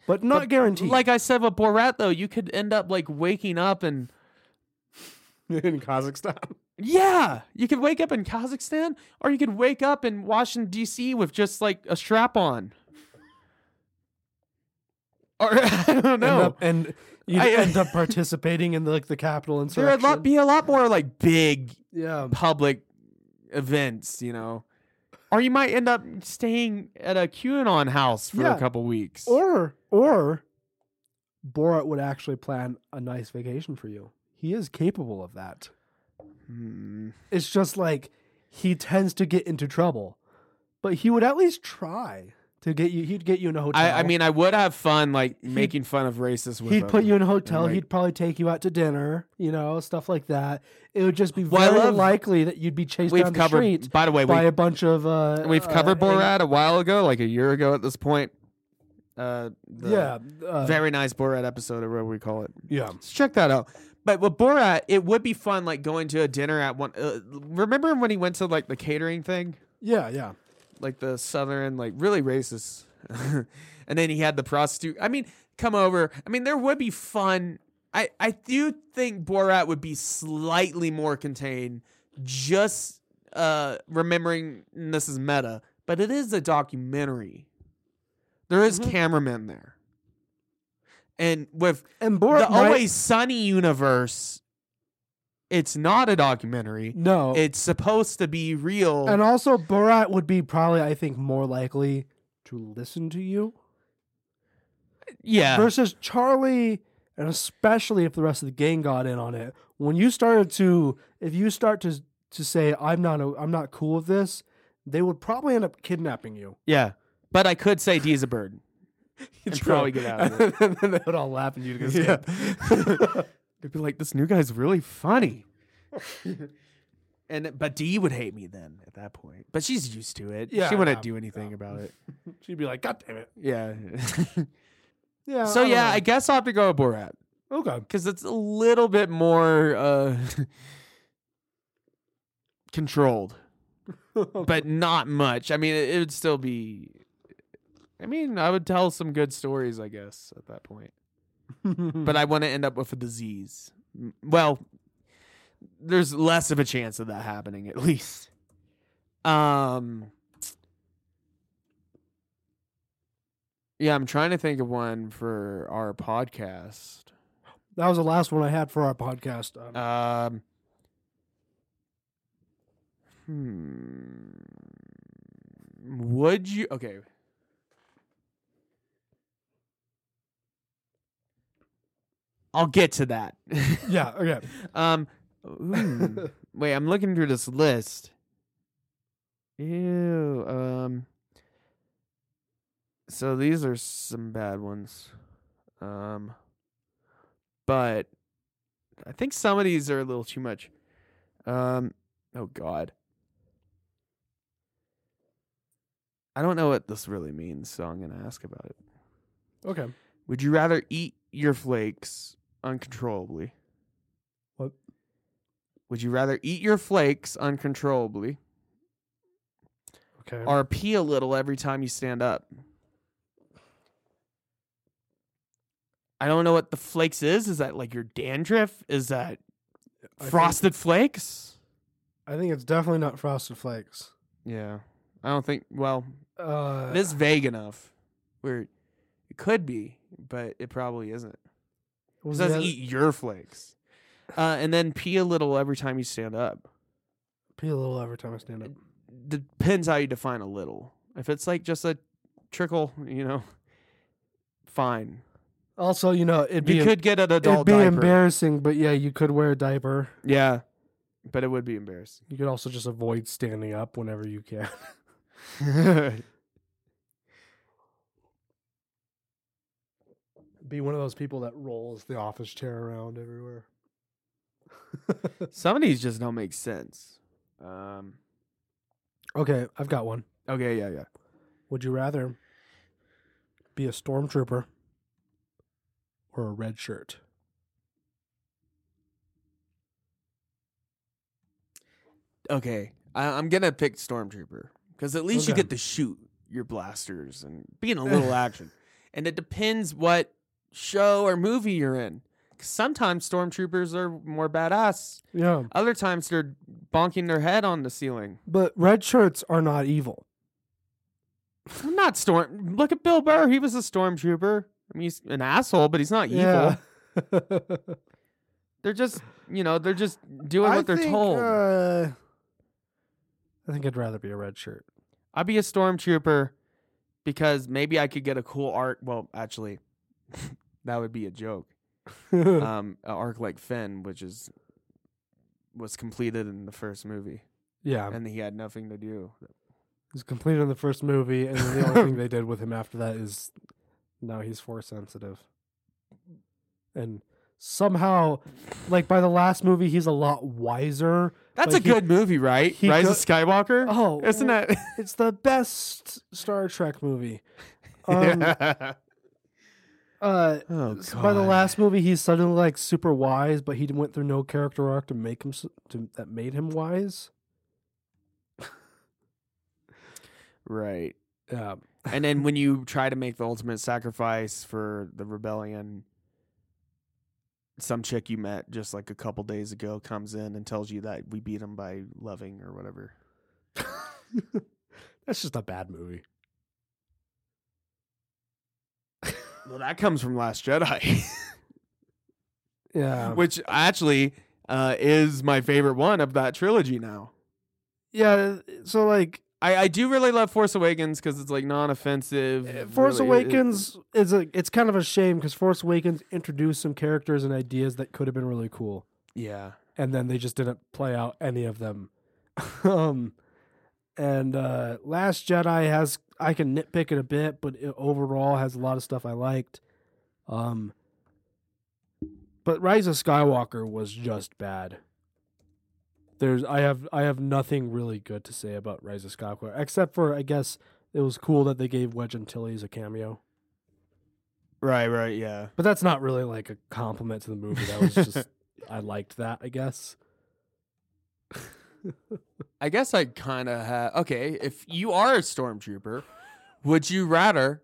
[SPEAKER 2] but not guaranteed.
[SPEAKER 1] like I said with Borat, though, you could end up like waking up and
[SPEAKER 2] in Kazakhstan,
[SPEAKER 1] yeah, you could wake up in Kazakhstan, or you could wake up in Washington D.C. with just like a strap on, or I don't
[SPEAKER 2] End
[SPEAKER 1] know.
[SPEAKER 2] up- and you
[SPEAKER 1] I-
[SPEAKER 2] end up participating in the, like the capital
[SPEAKER 1] There
[SPEAKER 2] insurrection.
[SPEAKER 1] would lot, be a lot more like big
[SPEAKER 2] yeah,
[SPEAKER 1] public events, you know. Or you might end up staying at a QAnon house for
[SPEAKER 2] Yeah.
[SPEAKER 1] a couple weeks.
[SPEAKER 2] or or Borat would actually plan a nice vacation for you. He is capable of that.
[SPEAKER 1] Hmm.
[SPEAKER 2] It's just like he tends to get into trouble, but he would at least try to get you. He'd get you in a hotel.
[SPEAKER 1] I, I mean, I would have fun like making fun of racists. With
[SPEAKER 2] he'd put
[SPEAKER 1] them.
[SPEAKER 2] you in a hotel.
[SPEAKER 1] like-
[SPEAKER 2] he'd probably take you out to dinner. You know, stuff like that. It would just be
[SPEAKER 1] Well, I
[SPEAKER 2] very
[SPEAKER 1] love-
[SPEAKER 2] likely that you'd be chased
[SPEAKER 1] We've
[SPEAKER 2] down the
[SPEAKER 1] covered.
[SPEAKER 2] street
[SPEAKER 1] by the way,
[SPEAKER 2] by
[SPEAKER 1] we,
[SPEAKER 2] a bunch of. Uh,
[SPEAKER 1] we've
[SPEAKER 2] uh,
[SPEAKER 1] covered
[SPEAKER 2] ang-
[SPEAKER 1] Borat a while ago, like a year ago at this point. Uh, the
[SPEAKER 2] yeah, uh,
[SPEAKER 1] very nice Borat episode, or whatever we call it.
[SPEAKER 2] yeah.
[SPEAKER 1] So check that out. But with Borat, it would be fun, like going to a dinner at one. Uh, remember when he went to like the catering thing?
[SPEAKER 2] Yeah, yeah.
[SPEAKER 1] like the southern, like really racist. and then he had the prostitute. I mean, come over. I mean, there would be fun. I I do think Borat would be slightly more contained, just uh remembering and this is meta, but it is a documentary. There is cameramen there. And with
[SPEAKER 2] And Borat
[SPEAKER 1] the
[SPEAKER 2] might-
[SPEAKER 1] Always Sunny universe, it's not a documentary.
[SPEAKER 2] no.
[SPEAKER 1] It's supposed to be real.
[SPEAKER 2] and also, Borat would be probably, I think, more likely to listen to you
[SPEAKER 1] Yeah.
[SPEAKER 2] versus Charlie, and especially if the rest of the gang got in on it. When you started to, if you start to to say, "I'm not, a, I'm not cool with this," they would probably end up kidnapping you.
[SPEAKER 1] yeah. But I could say D's a bird. And probably get out of it.
[SPEAKER 2] and then they would all laugh at you to get
[SPEAKER 1] Yeah.
[SPEAKER 2] scared.
[SPEAKER 1] They'd be like, this new guy's really funny. and but Dee would hate me then at that point. But she's used to it.
[SPEAKER 2] Yeah,
[SPEAKER 1] she wouldn't
[SPEAKER 2] yeah,
[SPEAKER 1] do anything about it.
[SPEAKER 2] She'd be like, "God damn it!"
[SPEAKER 1] Yeah.
[SPEAKER 2] Yeah.
[SPEAKER 1] so
[SPEAKER 2] I don't
[SPEAKER 1] yeah,
[SPEAKER 2] know.
[SPEAKER 1] I guess I'll have to go with Borat.
[SPEAKER 2] okay.
[SPEAKER 1] Because it's a little bit more uh controlled. but not much. I mean, it, it would still be. I mean, I would tell some good stories, I guess, at that point.
[SPEAKER 2] but
[SPEAKER 1] But I want to end up with a disease. M- Well, there's less of a chance of that happening, at least. Um. Yeah, I'm trying to think of one for our podcast.
[SPEAKER 2] that was the last one I had for our podcast. Um,
[SPEAKER 1] Um. Hmm. Would you? Okay. I'll get to that.
[SPEAKER 2] yeah. Okay.
[SPEAKER 1] um. hmm. Wait, I'm looking through this list. Ew. Um. So these are some bad ones. Um. But I think some of these are a little too much. Um. Oh God. I don't know what this really means, so I'm gonna ask about it.
[SPEAKER 2] Okay.
[SPEAKER 1] Would you rather eat your flakes uncontrollably?
[SPEAKER 2] What?
[SPEAKER 1] Would you rather eat your flakes uncontrollably
[SPEAKER 2] Okay.
[SPEAKER 1] or pee a little every time you stand up? I don't know what the flakes is. Is that like your dandruff? Is that
[SPEAKER 2] I think-
[SPEAKER 1] frosted flakes?
[SPEAKER 2] I think it's definitely not Frosted Flakes.
[SPEAKER 1] Yeah. I don't think, well,
[SPEAKER 2] Uh,
[SPEAKER 1] this vague enough where it could be, but it probably isn't.
[SPEAKER 2] was
[SPEAKER 1] It
[SPEAKER 2] the
[SPEAKER 1] says
[SPEAKER 2] other-
[SPEAKER 1] eat your flakes. Uh, and then pee a little every time you stand up.
[SPEAKER 2] pee a little every time I stand up.
[SPEAKER 1] Depends how you define a little. If it's like just a trickle, you know, fine.
[SPEAKER 2] Also, you know, it'd be
[SPEAKER 1] You
[SPEAKER 2] em-
[SPEAKER 1] could get an adult
[SPEAKER 2] it'd be
[SPEAKER 1] diaper.
[SPEAKER 2] embarrassing, but yeah, you could wear a diaper.
[SPEAKER 1] yeah, but it would be embarrassing.
[SPEAKER 2] You could also just avoid standing up whenever you can. be one of those people that rolls the office chair around everywhere.
[SPEAKER 1] Some of these just don't make sense. Um,
[SPEAKER 2] Okay, I've got one.
[SPEAKER 1] okay, yeah, yeah.
[SPEAKER 2] Would you rather be a stormtrooper or a red shirt?
[SPEAKER 1] Okay, I, I'm gonna pick stormtrooper because at least you
[SPEAKER 2] Okay.
[SPEAKER 1] get to shoot your blasters and be in a little action. And it depends what show or movie you're in. 'Cause sometimes stormtroopers are more badass.
[SPEAKER 2] Yeah,
[SPEAKER 1] Other times they're bonking their head on the ceiling.
[SPEAKER 2] but red shirts are not evil.
[SPEAKER 1] I'm not storm. Look at Bill Burr. He was a stormtrooper. I mean, he's an asshole, but he's not evil.
[SPEAKER 2] Evil.
[SPEAKER 1] They're just, you know, they're just doing what they're
[SPEAKER 2] think,
[SPEAKER 1] told.
[SPEAKER 2] uh, I think I'd rather be a red shirt.
[SPEAKER 1] I'd be a stormtrooper because maybe I could get a cool arc. Well, actually, that would be a joke. Um, an arc like Finn, which is was completed in the first movie,
[SPEAKER 2] yeah,
[SPEAKER 1] and he had nothing to do.
[SPEAKER 2] he's completed in the first movie, and then the only thing they did with him after that is now he's force sensitive, and somehow, like by the last movie, he's a lot wiser.
[SPEAKER 1] That's
[SPEAKER 2] Like
[SPEAKER 1] a
[SPEAKER 2] he-
[SPEAKER 1] good movie, right?
[SPEAKER 2] he
[SPEAKER 1] Rise
[SPEAKER 2] go-
[SPEAKER 1] of Skywalker.
[SPEAKER 2] Oh,
[SPEAKER 1] Isn't that?
[SPEAKER 2] It's the best Star Trek movie. Um, uh,
[SPEAKER 1] Oh,
[SPEAKER 2] s- by the
[SPEAKER 1] God.
[SPEAKER 2] last movie, he's suddenly like super wise, but he went through no character arc to make him s- to, that made him wise.
[SPEAKER 1] right?
[SPEAKER 2] Yeah,
[SPEAKER 1] And then when you try to make the ultimate sacrifice for the rebellion, some chick you met just like a couple days ago comes in and tells you that we beat him by loving or whatever.
[SPEAKER 2] That's just a bad movie.
[SPEAKER 1] Well, that comes from Last Jedi,
[SPEAKER 2] Yeah.
[SPEAKER 1] which actually uh, is my favorite one of that trilogy now.
[SPEAKER 2] Yeah. So like
[SPEAKER 1] I, I do really love Force Awakens because it's like non-offensive.
[SPEAKER 2] Uh, Force
[SPEAKER 1] really, it-
[SPEAKER 2] Awakens is a it's kind of a shame because Force Awakens introduced some characters and ideas that could have been really cool,
[SPEAKER 1] yeah,
[SPEAKER 2] and then they just didn't play out any of them. um, and uh, Last Jedi has I can nitpick it a bit, but it overall has a lot of stuff I liked. Um, but Rise of Skywalker was just bad. There's I have I have nothing really good to say about Rise of Skywalker except for I guess it was cool that they gave Wedge Antilles a cameo.
[SPEAKER 1] right, right, yeah.
[SPEAKER 2] But that's not really like a compliment to the movie. That was just I liked that, I guess.
[SPEAKER 1] I guess I kind of have. Okay, if you are a stormtrooper, would you rather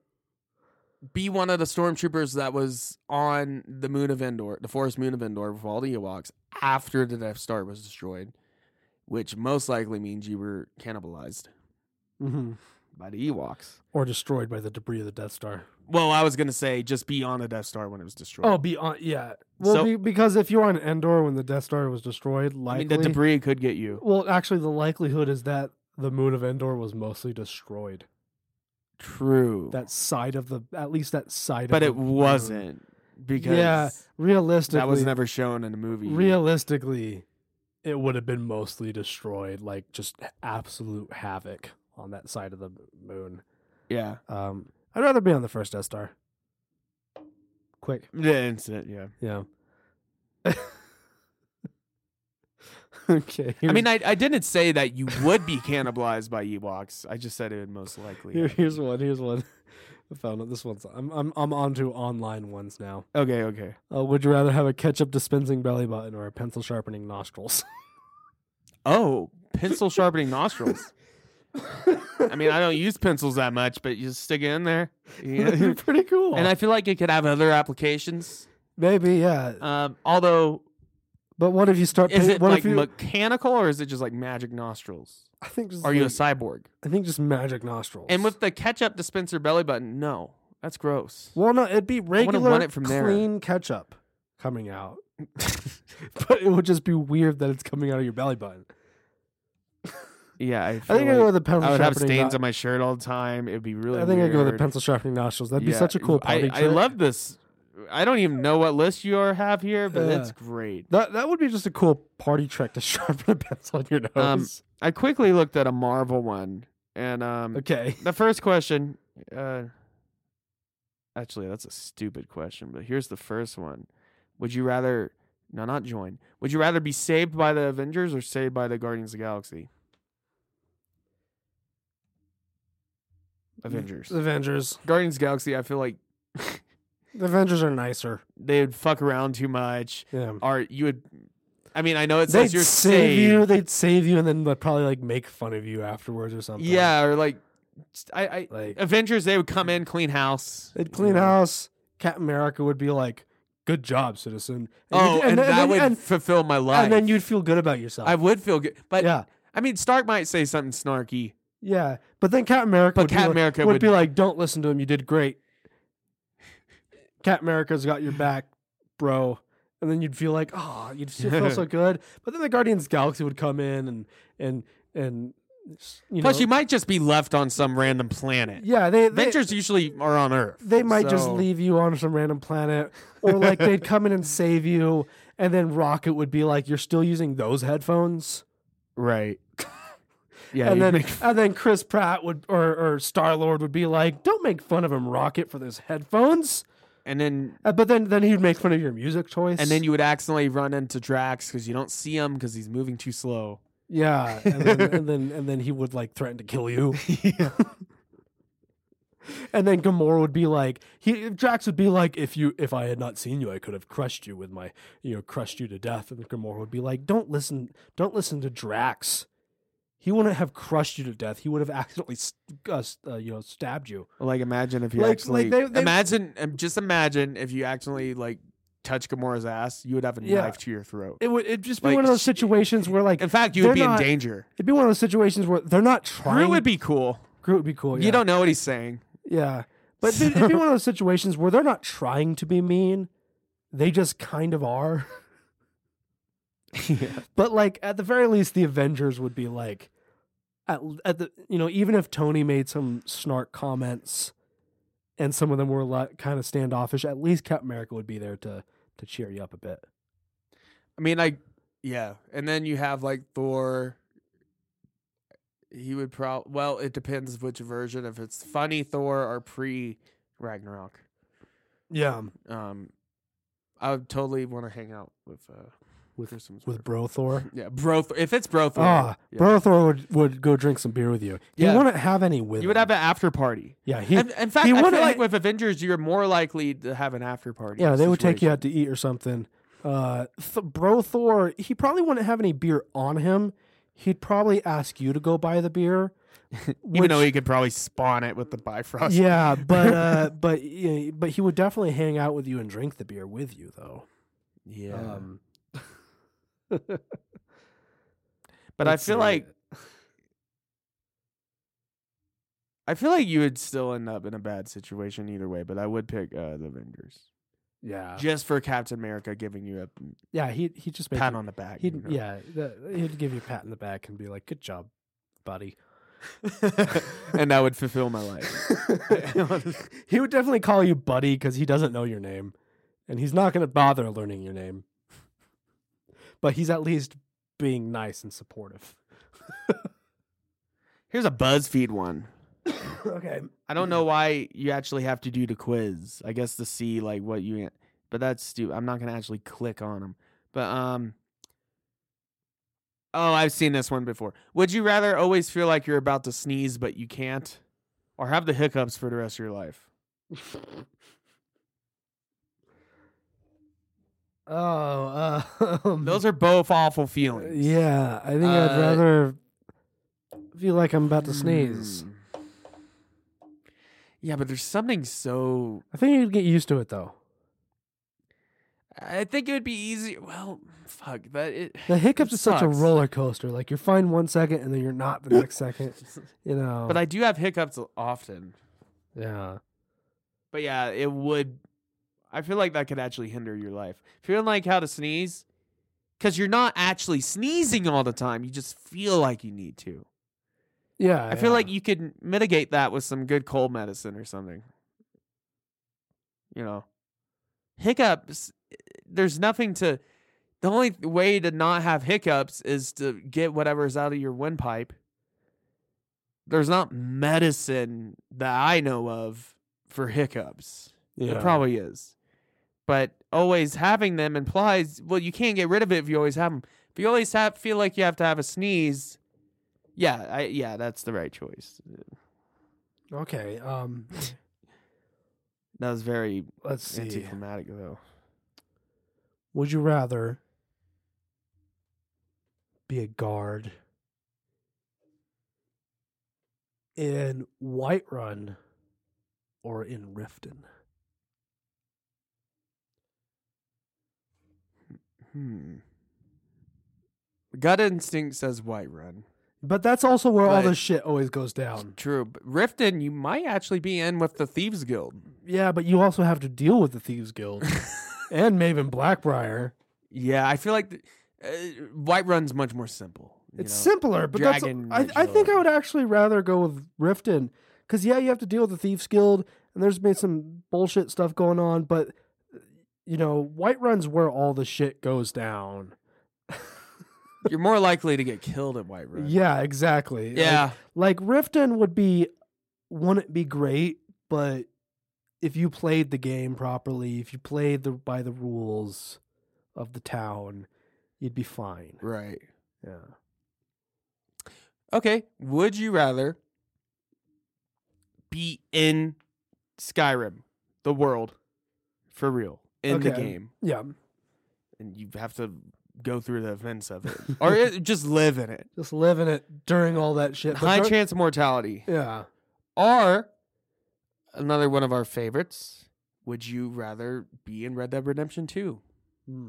[SPEAKER 1] be one of the stormtroopers that was on the moon of Endor, the forest moon of Endor, with all the Ewoks after the Death Star was destroyed, which most likely means you were cannibalized
[SPEAKER 2] Mm-hmm.
[SPEAKER 1] by the Ewoks?
[SPEAKER 2] Or destroyed by the debris of the Death Star.
[SPEAKER 1] Well, I was gonna say just be on a Death Star when it was destroyed.
[SPEAKER 2] Oh, beyond yeah. Well,
[SPEAKER 1] So-
[SPEAKER 2] be, because if you're on Endor when the Death Star was destroyed,
[SPEAKER 1] I
[SPEAKER 2] likely
[SPEAKER 1] mean the debris could get you.
[SPEAKER 2] well, actually, the likelihood is that the moon of Endor was mostly destroyed.
[SPEAKER 1] True,
[SPEAKER 2] That side of the at least that side.
[SPEAKER 1] but
[SPEAKER 2] of
[SPEAKER 1] it
[SPEAKER 2] the moon.
[SPEAKER 1] wasn't because
[SPEAKER 2] Yeah, realistically
[SPEAKER 1] that was never shown in the movie.
[SPEAKER 2] realistically it would have been mostly destroyed like just absolute havoc on that side of the moon
[SPEAKER 1] Yeah,
[SPEAKER 2] um i'd rather be on the first death star quick
[SPEAKER 1] the incident. Yeah.
[SPEAKER 2] yeah okay
[SPEAKER 1] I
[SPEAKER 2] here's-
[SPEAKER 1] mean, I, I didn't say that you would be cannibalized by Ewoks. I just said it would most likely.
[SPEAKER 2] here-
[SPEAKER 1] happen.
[SPEAKER 2] here's one here's one i found it this one's i'm i'm, I'm on to online ones now
[SPEAKER 1] Okay, okay.
[SPEAKER 2] uh, would you rather have a ketchup dispensing belly button or a pencil sharpening nostrils
[SPEAKER 1] Oh, pencil sharpening nostrils. I mean, I don't use pencils that much, but you just stick it in there. Yeah.
[SPEAKER 2] pretty cool
[SPEAKER 1] and I feel like it could have other applications.
[SPEAKER 2] maybe yeah
[SPEAKER 1] Um, although,
[SPEAKER 2] But what if you start?
[SPEAKER 1] is
[SPEAKER 2] pay-
[SPEAKER 1] it
[SPEAKER 2] what
[SPEAKER 1] like
[SPEAKER 2] if you?
[SPEAKER 1] mechanical or is it just like magic nostrils?
[SPEAKER 2] I think just
[SPEAKER 1] Are you a
[SPEAKER 2] like-
[SPEAKER 1] cyborg?
[SPEAKER 2] I think just magic nostrils.
[SPEAKER 1] And with the ketchup dispenser belly button, no, that's gross.
[SPEAKER 2] well, no, it'd be
[SPEAKER 1] wouldn't
[SPEAKER 2] regular,
[SPEAKER 1] want it from there.
[SPEAKER 2] clean ketchup coming out, but it would just be weird that it's coming out of your belly button.
[SPEAKER 1] yeah, I,
[SPEAKER 2] I
[SPEAKER 1] feel
[SPEAKER 2] think I go
[SPEAKER 1] like
[SPEAKER 2] with the pencil.
[SPEAKER 1] I would have
[SPEAKER 2] sharpening
[SPEAKER 1] stains
[SPEAKER 2] no-
[SPEAKER 1] on my shirt all the time. It'd be really.
[SPEAKER 2] I think I go with the
[SPEAKER 1] weird.
[SPEAKER 2] pencil sharpening nostrils. That'd be
[SPEAKER 1] Yeah,
[SPEAKER 2] such a cool
[SPEAKER 1] I,
[SPEAKER 2] party
[SPEAKER 1] I
[SPEAKER 2] trick.
[SPEAKER 1] love this. I don't even know what list you are have here, but
[SPEAKER 2] Yeah.
[SPEAKER 1] it's great.
[SPEAKER 2] that. That would be just a cool party trick to sharpen a pencil on your
[SPEAKER 1] Um,
[SPEAKER 2] nose.
[SPEAKER 1] I quickly looked at a Marvel one, and um,
[SPEAKER 2] okay.
[SPEAKER 1] the first question. Uh, actually, that's a stupid question, but here's the first one: Would you rather? No, not join. Would you rather be saved by the Avengers or saved by the Guardians of the Galaxy?
[SPEAKER 2] Mm,
[SPEAKER 1] Avengers.
[SPEAKER 2] Avengers.
[SPEAKER 1] Guardians of the Galaxy. I feel like
[SPEAKER 2] The Avengers are nicer.
[SPEAKER 1] they would fuck around too much.
[SPEAKER 2] Yeah.
[SPEAKER 1] Are you would? I mean, I know it says
[SPEAKER 2] They'd save
[SPEAKER 1] you're saved.
[SPEAKER 2] you. They'd save you, and then they'd probably like make fun of you afterwards or something.
[SPEAKER 1] Yeah, or like, just- I, I
[SPEAKER 2] Like
[SPEAKER 1] Avengers, they would come in, clean house.
[SPEAKER 2] They'd clean
[SPEAKER 1] you know.
[SPEAKER 2] house. Captain America would be like, "Good job, citizen." And
[SPEAKER 1] Oh,
[SPEAKER 2] you'd-
[SPEAKER 1] and,
[SPEAKER 2] then-
[SPEAKER 1] that
[SPEAKER 2] then-
[SPEAKER 1] would
[SPEAKER 2] and,
[SPEAKER 1] fulfill my life.
[SPEAKER 2] and then you'd feel good about yourself.
[SPEAKER 1] I would feel good, but
[SPEAKER 2] yeah,
[SPEAKER 1] I mean, Stark might say something snarky.
[SPEAKER 2] yeah. But then Captain America,
[SPEAKER 1] But
[SPEAKER 2] would
[SPEAKER 1] Captain
[SPEAKER 2] be
[SPEAKER 1] America
[SPEAKER 2] like, would,
[SPEAKER 1] would-
[SPEAKER 2] be like, "Don't listen to him. You did great. Captain America's got your back, bro." And then you'd feel like, "Oh, you'd feel feel so good." But then the Guardians of the Galaxy would come in and and and you
[SPEAKER 1] Plus,
[SPEAKER 2] know,
[SPEAKER 1] you might just be left on some random planet.
[SPEAKER 2] yeah, they, they
[SPEAKER 1] Avengers usually are on Earth.
[SPEAKER 2] they might just
[SPEAKER 1] so-
[SPEAKER 2] leave you on some random planet or like they'd come in and save you and then rocket would be like you're still using those headphones
[SPEAKER 1] right. yeah,
[SPEAKER 2] and
[SPEAKER 1] you'd
[SPEAKER 2] then
[SPEAKER 1] make-
[SPEAKER 2] and then chris pratt would or, or star lord would be like don't make fun of him rocket for those headphones
[SPEAKER 1] and then
[SPEAKER 2] Uh, but then then he'd make fun of your music choice
[SPEAKER 1] and then you would accidentally run into Drax because you don't see him because he's moving too slow.
[SPEAKER 2] yeah and then, and then and then he would like threaten to kill you and then Gamora would be like, he Drax would be like, if you if I had not seen you, I could have crushed you with my you know crushed you to death. And Gamora would be like, don't listen, don't listen to Drax. He wouldn't have crushed you to death. He would have accidentally st- uh, s- uh, you know stabbed you.
[SPEAKER 1] Like imagine if you
[SPEAKER 2] Like- like
[SPEAKER 1] actually
[SPEAKER 2] they- they-
[SPEAKER 1] imagine um, just imagine if you actually like touch Gamora's ass, you would have a
[SPEAKER 2] Yeah.
[SPEAKER 1] knife to your throat.
[SPEAKER 2] It would it just be
[SPEAKER 1] Like,
[SPEAKER 2] one of those
[SPEAKER 1] sh-
[SPEAKER 2] situations where like
[SPEAKER 1] In fact, you would
[SPEAKER 2] they're
[SPEAKER 1] be
[SPEAKER 2] not-
[SPEAKER 1] in danger.
[SPEAKER 2] it'd be one of those situations where they're not trying.
[SPEAKER 1] Groot would be cool.
[SPEAKER 2] Groot would be cool. Oh, Yeah.
[SPEAKER 1] You don't know what he's saying.
[SPEAKER 2] Yeah. But it'd, it'd be one of those situations where they're not trying to be mean. They just kind of are. But like at the very least, the Avengers would be like, at at the you know even if Tony made some snark comments, and some of them were like kind of standoffish, at least Captain America would be there to to cheer you up a bit.
[SPEAKER 1] I mean, I yeah, and then you have like Thor. He would probably well, it depends which version. If it's funny Thor or pre Ragnarok,
[SPEAKER 2] Yeah,
[SPEAKER 1] um, I would totally want to hang out with uh
[SPEAKER 2] With-
[SPEAKER 1] Kristen Stewart.
[SPEAKER 2] with Bro Thor.
[SPEAKER 1] yeah bro Thor- if it's bro Thor,
[SPEAKER 2] Ah,
[SPEAKER 1] yeah.
[SPEAKER 2] Bro Thor would, would go drink some beer with you. He
[SPEAKER 1] Yeah.
[SPEAKER 2] wouldn't have any with
[SPEAKER 1] you would
[SPEAKER 2] him.
[SPEAKER 1] have an after party.
[SPEAKER 2] yeah, he
[SPEAKER 1] in, in fact,
[SPEAKER 2] he
[SPEAKER 1] I feel
[SPEAKER 2] wouldn't-
[SPEAKER 1] like with Avengers, you're more likely to have an after party.
[SPEAKER 2] yeah they would take you out to eat or something. Uh, Th- Bro Thor, he probably wouldn't have any beer on him. He'd probably ask you to go buy the beer.
[SPEAKER 1] even though
[SPEAKER 2] which-
[SPEAKER 1] he could probably spawn it with the Bifrost.
[SPEAKER 2] yeah, but uh, but yeah, but he would definitely hang out with you and drink the beer with you though.
[SPEAKER 1] yeah.
[SPEAKER 2] Um,
[SPEAKER 1] but I
[SPEAKER 2] let's
[SPEAKER 1] feel
[SPEAKER 2] see.
[SPEAKER 1] like I feel like you would still end up in a bad situation either way. But I would pick uh, the Avengers
[SPEAKER 2] yeah,
[SPEAKER 1] just for Captain America giving you a
[SPEAKER 2] yeah. He he just made
[SPEAKER 1] pat on the back.
[SPEAKER 2] He'd
[SPEAKER 1] you know?
[SPEAKER 2] yeah, that, he'd give you a pat in the back and be like, "Good job, buddy."
[SPEAKER 1] and that would fulfill my life.
[SPEAKER 2] he would definitely call you buddy because he doesn't know your name, and he's not going to bother learning your name. But he's at least being nice and supportive.
[SPEAKER 1] Here's a BuzzFeed one.
[SPEAKER 2] okay.
[SPEAKER 1] I don't know why you actually have to do the quiz. I guess to see like what you, but that's stupid. I'm not gonna actually click on them. But um, oh, I've seen this one before. Would you rather always feel like you're about to sneeze but you can't, or have the hiccups for the rest of your life?
[SPEAKER 2] Oh, um, uh,
[SPEAKER 1] Those are both awful feelings.
[SPEAKER 2] Yeah, I think I'd
[SPEAKER 1] Uh,
[SPEAKER 2] rather feel like I'm about to sneeze.
[SPEAKER 1] Hmm. Yeah, but there's something so.
[SPEAKER 2] I think you'd get used to it though.
[SPEAKER 1] I think it would be easy. Well, fuck, but it.
[SPEAKER 2] The hiccups
[SPEAKER 1] It
[SPEAKER 2] is such a
[SPEAKER 1] sucks.
[SPEAKER 2] roller coaster. Like you're fine one second and then you're not the next second. You know.
[SPEAKER 1] But I do have hiccups often.
[SPEAKER 2] yeah.
[SPEAKER 1] But yeah, it would. I feel like that could actually hinder your life. Feeling like how to sneeze, because you're not actually sneezing all the time. You just feel like you need to.
[SPEAKER 2] Yeah.
[SPEAKER 1] I feel like you could mitigate that with some good cold medicine or something. You know, hiccups. There's nothing to. The only way to not have hiccups is to get whatever's out of your windpipe. There's not medicine that I know of for hiccups.
[SPEAKER 2] yeah.
[SPEAKER 1] It probably is. But always having them implies, well, you can't get rid of it if you always have them. If you always have, feel like you have to have a sneeze, yeah, I, yeah, that's the right choice.
[SPEAKER 2] Okay. Um
[SPEAKER 1] That was very
[SPEAKER 2] let's see.
[SPEAKER 1] anticlimactic, though.
[SPEAKER 2] Would you rather be a guard in Whiterun or in Riften?
[SPEAKER 1] Hmm. Gut instinct says white run.
[SPEAKER 2] But that's also where all
[SPEAKER 1] But-
[SPEAKER 2] this shit always goes down.
[SPEAKER 1] True. But Riften, you might actually be in with the Thieves Guild.
[SPEAKER 2] Yeah, but you also have to deal with the Thieves Guild and Maven Blackbriar.
[SPEAKER 1] Yeah, I feel like th- uh, white run's much more simple. you
[SPEAKER 2] It's
[SPEAKER 1] know?
[SPEAKER 2] simpler, but
[SPEAKER 1] Dragon
[SPEAKER 2] that's.
[SPEAKER 1] Knight
[SPEAKER 2] I, I think I
[SPEAKER 1] Shield.
[SPEAKER 2] would actually rather go with Riften, because yeah, you have to deal with the Thieves Guild, and there's been some bullshit stuff going on, but you know, Whiterun's where all the shit goes down.
[SPEAKER 1] You're more likely to get killed at white run.
[SPEAKER 2] Yeah, exactly.
[SPEAKER 1] Yeah.
[SPEAKER 2] like, like Riften would be, wouldn't be great, but if you played the game properly, if you played the by the rules of the town, you'd be fine.
[SPEAKER 1] Right.
[SPEAKER 2] Yeah.
[SPEAKER 1] Okay. Would you rather be in Skyrim, the world, for real, in the
[SPEAKER 2] Okay.
[SPEAKER 1] game,
[SPEAKER 2] Yeah.
[SPEAKER 1] and you have to go through the events of it, or it, just live in it?
[SPEAKER 2] Just living it during all that shit. But
[SPEAKER 1] High
[SPEAKER 2] dur-
[SPEAKER 1] chance of mortality.
[SPEAKER 2] Yeah.
[SPEAKER 1] Or another one of our favorites. Would you rather be in Red Dead Redemption 2?
[SPEAKER 2] Hmm.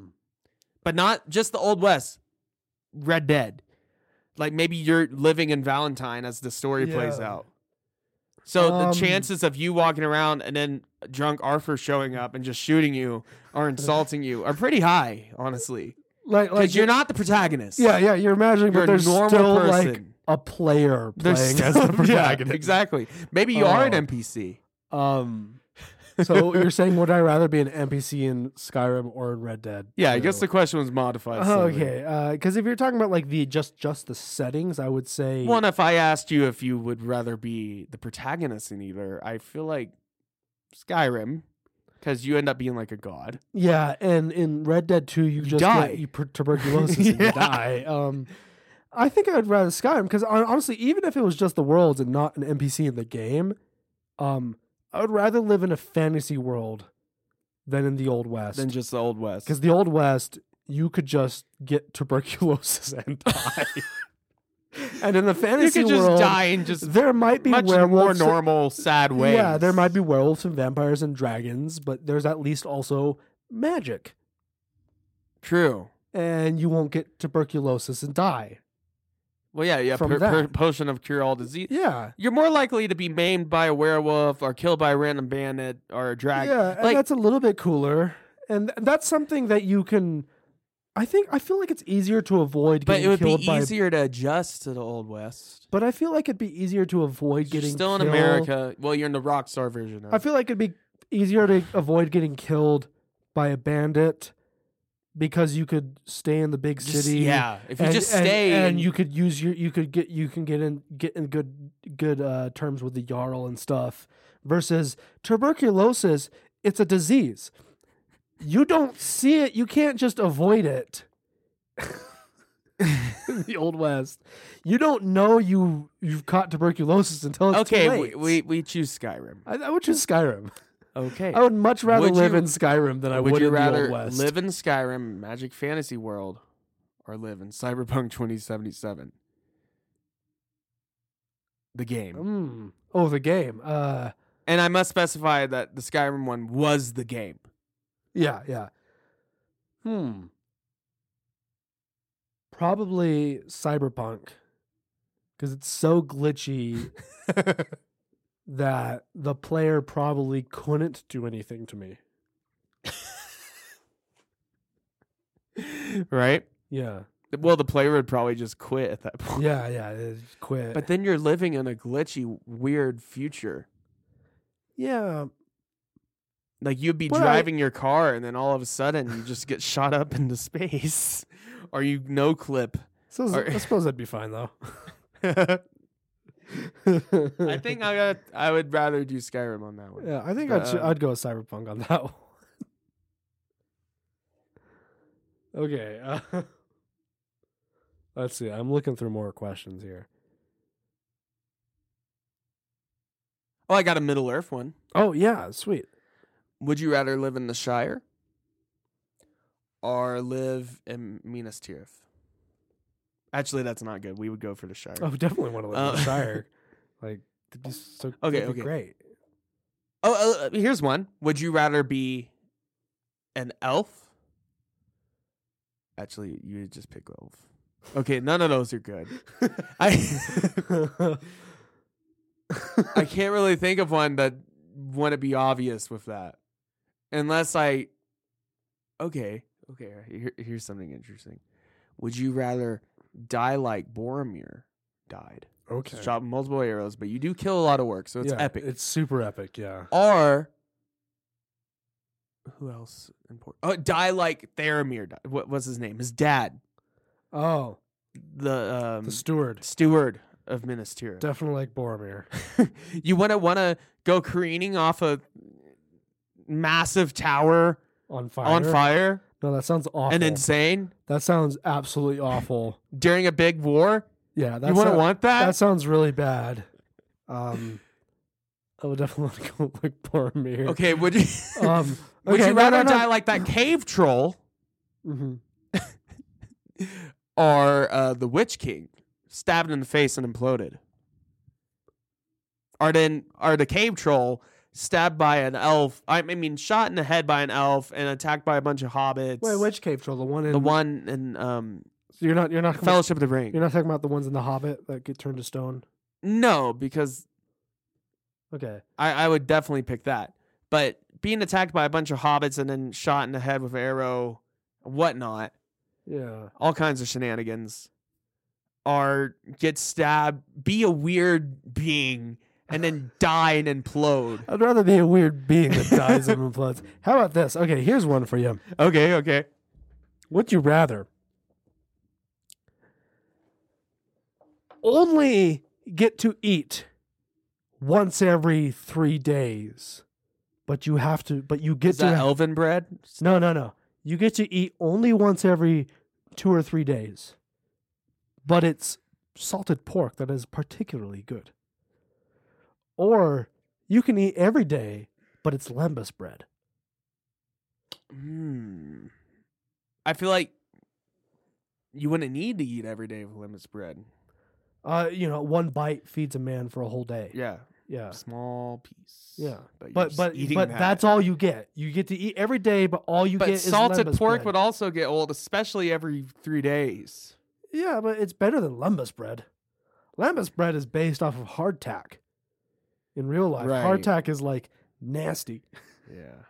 [SPEAKER 1] but not just the old west red dead like maybe you're living in valentine as the story plays
[SPEAKER 2] Yeah.
[SPEAKER 1] out so the
[SPEAKER 2] Um,
[SPEAKER 1] chances of you walking around and then drunk arthur showing up and just shooting you or insulting you are pretty high honestly
[SPEAKER 2] Like,
[SPEAKER 1] because
[SPEAKER 2] like
[SPEAKER 1] you're not the protagonist
[SPEAKER 2] Yeah, yeah. You're imagining,
[SPEAKER 1] you're a
[SPEAKER 2] but there's
[SPEAKER 1] normal
[SPEAKER 2] still
[SPEAKER 1] person
[SPEAKER 2] like a player
[SPEAKER 1] They're
[SPEAKER 2] playing as the
[SPEAKER 1] still- yeah,
[SPEAKER 2] protagonist.
[SPEAKER 1] exactly. Maybe you are an
[SPEAKER 2] Oh.
[SPEAKER 1] NPC.
[SPEAKER 2] Um, so you're saying would I rather be an NPC in Skyrim or in Red Dead?
[SPEAKER 1] Yeah, I guess
[SPEAKER 2] two?
[SPEAKER 1] the question was modified. slightly.
[SPEAKER 2] Oh, okay, because if you're talking about like the just just the settings, I would say
[SPEAKER 1] One, if I asked you if you would rather be the protagonist in either, I feel like Skyrim, because you end up being like a god.
[SPEAKER 2] Yeah, and in Red Dead Two,
[SPEAKER 1] You
[SPEAKER 2] you, just
[SPEAKER 1] die.
[SPEAKER 2] get you per- tuberculosis and
[SPEAKER 1] Yeah.
[SPEAKER 2] you die. Um, I think I'd rather Skyrim because honestly, even if it was just the worlds and not an NPC in the game, um, I would rather live in a fantasy world than in the old west.
[SPEAKER 1] Than just the old west.
[SPEAKER 2] Because the old west, you could just get tuberculosis and die. and in the
[SPEAKER 1] you
[SPEAKER 2] fantasy
[SPEAKER 1] could just
[SPEAKER 2] world,
[SPEAKER 1] die in just
[SPEAKER 2] there might be
[SPEAKER 1] much more
[SPEAKER 2] werewolves and-
[SPEAKER 1] normal, sad ways.
[SPEAKER 2] yeah, there might be werewolves and vampires and dragons, but there's at least also magic,
[SPEAKER 1] True.
[SPEAKER 2] and you won't get tuberculosis and die.
[SPEAKER 1] Well, yeah, yeah.
[SPEAKER 2] From
[SPEAKER 1] Per,
[SPEAKER 2] that.
[SPEAKER 1] per, potion of cure all disease.
[SPEAKER 2] Yeah,
[SPEAKER 1] You're more likely to be maimed by a werewolf or killed by a random bandit or a dragon.
[SPEAKER 2] yeah, and
[SPEAKER 1] like-
[SPEAKER 2] that's a little bit cooler, and th- that's something that you can. I think I feel like it's easier to avoid
[SPEAKER 1] But
[SPEAKER 2] getting
[SPEAKER 1] it would
[SPEAKER 2] killed
[SPEAKER 1] be
[SPEAKER 2] by.
[SPEAKER 1] easier to adjust to the old west.
[SPEAKER 2] But I feel like it'd be easier to avoid
[SPEAKER 1] You're
[SPEAKER 2] getting
[SPEAKER 1] still in
[SPEAKER 2] killed-
[SPEAKER 1] America. Well, you're in the rock star version. Of
[SPEAKER 2] I feel like it'd be easier to avoid getting killed by a bandit because you could stay in the big
[SPEAKER 1] Just-
[SPEAKER 2] city.
[SPEAKER 1] Yeah, if you
[SPEAKER 2] and,
[SPEAKER 1] just
[SPEAKER 2] and-
[SPEAKER 1] stay
[SPEAKER 2] and, you could use your you could get you can get in get in good good uh, terms with the jarl and stuff versus tuberculosis it's a disease you don't see it you can't just avoid it in the old west you don't know you you've caught tuberculosis until it's too
[SPEAKER 1] okay, we,
[SPEAKER 2] late.
[SPEAKER 1] we we choose Skyrim.
[SPEAKER 2] I, I would choose Skyrim
[SPEAKER 1] Okay,
[SPEAKER 2] I would much rather
[SPEAKER 1] Would
[SPEAKER 2] live
[SPEAKER 1] you-
[SPEAKER 2] in Skyrim than I would,
[SPEAKER 1] would you
[SPEAKER 2] in
[SPEAKER 1] rather
[SPEAKER 2] the old west
[SPEAKER 1] live in Skyrim, Magic Fantasy World, or live in Cyberpunk 2077? The game,
[SPEAKER 2] Mm. oh the game uh
[SPEAKER 1] and I must specify that the Skyrim one was the game.
[SPEAKER 2] Yeah, yeah. Hmm. Probably cyberpunk because it's so glitchy that the player probably couldn't do anything to me.
[SPEAKER 1] right?
[SPEAKER 2] Yeah,
[SPEAKER 1] Well, the player would probably just quit at that point.
[SPEAKER 2] yeah, yeah. it- Quit.
[SPEAKER 1] But then you're living in a glitchy, weird future.
[SPEAKER 2] yeah,
[SPEAKER 1] Like you'd be
[SPEAKER 2] But I-
[SPEAKER 1] driving your car, and then all of a sudden you just get shot up into space, or you no clip.
[SPEAKER 2] so
[SPEAKER 1] Or-
[SPEAKER 2] I suppose that'd be fine though.
[SPEAKER 1] I
[SPEAKER 2] I
[SPEAKER 1] think I got. I would rather do Skyrim on that one.
[SPEAKER 2] Yeah, I think I'd
[SPEAKER 1] Um,
[SPEAKER 2] I'd go with cyberpunk on that one. okay. Uh, let's see. I'm looking through more questions here.
[SPEAKER 1] Oh, I got a Middle Earth one.
[SPEAKER 2] Oh yeah, sweet.
[SPEAKER 1] Would you rather live in the Shire or live in Minas Tirith? Actually, that's not good. We would go for the Shire.
[SPEAKER 2] I would Oh, definitely want to live in
[SPEAKER 1] Uh,
[SPEAKER 2] the Shire. like that'd be so
[SPEAKER 1] Okay,
[SPEAKER 2] that'd
[SPEAKER 1] okay.
[SPEAKER 2] be great.
[SPEAKER 1] Oh, uh, uh, here's one. Would you rather be an elf? Actually, you would just pick elf. Okay, none of those are good. I I can't really think of one that wouldn't be obvious with that, unless I. Okay, okay. Here, here's something interesting. Would you rather die like Boromir died?
[SPEAKER 2] okay.
[SPEAKER 1] Shot multiple arrows, but you do kill a lot of work, so it's
[SPEAKER 2] Yeah,
[SPEAKER 1] epic.
[SPEAKER 2] It's super epic, yeah.
[SPEAKER 1] Or who else important? Oh, die like Theramir. di- What was his name? His dad,
[SPEAKER 2] Oh,
[SPEAKER 1] the, um,
[SPEAKER 2] the steward.
[SPEAKER 1] steward of Minas Tirith.
[SPEAKER 2] Definitely like Boromir.
[SPEAKER 1] you want to want to go careening off a massive tower
[SPEAKER 2] On fire.
[SPEAKER 1] on fire
[SPEAKER 2] No, that sounds awful.
[SPEAKER 1] and insane
[SPEAKER 2] that sounds absolutely awful.
[SPEAKER 1] during a big war.
[SPEAKER 2] Yeah, that's
[SPEAKER 1] You wouldn't
[SPEAKER 2] not-
[SPEAKER 1] want that.
[SPEAKER 2] That sounds really bad. Um, I would definitely go like Boromir.
[SPEAKER 1] okay, would you
[SPEAKER 2] Um,
[SPEAKER 1] would
[SPEAKER 2] okay,
[SPEAKER 1] you
[SPEAKER 2] no, no,
[SPEAKER 1] rather
[SPEAKER 2] no.
[SPEAKER 1] die like that cave troll
[SPEAKER 2] Mhm.
[SPEAKER 1] or uh, the Witch King, stabbed in the face and imploded? Or then, or the cave troll stabbed by an elf. I mean, shot in the head by an elf and attacked by a bunch of hobbits.
[SPEAKER 2] Wait, which cave troll? The one in
[SPEAKER 1] the one in um,
[SPEAKER 2] So you're not you're not
[SPEAKER 1] Fellowship of the Ring.
[SPEAKER 2] you're not talking about the ones in the Hobbit that get turned to stone.
[SPEAKER 1] No, because
[SPEAKER 2] Okay.
[SPEAKER 1] I, I would definitely pick that. But being attacked by a bunch of hobbits and then shot in the head with an arrow, whatnot,
[SPEAKER 2] Yeah.
[SPEAKER 1] all kinds of shenanigans. are get stabbed, be a weird being, and then die and implode.
[SPEAKER 2] I'd rather be a weird being that dies and implodes. How about this? Okay, here's one for you.
[SPEAKER 1] Okay, okay.
[SPEAKER 2] Would you rather only get to eat once every three days, but you have to, but you get
[SPEAKER 1] Is
[SPEAKER 2] to
[SPEAKER 1] that
[SPEAKER 2] ha-
[SPEAKER 1] elven bread?
[SPEAKER 2] no, no, no. You get to eat only once every two or three days, but it's salted pork that is particularly good. Or you can eat every day, but it's lembas bread.
[SPEAKER 1] Hmm. I feel like you wouldn't need to eat every day of lemons bread.
[SPEAKER 2] Uh, you know, one bite feeds a man for a whole day.
[SPEAKER 1] Yeah,
[SPEAKER 2] Yeah.
[SPEAKER 1] small piece.
[SPEAKER 2] Yeah.
[SPEAKER 1] but you're
[SPEAKER 2] But
[SPEAKER 1] just
[SPEAKER 2] but
[SPEAKER 1] eating
[SPEAKER 2] but
[SPEAKER 1] that.
[SPEAKER 2] that's all you get. You get to eat every day, but all you
[SPEAKER 1] But
[SPEAKER 2] get
[SPEAKER 1] salted
[SPEAKER 2] is lembas
[SPEAKER 1] pork would
[SPEAKER 2] bread.
[SPEAKER 1] also get old, especially every three days.
[SPEAKER 2] Yeah, but it's better than lembas bread. Lembas bread is based off of hardtack. In real life,
[SPEAKER 1] Right.
[SPEAKER 2] hardtack is like nasty.
[SPEAKER 1] Yeah.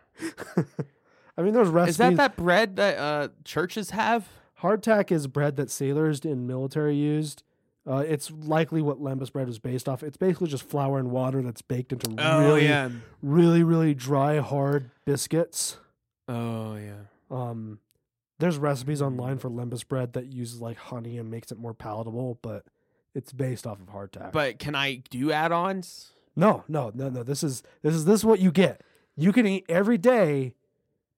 [SPEAKER 2] I mean, there's recipes.
[SPEAKER 1] Is that that bread that uh, churches have?
[SPEAKER 2] hardtack is bread that sailors and military used. Uh, it's likely what lembas bread is based off. It's basically just flour and water that's baked into
[SPEAKER 1] Oh,
[SPEAKER 2] really, really, really dry, hard biscuits.
[SPEAKER 1] Oh yeah.
[SPEAKER 2] Um, there's recipes online for lembas bread that uses like honey and makes it more palatable, but it's based off of hardtack.
[SPEAKER 1] But can I do add-ons?
[SPEAKER 2] no, no, no, no. This is this is this is what you get. You can eat every day,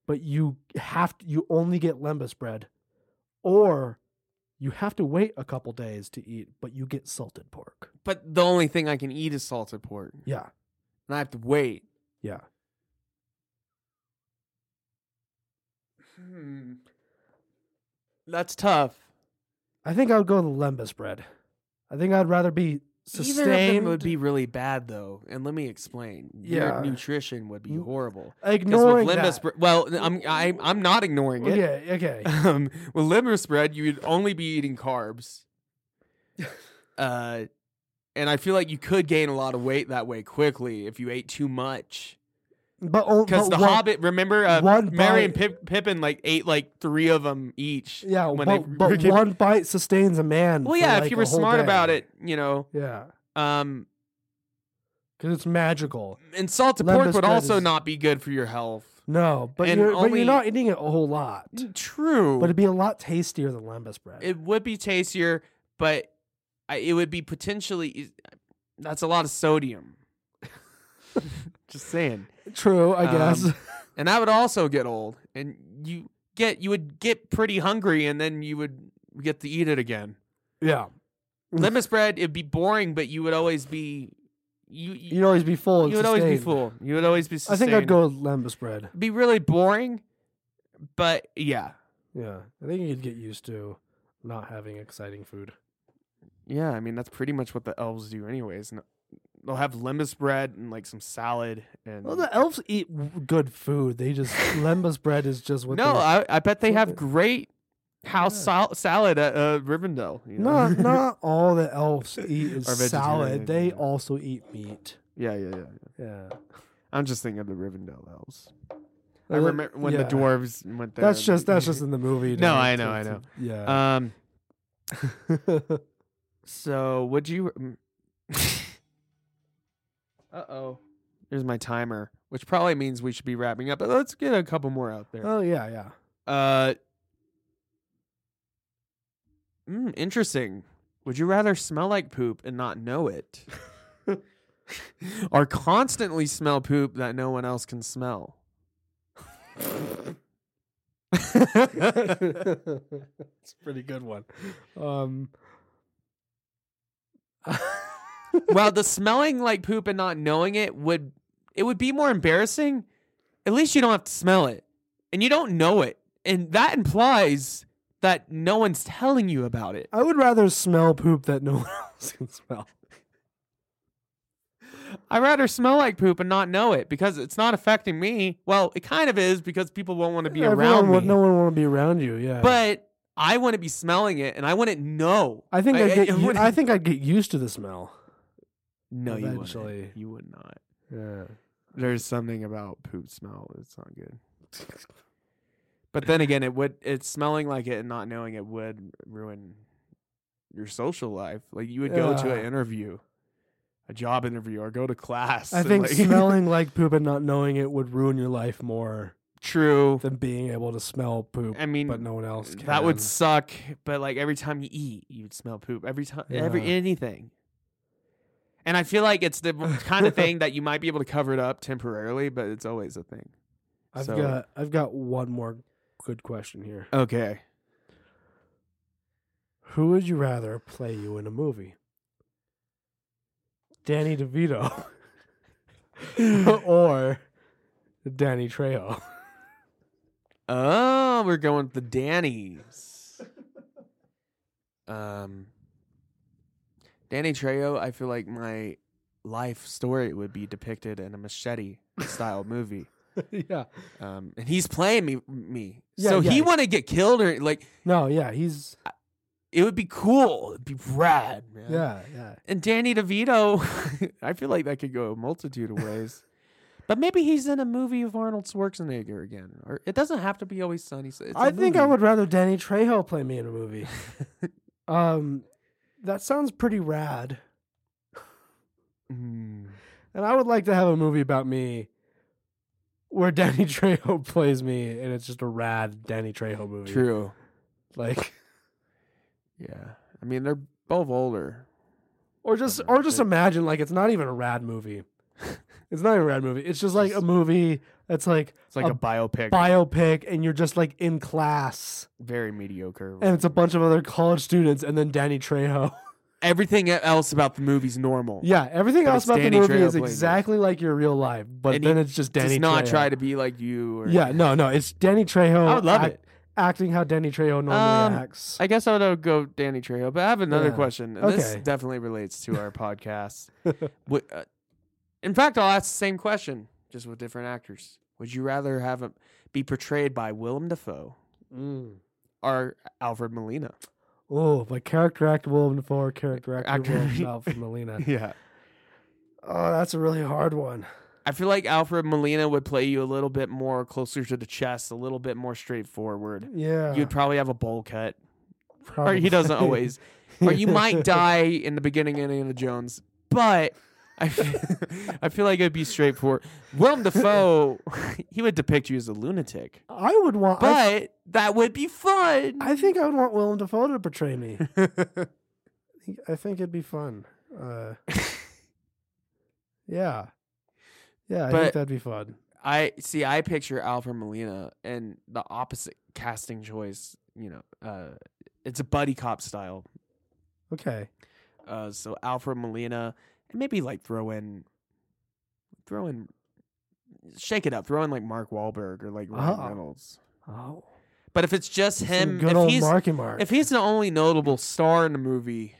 [SPEAKER 2] but you have to, you only get lembas bread, or you have to wait a couple days to eat, but you get salted pork.
[SPEAKER 1] But the only thing I can eat is salted pork,
[SPEAKER 2] Yeah,
[SPEAKER 1] and I have to wait.
[SPEAKER 2] yeah.
[SPEAKER 1] Hmm. That's tough.
[SPEAKER 2] I think I would go with lembas bread. I think I'd rather be sustained.
[SPEAKER 1] Even if them would be really bad though, and let me explain.
[SPEAKER 2] Yeah.
[SPEAKER 1] Your nutrition would be
[SPEAKER 2] Mm.
[SPEAKER 1] horrible. 'Cause
[SPEAKER 2] ignoring
[SPEAKER 1] with
[SPEAKER 2] that.
[SPEAKER 1] Limbus, bre- well, I'm I'm I'm not ignoring it.
[SPEAKER 2] okay, okay.
[SPEAKER 1] Um, with limbus bread, you'd only be eating carbs. Uh, and I feel like you could gain a lot of weight that way quickly if you ate too much.
[SPEAKER 2] But o-
[SPEAKER 1] Because
[SPEAKER 2] but
[SPEAKER 1] the
[SPEAKER 2] what-
[SPEAKER 1] Hobbit, remember, uh,
[SPEAKER 2] one
[SPEAKER 1] Mary and
[SPEAKER 2] bite-
[SPEAKER 1] Pip- Pippin like ate like three of them each.
[SPEAKER 2] Yeah,
[SPEAKER 1] when they
[SPEAKER 2] but, but
[SPEAKER 1] came-
[SPEAKER 2] one bite sustains a man.
[SPEAKER 1] Well,
[SPEAKER 2] for,
[SPEAKER 1] yeah,
[SPEAKER 2] like,
[SPEAKER 1] if you
[SPEAKER 2] a
[SPEAKER 1] were
[SPEAKER 2] whole
[SPEAKER 1] smart
[SPEAKER 2] day.
[SPEAKER 1] about it, you know.
[SPEAKER 2] yeah,
[SPEAKER 1] Um,
[SPEAKER 2] because it's magical.
[SPEAKER 1] and salted
[SPEAKER 2] Limbus
[SPEAKER 1] pork would
[SPEAKER 2] bread
[SPEAKER 1] also
[SPEAKER 2] is-
[SPEAKER 1] not be good for your health.
[SPEAKER 2] No, but
[SPEAKER 1] And
[SPEAKER 2] you're, but
[SPEAKER 1] only-
[SPEAKER 2] you're not eating it a whole lot.
[SPEAKER 1] True,
[SPEAKER 2] But it'd be a lot tastier than lambus bread.
[SPEAKER 1] it would be tastier, but I, it would be potentially e, that's a lot of sodium. Just saying,
[SPEAKER 2] True, I
[SPEAKER 1] Um,
[SPEAKER 2] guess.
[SPEAKER 1] and that would also get old, and you get you would get pretty hungry, and then you would get to eat it again.
[SPEAKER 2] yeah,
[SPEAKER 1] Limbus bread, it'd be boring, but you would always be you you,
[SPEAKER 2] you'd always be full. and
[SPEAKER 1] you would always be
[SPEAKER 2] sustained.
[SPEAKER 1] full. You would always be.
[SPEAKER 2] I
[SPEAKER 1] Sustained.
[SPEAKER 2] think I'd go with lambus bread.
[SPEAKER 1] be really boring, but yeah,
[SPEAKER 2] Yeah, I think you'd get used to not having exciting food.
[SPEAKER 1] Yeah, I mean that's pretty much what the elves do, anyways. And they'll have limbus bread and like some salad and.
[SPEAKER 2] Well, the elves eat w- good food. They just lambus bread is just what.
[SPEAKER 1] no,
[SPEAKER 2] they-
[SPEAKER 1] I, I bet they have
[SPEAKER 2] Yeah.
[SPEAKER 1] great house sal- salad at uh, Rivendell. You know?
[SPEAKER 2] not not all the elves eat is
[SPEAKER 1] Are vegetarian,
[SPEAKER 2] salad. They
[SPEAKER 1] yeah.
[SPEAKER 2] also eat meat.
[SPEAKER 1] yeah, yeah, yeah.
[SPEAKER 2] Yeah.
[SPEAKER 1] I'm just thinking of the Rivendell elves. I
[SPEAKER 2] Well, that-
[SPEAKER 1] remember when
[SPEAKER 2] Uh, yeah.
[SPEAKER 1] the dwarves went there.
[SPEAKER 2] That's just that's just in the movie.
[SPEAKER 1] No,
[SPEAKER 2] to-
[SPEAKER 1] I
[SPEAKER 2] to-
[SPEAKER 1] know, I
[SPEAKER 2] to-
[SPEAKER 1] know. Uh,
[SPEAKER 2] Yeah.
[SPEAKER 1] um. So would you? mm, uh oh. There's my timer, which probably means we should be wrapping up. But let's get a couple more out there.
[SPEAKER 2] oh yeah, yeah.
[SPEAKER 1] Uh, mm, interesting. Would you rather smell like poop and not know it, or constantly smell poop that no one else can smell?
[SPEAKER 2] it's a pretty good one. Um.
[SPEAKER 1] well, the smelling like poop and not knowing it would it would be more embarrassing. At least you don't have to smell it, and you don't know it, and that implies that no one's telling you about it.
[SPEAKER 2] I would rather smell poop that no one else can smell.
[SPEAKER 1] I'd rather smell like poop and not know it because it's not affecting me. Well, it kind of is because people won't want to be
[SPEAKER 2] Everyone
[SPEAKER 1] around
[SPEAKER 2] would,
[SPEAKER 1] me.
[SPEAKER 2] No one want to be around you. Yeah.
[SPEAKER 1] But I wouldn't be smelling it, and I wouldn't know.
[SPEAKER 2] I think I'd get. u-
[SPEAKER 1] wouldn't-
[SPEAKER 2] I think I'd get used to the smell.
[SPEAKER 1] no, you
[SPEAKER 2] eventually.
[SPEAKER 1] wouldn't. You would not.
[SPEAKER 2] Yeah.
[SPEAKER 1] There's something about poop smell. It's not good. But then again, it would. It's smelling like it and not knowing it would ruin your social life. Like you would go to
[SPEAKER 2] Yeah.
[SPEAKER 1] an interview, a job interview, or go to class.
[SPEAKER 2] I
[SPEAKER 1] and,
[SPEAKER 2] think
[SPEAKER 1] like,
[SPEAKER 2] smelling like poop and not knowing it would ruin your life more
[SPEAKER 1] true.
[SPEAKER 2] than being able to smell poop,
[SPEAKER 1] I mean,
[SPEAKER 2] but no one else can.
[SPEAKER 1] that would suck. But like every time you eat, you would smell poop. Every time, every
[SPEAKER 2] Yeah.
[SPEAKER 1] anything. And I feel like it's the kind of thing that you might be able to cover it up temporarily, but it's always a thing.
[SPEAKER 2] I've
[SPEAKER 1] so-
[SPEAKER 2] got I've got one more good question here.
[SPEAKER 1] Okay.
[SPEAKER 2] Who would you rather play you in a movie? Danny DeVito or Danny Trejo?
[SPEAKER 1] Oh, we're going with the Danny's. Um, Danny Trejo, I feel like my life story would be depicted in a machete style movie.
[SPEAKER 2] yeah.
[SPEAKER 1] Um, and he's playing me, me.
[SPEAKER 2] Yeah,
[SPEAKER 1] so he
[SPEAKER 2] yeah.
[SPEAKER 1] want to get killed or like
[SPEAKER 2] No, yeah, he's
[SPEAKER 1] it would be cool. It'd be rad, man.
[SPEAKER 2] yeah, yeah.
[SPEAKER 1] And Danny DeVito, I feel like that could go a multitude of ways. but maybe he's in a movie of Arnold Schwarzenegger again, or it doesn't have to be always sunny. So it's a
[SPEAKER 2] I think I
[SPEAKER 1] movie.
[SPEAKER 2] would rather Danny Trejo play me in a movie. um that sounds pretty rad.
[SPEAKER 1] Mm.
[SPEAKER 2] And I would like to have a movie about me where Danny Trejo plays me and it's just a rad Danny Trejo movie.
[SPEAKER 1] True.
[SPEAKER 2] Like
[SPEAKER 1] Yeah. I mean, they're both older.
[SPEAKER 2] or just
[SPEAKER 1] Whatever.
[SPEAKER 2] or just imagine like it's not even a rad movie. It's not even a rad movie. It's just like a
[SPEAKER 1] Just-
[SPEAKER 2] movie that's like
[SPEAKER 1] It's like
[SPEAKER 2] A
[SPEAKER 1] a, biopic,
[SPEAKER 2] biopic and you're just like in class
[SPEAKER 1] very mediocre.
[SPEAKER 2] and it's a bunch of other college students and then Danny Trejo.
[SPEAKER 1] Everything e-, else about the movie's normal.
[SPEAKER 2] yeah, everything
[SPEAKER 1] But
[SPEAKER 2] else
[SPEAKER 1] it's
[SPEAKER 2] about
[SPEAKER 1] Danny
[SPEAKER 2] the movie
[SPEAKER 1] Trejo
[SPEAKER 2] is
[SPEAKER 1] playing it.
[SPEAKER 2] exactly like your real life, but
[SPEAKER 1] And he
[SPEAKER 2] then it's just Danny
[SPEAKER 1] Does not
[SPEAKER 2] Trejo.
[SPEAKER 1] try to be like you. Or
[SPEAKER 2] Yeah, no, no, it's Danny Trejo.
[SPEAKER 1] I would love
[SPEAKER 2] act-
[SPEAKER 1] it.
[SPEAKER 2] acting how Danny Trejo normally
[SPEAKER 1] Um,
[SPEAKER 2] acts.
[SPEAKER 1] I guess I would go Danny Trejo, but I have another
[SPEAKER 2] Yeah.
[SPEAKER 1] question. And This
[SPEAKER 2] Okay.
[SPEAKER 1] definitely relates to our podcast. Would, uh, in fact, I'll ask the same question, just with different actors. Would you rather have a, be portrayed by Willem Dafoe or Alfred Molina?
[SPEAKER 2] Oh, Mm. but character actor Willem Dafoe, character actor,
[SPEAKER 1] Actor-
[SPEAKER 2] Willem Dafoe, Molina.
[SPEAKER 1] Yeah.
[SPEAKER 2] Oh, that's a really hard one.
[SPEAKER 1] I feel like Alfred Molina would play you a little bit more closer to the chest, a little bit more straightforward.
[SPEAKER 2] Yeah,
[SPEAKER 1] You'd probably have a bowl cut, or
[SPEAKER 2] probably.
[SPEAKER 1] he doesn't always, or you might die in the beginning of Indiana Jones. But I, feel, I feel like it'd be straightforward. Willem Dafoe, he would depict you as a lunatic,
[SPEAKER 2] I would want. I,
[SPEAKER 1] but that would be fun.
[SPEAKER 2] I think I would want Willem Dafoe to portray me. I think it'd be fun. Uh, yeah, yeah, I
[SPEAKER 1] But-
[SPEAKER 2] think that'd be fun.
[SPEAKER 1] I see. I picture Alfred Molina and the opposite casting choice. You know, uh, it's a buddy cop style
[SPEAKER 2] Okay,
[SPEAKER 1] Uh, so Alfred Molina, and maybe like throw in, throw in, shake it up. Throw in like Mark Wahlberg or like Ryan
[SPEAKER 2] Uh-uh.
[SPEAKER 1] Reynolds.
[SPEAKER 2] oh,
[SPEAKER 1] But if it's just him,
[SPEAKER 2] good
[SPEAKER 1] if
[SPEAKER 2] old
[SPEAKER 1] he's
[SPEAKER 2] Marky Mark.
[SPEAKER 1] if he's the only notable star in the movie,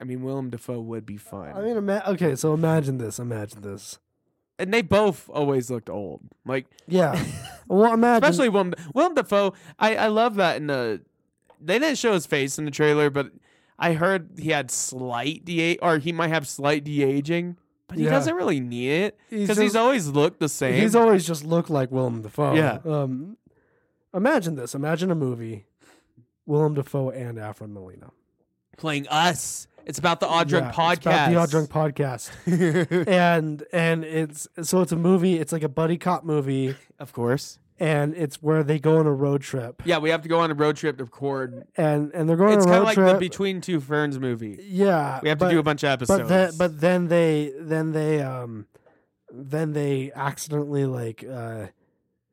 [SPEAKER 1] I mean Willem Dafoe would be fun.
[SPEAKER 2] I mean, ima- okay, so imagine this. Imagine this.
[SPEAKER 1] and they both always looked old. Like
[SPEAKER 2] Yeah. Well, imagine.
[SPEAKER 1] especially Willem, Willem Dafoe. I, I love that in the they didn't show his face in the trailer, but I heard he had slight de or he might have slight de aging, but he
[SPEAKER 2] Yeah.
[SPEAKER 1] doesn't really need it because he's,
[SPEAKER 2] just-
[SPEAKER 1] always looked the same.
[SPEAKER 2] He's always just looked like Willem Dafoe.
[SPEAKER 1] Yeah.
[SPEAKER 2] Um, imagine this. Imagine a movie, Willem Dafoe and Afro Molina.
[SPEAKER 1] playing us. It's about the Odd Drunk
[SPEAKER 2] Yeah,
[SPEAKER 1] podcast.
[SPEAKER 2] it's about the Odd Drunk Podcast. and and it's so it's a movie. It's like a buddy cop movie,
[SPEAKER 1] of course.
[SPEAKER 2] and it's where they go on a road trip.
[SPEAKER 1] Yeah, we have to go on a road trip to record.
[SPEAKER 2] And and they're going
[SPEAKER 1] it's
[SPEAKER 2] on a
[SPEAKER 1] kind of
[SPEAKER 2] road
[SPEAKER 1] like
[SPEAKER 2] trip.
[SPEAKER 1] the Between Two Ferns movie.
[SPEAKER 2] yeah.
[SPEAKER 1] We have
[SPEAKER 2] but-
[SPEAKER 1] to do a bunch of episodes.
[SPEAKER 2] but then but then they then they um then they accidentally like uh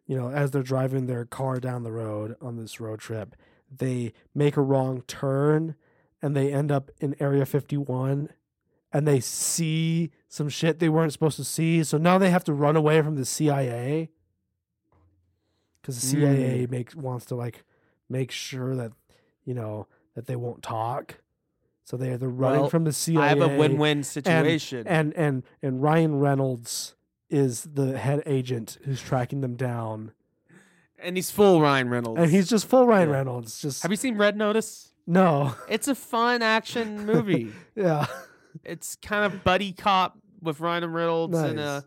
[SPEAKER 2] you know as they're driving their car down the road on this road trip they make a wrong turn and they end up in area 51 and they see some shit they weren't supposed to see so now they have to run away from the CIA cuz
[SPEAKER 1] Hmm.
[SPEAKER 2] the CIA makes wants to like make sure that you know that they won't talk so they're they're running
[SPEAKER 1] Well,
[SPEAKER 2] from the CIA
[SPEAKER 1] I have a win-win situation.
[SPEAKER 2] and and and Ryan Reynolds is the head agent who's tracking them down,
[SPEAKER 1] and he's full Ryan Reynolds.
[SPEAKER 2] and he's just full Ryan
[SPEAKER 1] Yeah.
[SPEAKER 2] Reynolds. Just
[SPEAKER 1] have you seen Red Notice?
[SPEAKER 2] no,
[SPEAKER 1] It's a fun action movie.
[SPEAKER 2] yeah,
[SPEAKER 1] it's kind of buddy cop with Ryan Reynolds and uh,
[SPEAKER 2] Nice.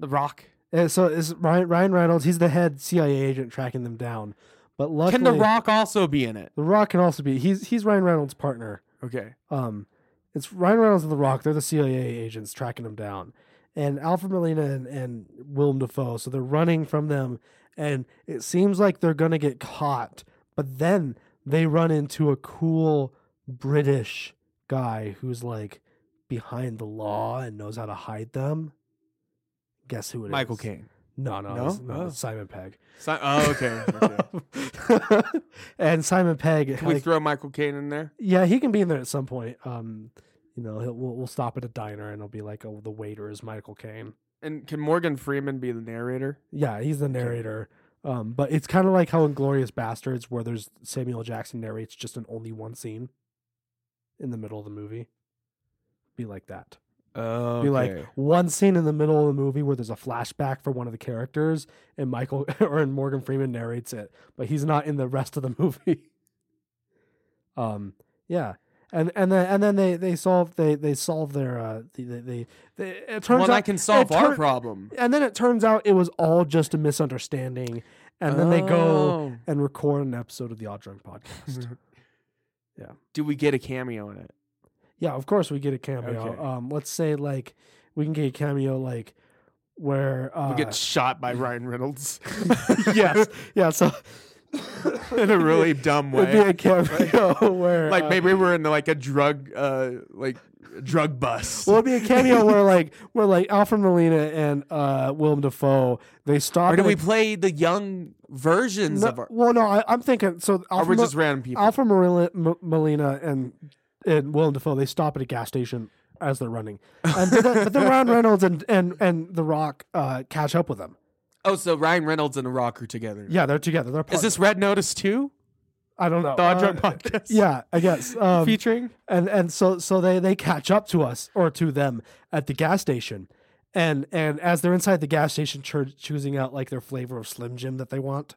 [SPEAKER 1] The Rock.
[SPEAKER 2] And so is Ryan, Ryan Reynolds. He's the head CIA agent tracking them down. But
[SPEAKER 1] Can
[SPEAKER 2] luckily,
[SPEAKER 1] The Rock also be in it?
[SPEAKER 2] The Rock can also be. He's he's Ryan Reynolds' partner.
[SPEAKER 1] Okay.
[SPEAKER 2] Um, it's Ryan Reynolds and The Rock. They're the CIA agents tracking them down, and Alfred Molina and, and Willem Dafoe. So they're running from them, and it seems like they're gonna get caught. But then they run into a cool British guy who's like behind the law and knows how to hide them. Guess who it is?
[SPEAKER 1] Michael Caine.
[SPEAKER 2] No, no,
[SPEAKER 1] No?
[SPEAKER 2] it's- no,
[SPEAKER 1] Oh.
[SPEAKER 2] it's Simon Pegg.
[SPEAKER 1] Si- oh, okay. okay.
[SPEAKER 2] and Simon Pegg.
[SPEAKER 1] Can we
[SPEAKER 2] like-
[SPEAKER 1] throw Michael Caine in there?
[SPEAKER 2] Yeah, he can be in there at some point. Um, you know, he'll, we'll, we'll stop at a diner and it'll be like, oh, the waiter is Michael Caine.
[SPEAKER 1] And can Morgan Freeman be the narrator?
[SPEAKER 2] Yeah, he's the narrator. Um, but it's kind of like how Inglorious Bastards, where there's Samuel Jackson narrates just an only one scene in the middle of the movie. Be like that.
[SPEAKER 1] Oh,
[SPEAKER 2] Be like one scene in the middle of the movie where there's a flashback for one of the characters, and Michael or and Morgan Freeman narrates it, but he's not in the rest of the movie. um, yeah, and and then and then they they solve they they solve their uh they they, they, they it turns
[SPEAKER 1] well,
[SPEAKER 2] out
[SPEAKER 1] I can solve
[SPEAKER 2] it
[SPEAKER 1] our
[SPEAKER 2] turn-
[SPEAKER 1] problem.
[SPEAKER 2] and then it turns out it was all just a misunderstanding, and then they
[SPEAKER 1] Oh.
[SPEAKER 2] go and record an episode of the Odd Drunk podcast. Yeah.
[SPEAKER 1] Do we get a cameo in it?
[SPEAKER 2] Yeah, of course we get a cameo.
[SPEAKER 1] Okay.
[SPEAKER 2] Um, let's say like we can get a cameo like where uh,
[SPEAKER 1] we get shot by Ryan Reynolds
[SPEAKER 2] yes, yeah. So
[SPEAKER 1] in a really dumb
[SPEAKER 2] it'd be
[SPEAKER 1] way.
[SPEAKER 2] a cameo where
[SPEAKER 1] Like
[SPEAKER 2] uh,
[SPEAKER 1] maybe we're in like a drug, uh, like drug bus.
[SPEAKER 2] Well, it'd be a cameo where like where like Alfred Molina and uh Willem Dafoe they stop.
[SPEAKER 1] or do
[SPEAKER 2] at
[SPEAKER 1] we
[SPEAKER 2] a-
[SPEAKER 1] play the young versions
[SPEAKER 2] no,
[SPEAKER 1] of our?
[SPEAKER 2] well, no, I, I'm thinking so.
[SPEAKER 1] Or
[SPEAKER 2] Alfred,
[SPEAKER 1] we're
[SPEAKER 2] Mo-
[SPEAKER 1] just random people.
[SPEAKER 2] Alfred Molina, M- Molina and and Willem Dafoe they stop at a gas station as they're running, and but then, but then Ryan Reynolds and and and The Rock uh catch up with them.
[SPEAKER 1] oh, so Ryan Reynolds and The Rock are together.
[SPEAKER 2] Yeah, they're together. They're
[SPEAKER 1] Is
[SPEAKER 2] partners.
[SPEAKER 1] this Red Notice too?
[SPEAKER 2] I don't know.
[SPEAKER 1] The Odd
[SPEAKER 2] Uh,
[SPEAKER 1] Drug Podcast.
[SPEAKER 2] Yeah, I guess. Um,
[SPEAKER 1] Featuring.
[SPEAKER 2] and and so so they they catch up to us or to them at the gas station and and as they're inside the gas station choo- choosing out like their flavor of slim jim that they want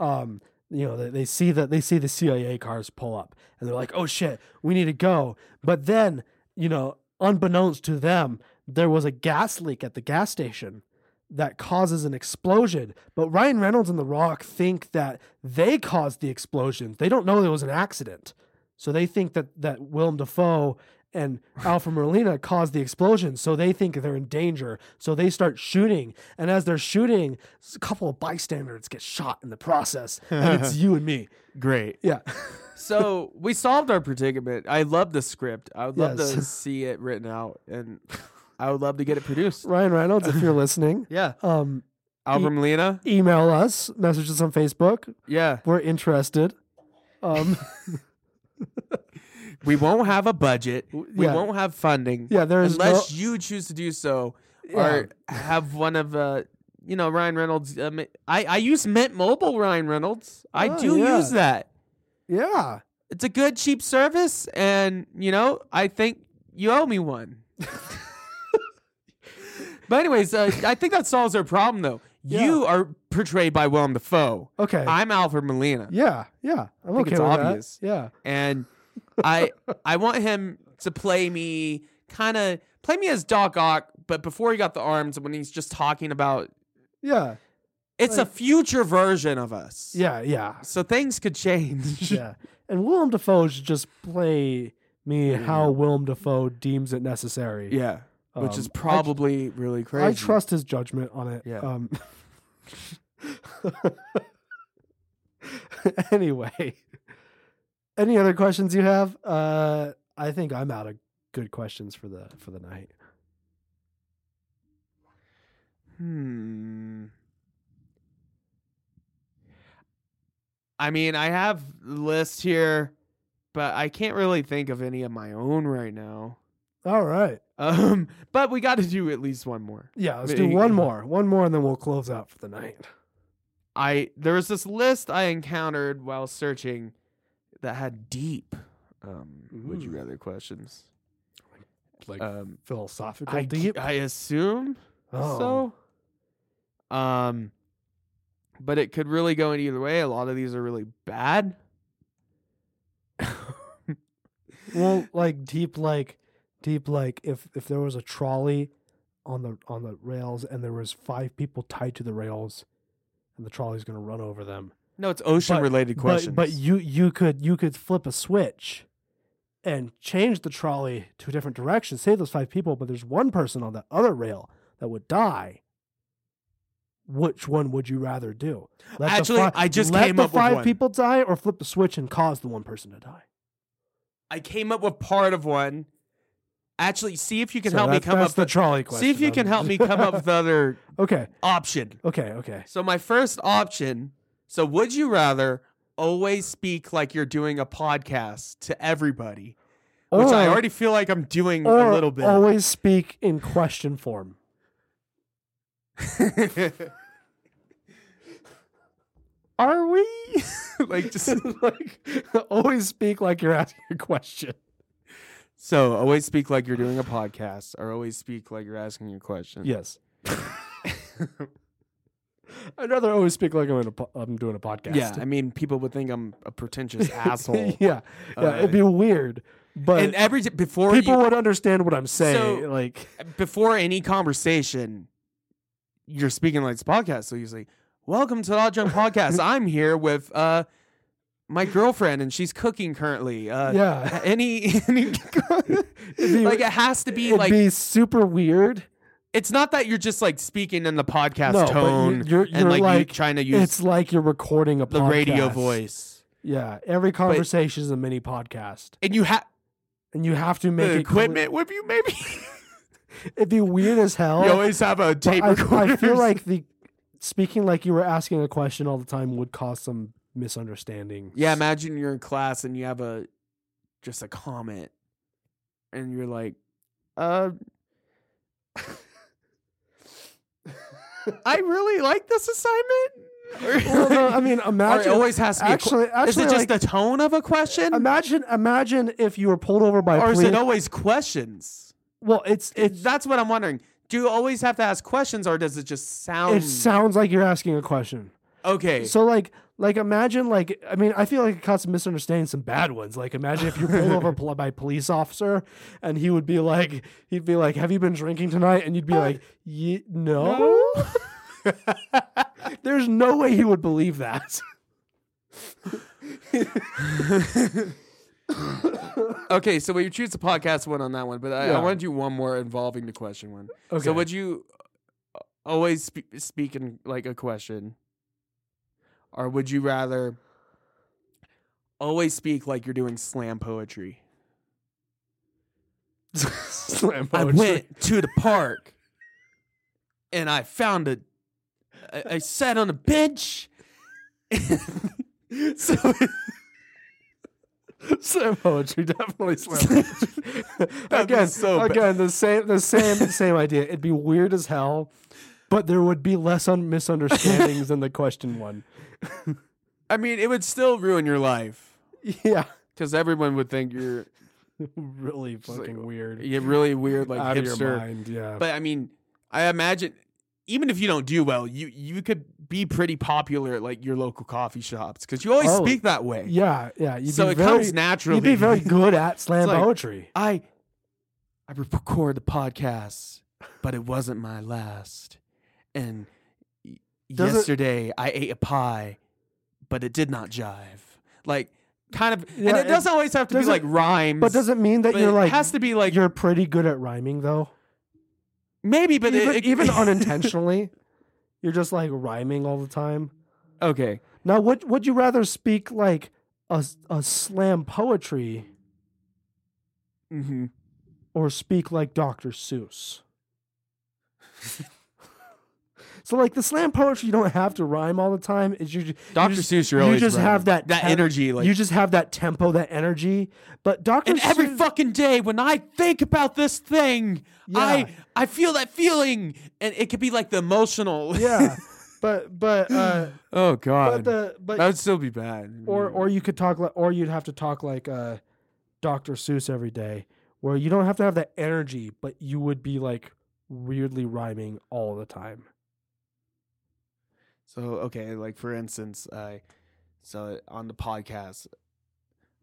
[SPEAKER 2] um you know they, they see that they see the cia cars pull up and they're like oh shit we need to go but then you know unbeknownst to them there was a gas leak at the gas station that causes an explosion but ryan reynolds and the rock think that they caused the explosion they don't know it was an accident so they think that that Willem Dafoe and Alfred Merlina caused the explosion. So they think they're in danger. So they start shooting, and as they're shooting, s- a couple of bystanders get shot in the process, and it's you and me.
[SPEAKER 1] Great.
[SPEAKER 2] Yeah,
[SPEAKER 1] So we solved our predicament. I love the script. I would love to
[SPEAKER 2] Yes.
[SPEAKER 1] see it written out, and I would love to get it produced.
[SPEAKER 2] Ryan Reynolds, if you're listening,
[SPEAKER 1] Yeah,
[SPEAKER 2] um,
[SPEAKER 1] Alvin Lena.
[SPEAKER 2] email us, message us on Facebook.
[SPEAKER 1] Yeah,
[SPEAKER 2] We're interested. Um,
[SPEAKER 1] we won't have a budget. We
[SPEAKER 2] yeah.
[SPEAKER 1] won't have funding.
[SPEAKER 2] yeah, there is
[SPEAKER 1] unless
[SPEAKER 2] no,
[SPEAKER 1] you choose to do so, or have one of uh, you know, Ryan Reynolds. Um, I I use Mint Mobile, Ryan Reynolds. I
[SPEAKER 2] Oh,
[SPEAKER 1] do
[SPEAKER 2] yeah.
[SPEAKER 1] use that.
[SPEAKER 2] yeah.
[SPEAKER 1] It's a good cheap service, and you know, I think you owe me one. but anyways, uh, I think that solves our problem though. You are portrayed by Willem Dafoe.
[SPEAKER 2] Okay.
[SPEAKER 1] I'm Alfred Molina,
[SPEAKER 2] yeah, yeah. I'm
[SPEAKER 1] think
[SPEAKER 2] okay
[SPEAKER 1] it's
[SPEAKER 2] with that.
[SPEAKER 1] obvious.
[SPEAKER 2] Yeah,
[SPEAKER 1] and I I want him to play me kind of play me as Doc Ock, but before he got the arms, when he's just talking about
[SPEAKER 2] yeah,
[SPEAKER 1] it's a
[SPEAKER 2] Like-
[SPEAKER 1] future version of us.
[SPEAKER 2] yeah, yeah.
[SPEAKER 1] So things could change.
[SPEAKER 2] yeah. And Willem Dafoe should just play me how Willem Dafoe deems it necessary.
[SPEAKER 1] Yeah. Which
[SPEAKER 2] Um,
[SPEAKER 1] is
[SPEAKER 2] I tr-
[SPEAKER 1] probably really crazy.
[SPEAKER 2] I trust his judgment on it.
[SPEAKER 1] Yeah.
[SPEAKER 2] Um, anyway, any other questions you have? Uh, I think I'm out of good questions for the for the night.
[SPEAKER 1] Hmm. I mean, I have the list here, but I can't really think of any of my own right now.
[SPEAKER 2] All right.
[SPEAKER 1] Um, but we got to do at least one more.
[SPEAKER 2] Yeah, let's
[SPEAKER 1] But
[SPEAKER 2] do
[SPEAKER 1] you-
[SPEAKER 2] one more. One more and then we'll close out for the night.
[SPEAKER 1] I there was this list I encountered while searching that had deep um would you
[SPEAKER 2] Ooh.
[SPEAKER 1] rather questions.
[SPEAKER 2] Like
[SPEAKER 1] Um
[SPEAKER 2] philosophical
[SPEAKER 1] I,
[SPEAKER 2] deep.
[SPEAKER 1] I assume
[SPEAKER 2] Oh.
[SPEAKER 1] so. Um, but it could really go in either way. A lot of these are really bad.
[SPEAKER 2] Well, like deep, like deep, like if if there was a trolley on the on the rails, and there was five people tied to the rails, and the trolley's going to run over them.
[SPEAKER 1] No, it's ocean related
[SPEAKER 2] But-
[SPEAKER 1] questions.
[SPEAKER 2] But, you you could you could flip a switch and change the trolley to a different direction, save those five people, but there's one person on the other rail that would die. Which one would you rather do? the
[SPEAKER 1] Actually,
[SPEAKER 2] fi-
[SPEAKER 1] I just
[SPEAKER 2] let
[SPEAKER 1] came
[SPEAKER 2] the
[SPEAKER 1] up with
[SPEAKER 2] five
[SPEAKER 1] one.
[SPEAKER 2] people die, or flip the switch and cause the one person to die.
[SPEAKER 1] I came up with part of one. Actually, see if you can
[SPEAKER 2] So
[SPEAKER 1] help me
[SPEAKER 2] that's-
[SPEAKER 1] come
[SPEAKER 2] that's
[SPEAKER 1] up
[SPEAKER 2] the
[SPEAKER 1] with-
[SPEAKER 2] trolley question.
[SPEAKER 1] See if you
[SPEAKER 2] I'm-
[SPEAKER 1] can help me come up with the other
[SPEAKER 2] okay,
[SPEAKER 1] option.
[SPEAKER 2] okay, okay.
[SPEAKER 1] So my first option, so would you rather always speak like you're doing a podcast to everybody? Which I
[SPEAKER 2] Or-
[SPEAKER 1] already feel like I'm doing
[SPEAKER 2] or
[SPEAKER 1] a little bit.
[SPEAKER 2] Always speak in question form.
[SPEAKER 1] Are we? like just
[SPEAKER 2] like always speak like you're asking a question.
[SPEAKER 1] so always speak like you're doing a podcast or always speak like you're asking a question.
[SPEAKER 2] Yes. I'd rather always speak like I'm in a po- I'm doing a podcast.
[SPEAKER 1] Yeah, I mean, people would think I'm a pretentious asshole.
[SPEAKER 2] yeah. Yeah,
[SPEAKER 1] Uh,
[SPEAKER 2] it'd be weird,
[SPEAKER 1] And
[SPEAKER 2] but
[SPEAKER 1] every t- before
[SPEAKER 2] people
[SPEAKER 1] you,
[SPEAKER 2] would understand what I'm saying.
[SPEAKER 1] So-
[SPEAKER 2] like,
[SPEAKER 1] before any conversation, you're speaking like it's a podcast. So you say, "Welcome to the Odd Drunk Podcast. I'm here with uh, my girlfriend, and she's cooking currently. Uh,
[SPEAKER 2] yeah,
[SPEAKER 1] Any, any like it has to be
[SPEAKER 2] it'd
[SPEAKER 1] like
[SPEAKER 2] be super weird.
[SPEAKER 1] it's not that you're just like speaking in the podcast
[SPEAKER 2] No, but you-
[SPEAKER 1] tone
[SPEAKER 2] you're-
[SPEAKER 1] and
[SPEAKER 2] you're
[SPEAKER 1] like, you
[SPEAKER 2] like,
[SPEAKER 1] trying to
[SPEAKER 2] it's
[SPEAKER 1] use
[SPEAKER 2] like you're recording a
[SPEAKER 1] the radio
[SPEAKER 2] podcast.
[SPEAKER 1] voice,
[SPEAKER 2] Yeah, every conversation is a mini podcast,
[SPEAKER 1] and you have
[SPEAKER 2] and you have to make
[SPEAKER 1] the
[SPEAKER 2] it clear-
[SPEAKER 1] equipment with you. Maybe
[SPEAKER 2] It'd be weird as hell.
[SPEAKER 1] you always have a
[SPEAKER 2] Oh, but
[SPEAKER 1] tape
[SPEAKER 2] I-
[SPEAKER 1] recorder.
[SPEAKER 2] I feel like the speaking like you were asking a question all the time would cause some misunderstanding.
[SPEAKER 1] Yeah, imagine you're in class and you have a just a comment, and you're like, "Uh, I really like this assignment." Or,
[SPEAKER 2] Well, no, I mean,
[SPEAKER 1] or it
[SPEAKER 2] imagine.
[SPEAKER 1] always has to be. a que-
[SPEAKER 2] actually, actually,
[SPEAKER 1] is it just
[SPEAKER 2] like,
[SPEAKER 1] the tone of a question,
[SPEAKER 2] imagine, imagine if you were pulled over by
[SPEAKER 1] or
[SPEAKER 2] a
[SPEAKER 1] is
[SPEAKER 2] police.
[SPEAKER 1] it always questions?
[SPEAKER 2] well, it's
[SPEAKER 1] It,
[SPEAKER 2] it's
[SPEAKER 1] that's what I'm wondering. Do you always have to ask questions, or does it just sound
[SPEAKER 2] it sounds like you're asking a question.
[SPEAKER 1] okay?
[SPEAKER 2] So like like imagine like I mean I feel like it caused some misunderstanding some bad ones. Like imagine if you pull over pol- by a police officer and he would be like he'd be like have you been drinking tonight and you'd be like "Ye- no. There's no way he would believe that.
[SPEAKER 1] okay, so we choose the podcast one on that one, but I, I
[SPEAKER 2] Yeah.
[SPEAKER 1] want to do one more involving the question one.
[SPEAKER 2] Okay.
[SPEAKER 1] So would you uh, always spe- speak in like a question, or would you rather always speak like you're doing slam poetry?
[SPEAKER 2] Slam
[SPEAKER 1] I
[SPEAKER 2] poetry.
[SPEAKER 1] went to the park, and I found a. I, I sat on a bench. so
[SPEAKER 2] slam poetry definitely slam poetry.
[SPEAKER 1] That'd be
[SPEAKER 2] again,
[SPEAKER 1] so bad.
[SPEAKER 2] again the same the same same idea. It'd be weird as hell, but there would be less un- misunderstandings than the question one.
[SPEAKER 1] I mean, it would still ruin your life
[SPEAKER 2] Yeah.
[SPEAKER 1] because everyone would think you're
[SPEAKER 2] really
[SPEAKER 1] like,
[SPEAKER 2] fucking weird.
[SPEAKER 1] you're really weird, like
[SPEAKER 2] Out
[SPEAKER 1] hipster.
[SPEAKER 2] of your mind, yeah.
[SPEAKER 1] But I mean, I imagine even if you don't do well, you you could be pretty popular at like your local coffee shops because you always
[SPEAKER 2] Oh,
[SPEAKER 1] speak that way.
[SPEAKER 2] yeah, yeah. You'd
[SPEAKER 1] so
[SPEAKER 2] be
[SPEAKER 1] it
[SPEAKER 2] very,
[SPEAKER 1] comes naturally.
[SPEAKER 2] You'd be very good at slam
[SPEAKER 1] like-
[SPEAKER 2] poetry.
[SPEAKER 1] I I record the podcast, but it wasn't my last. And y-
[SPEAKER 2] Does it-
[SPEAKER 1] yesterday I ate a pie, but it did not jive. Like kind of,
[SPEAKER 2] Yeah,
[SPEAKER 1] and it
[SPEAKER 2] it-
[SPEAKER 1] doesn't always have to be
[SPEAKER 2] doesn't-
[SPEAKER 1] like rhymes.
[SPEAKER 2] But does it mean that
[SPEAKER 1] but
[SPEAKER 2] you're like
[SPEAKER 1] it has to be like
[SPEAKER 2] you're pretty good at rhyming though?
[SPEAKER 1] maybe, but it-
[SPEAKER 2] even,
[SPEAKER 1] it,
[SPEAKER 2] even unintentionally, you're just like rhyming all the time.
[SPEAKER 1] okay.
[SPEAKER 2] Now, would would you rather speak like a s- a slam poetry
[SPEAKER 1] Mm-hmm.
[SPEAKER 2] or speak like Dr. Seuss? so like the slam poetry, you don't have to rhyme all the time. Is you
[SPEAKER 1] Dr.
[SPEAKER 2] just-
[SPEAKER 1] Seuss, you're
[SPEAKER 2] you
[SPEAKER 1] always
[SPEAKER 2] just have
[SPEAKER 1] right.
[SPEAKER 2] that
[SPEAKER 1] that
[SPEAKER 2] temp-
[SPEAKER 1] energy, like
[SPEAKER 2] you just have that tempo, that energy. But Doctor
[SPEAKER 1] and every
[SPEAKER 2] Seuss,
[SPEAKER 1] fucking day when I think about this thing,
[SPEAKER 2] Yeah.
[SPEAKER 1] I I feel that feeling, and it could be like the emotional.
[SPEAKER 2] yeah. But but uh,
[SPEAKER 1] oh
[SPEAKER 2] but
[SPEAKER 1] god,
[SPEAKER 2] the but
[SPEAKER 1] that would still be bad.
[SPEAKER 2] or or you could talk like or you'd have to talk like uh, Doctor Seuss every day, where you don't have to have that energy, but you would be like weirdly rhyming all the time.
[SPEAKER 1] so okay, like for instance, I so on the podcast,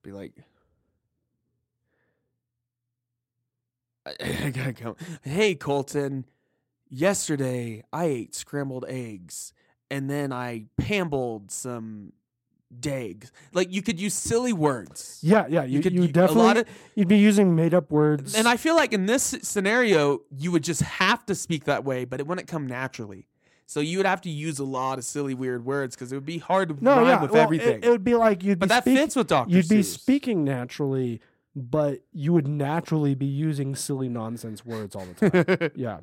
[SPEAKER 1] be like. I, I gotta go. Hey Colton, yesterday I ate scrambled eggs and then I pambled some dags. Like you could use silly words.
[SPEAKER 2] Yeah, yeah. You, you,
[SPEAKER 1] could u-
[SPEAKER 2] definitely
[SPEAKER 1] a lot of,
[SPEAKER 2] you'd be using made up words.
[SPEAKER 1] and I feel like in this scenario you would just have to speak that way, but it wouldn't come naturally. So you would have to use a lot of silly weird words because it would be hard to
[SPEAKER 2] no,
[SPEAKER 1] rhyme
[SPEAKER 2] yeah.
[SPEAKER 1] with
[SPEAKER 2] well, it-
[SPEAKER 1] everything.
[SPEAKER 2] It, would be like you'd
[SPEAKER 1] but
[SPEAKER 2] be
[SPEAKER 1] that
[SPEAKER 2] speak-
[SPEAKER 1] fits with Doctor.
[SPEAKER 2] you'd be
[SPEAKER 1] Seuss.
[SPEAKER 2] speaking naturally, but you would naturally be using silly nonsense words all the time. yeah.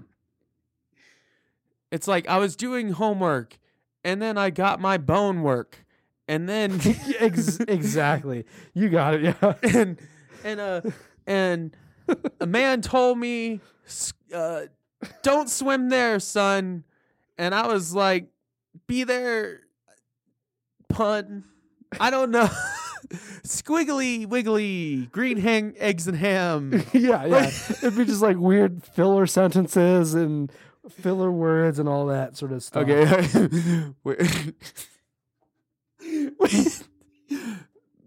[SPEAKER 1] it's like I was doing homework and then I got my bone work and then
[SPEAKER 2] Ex- exactly. You got it. Yeah.
[SPEAKER 1] and and uh and a man told me s- uh don't swim there son and i was like be there pun i don't know squiggly wiggly green hang eggs and ham
[SPEAKER 2] yeah, yeah. It'd be just like weird filler sentences and filler words and all that sort of stuff. Uh-huh.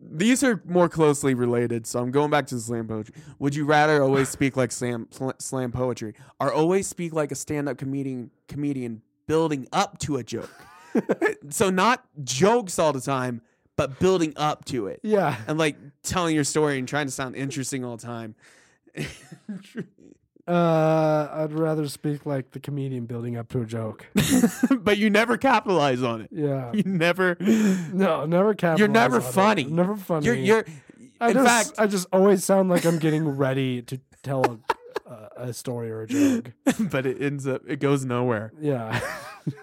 [SPEAKER 1] These are more closely related, so I'm going back to slam poetry. Would you rather always speak like slam sl- slam poetry, or always speak like a stand-up comedian comedian building up to a joke? so not jokes all the time, but building up to it,
[SPEAKER 2] Yeah.
[SPEAKER 1] and like telling your story and trying to sound interesting all the time.
[SPEAKER 2] Uh, I'd rather speak like the comedian building up to a joke.
[SPEAKER 1] but you never capitalize on it.
[SPEAKER 2] Yeah.
[SPEAKER 1] You never.
[SPEAKER 2] No, never capitalize.
[SPEAKER 1] never
[SPEAKER 2] on it.
[SPEAKER 1] funny.
[SPEAKER 2] Never funny.
[SPEAKER 1] You're you're.
[SPEAKER 2] I
[SPEAKER 1] in
[SPEAKER 2] just,
[SPEAKER 1] fact,
[SPEAKER 2] I just always sound like I'm getting ready to tell a, a, a story or a joke.
[SPEAKER 1] but it ends up it goes nowhere.
[SPEAKER 2] Yeah.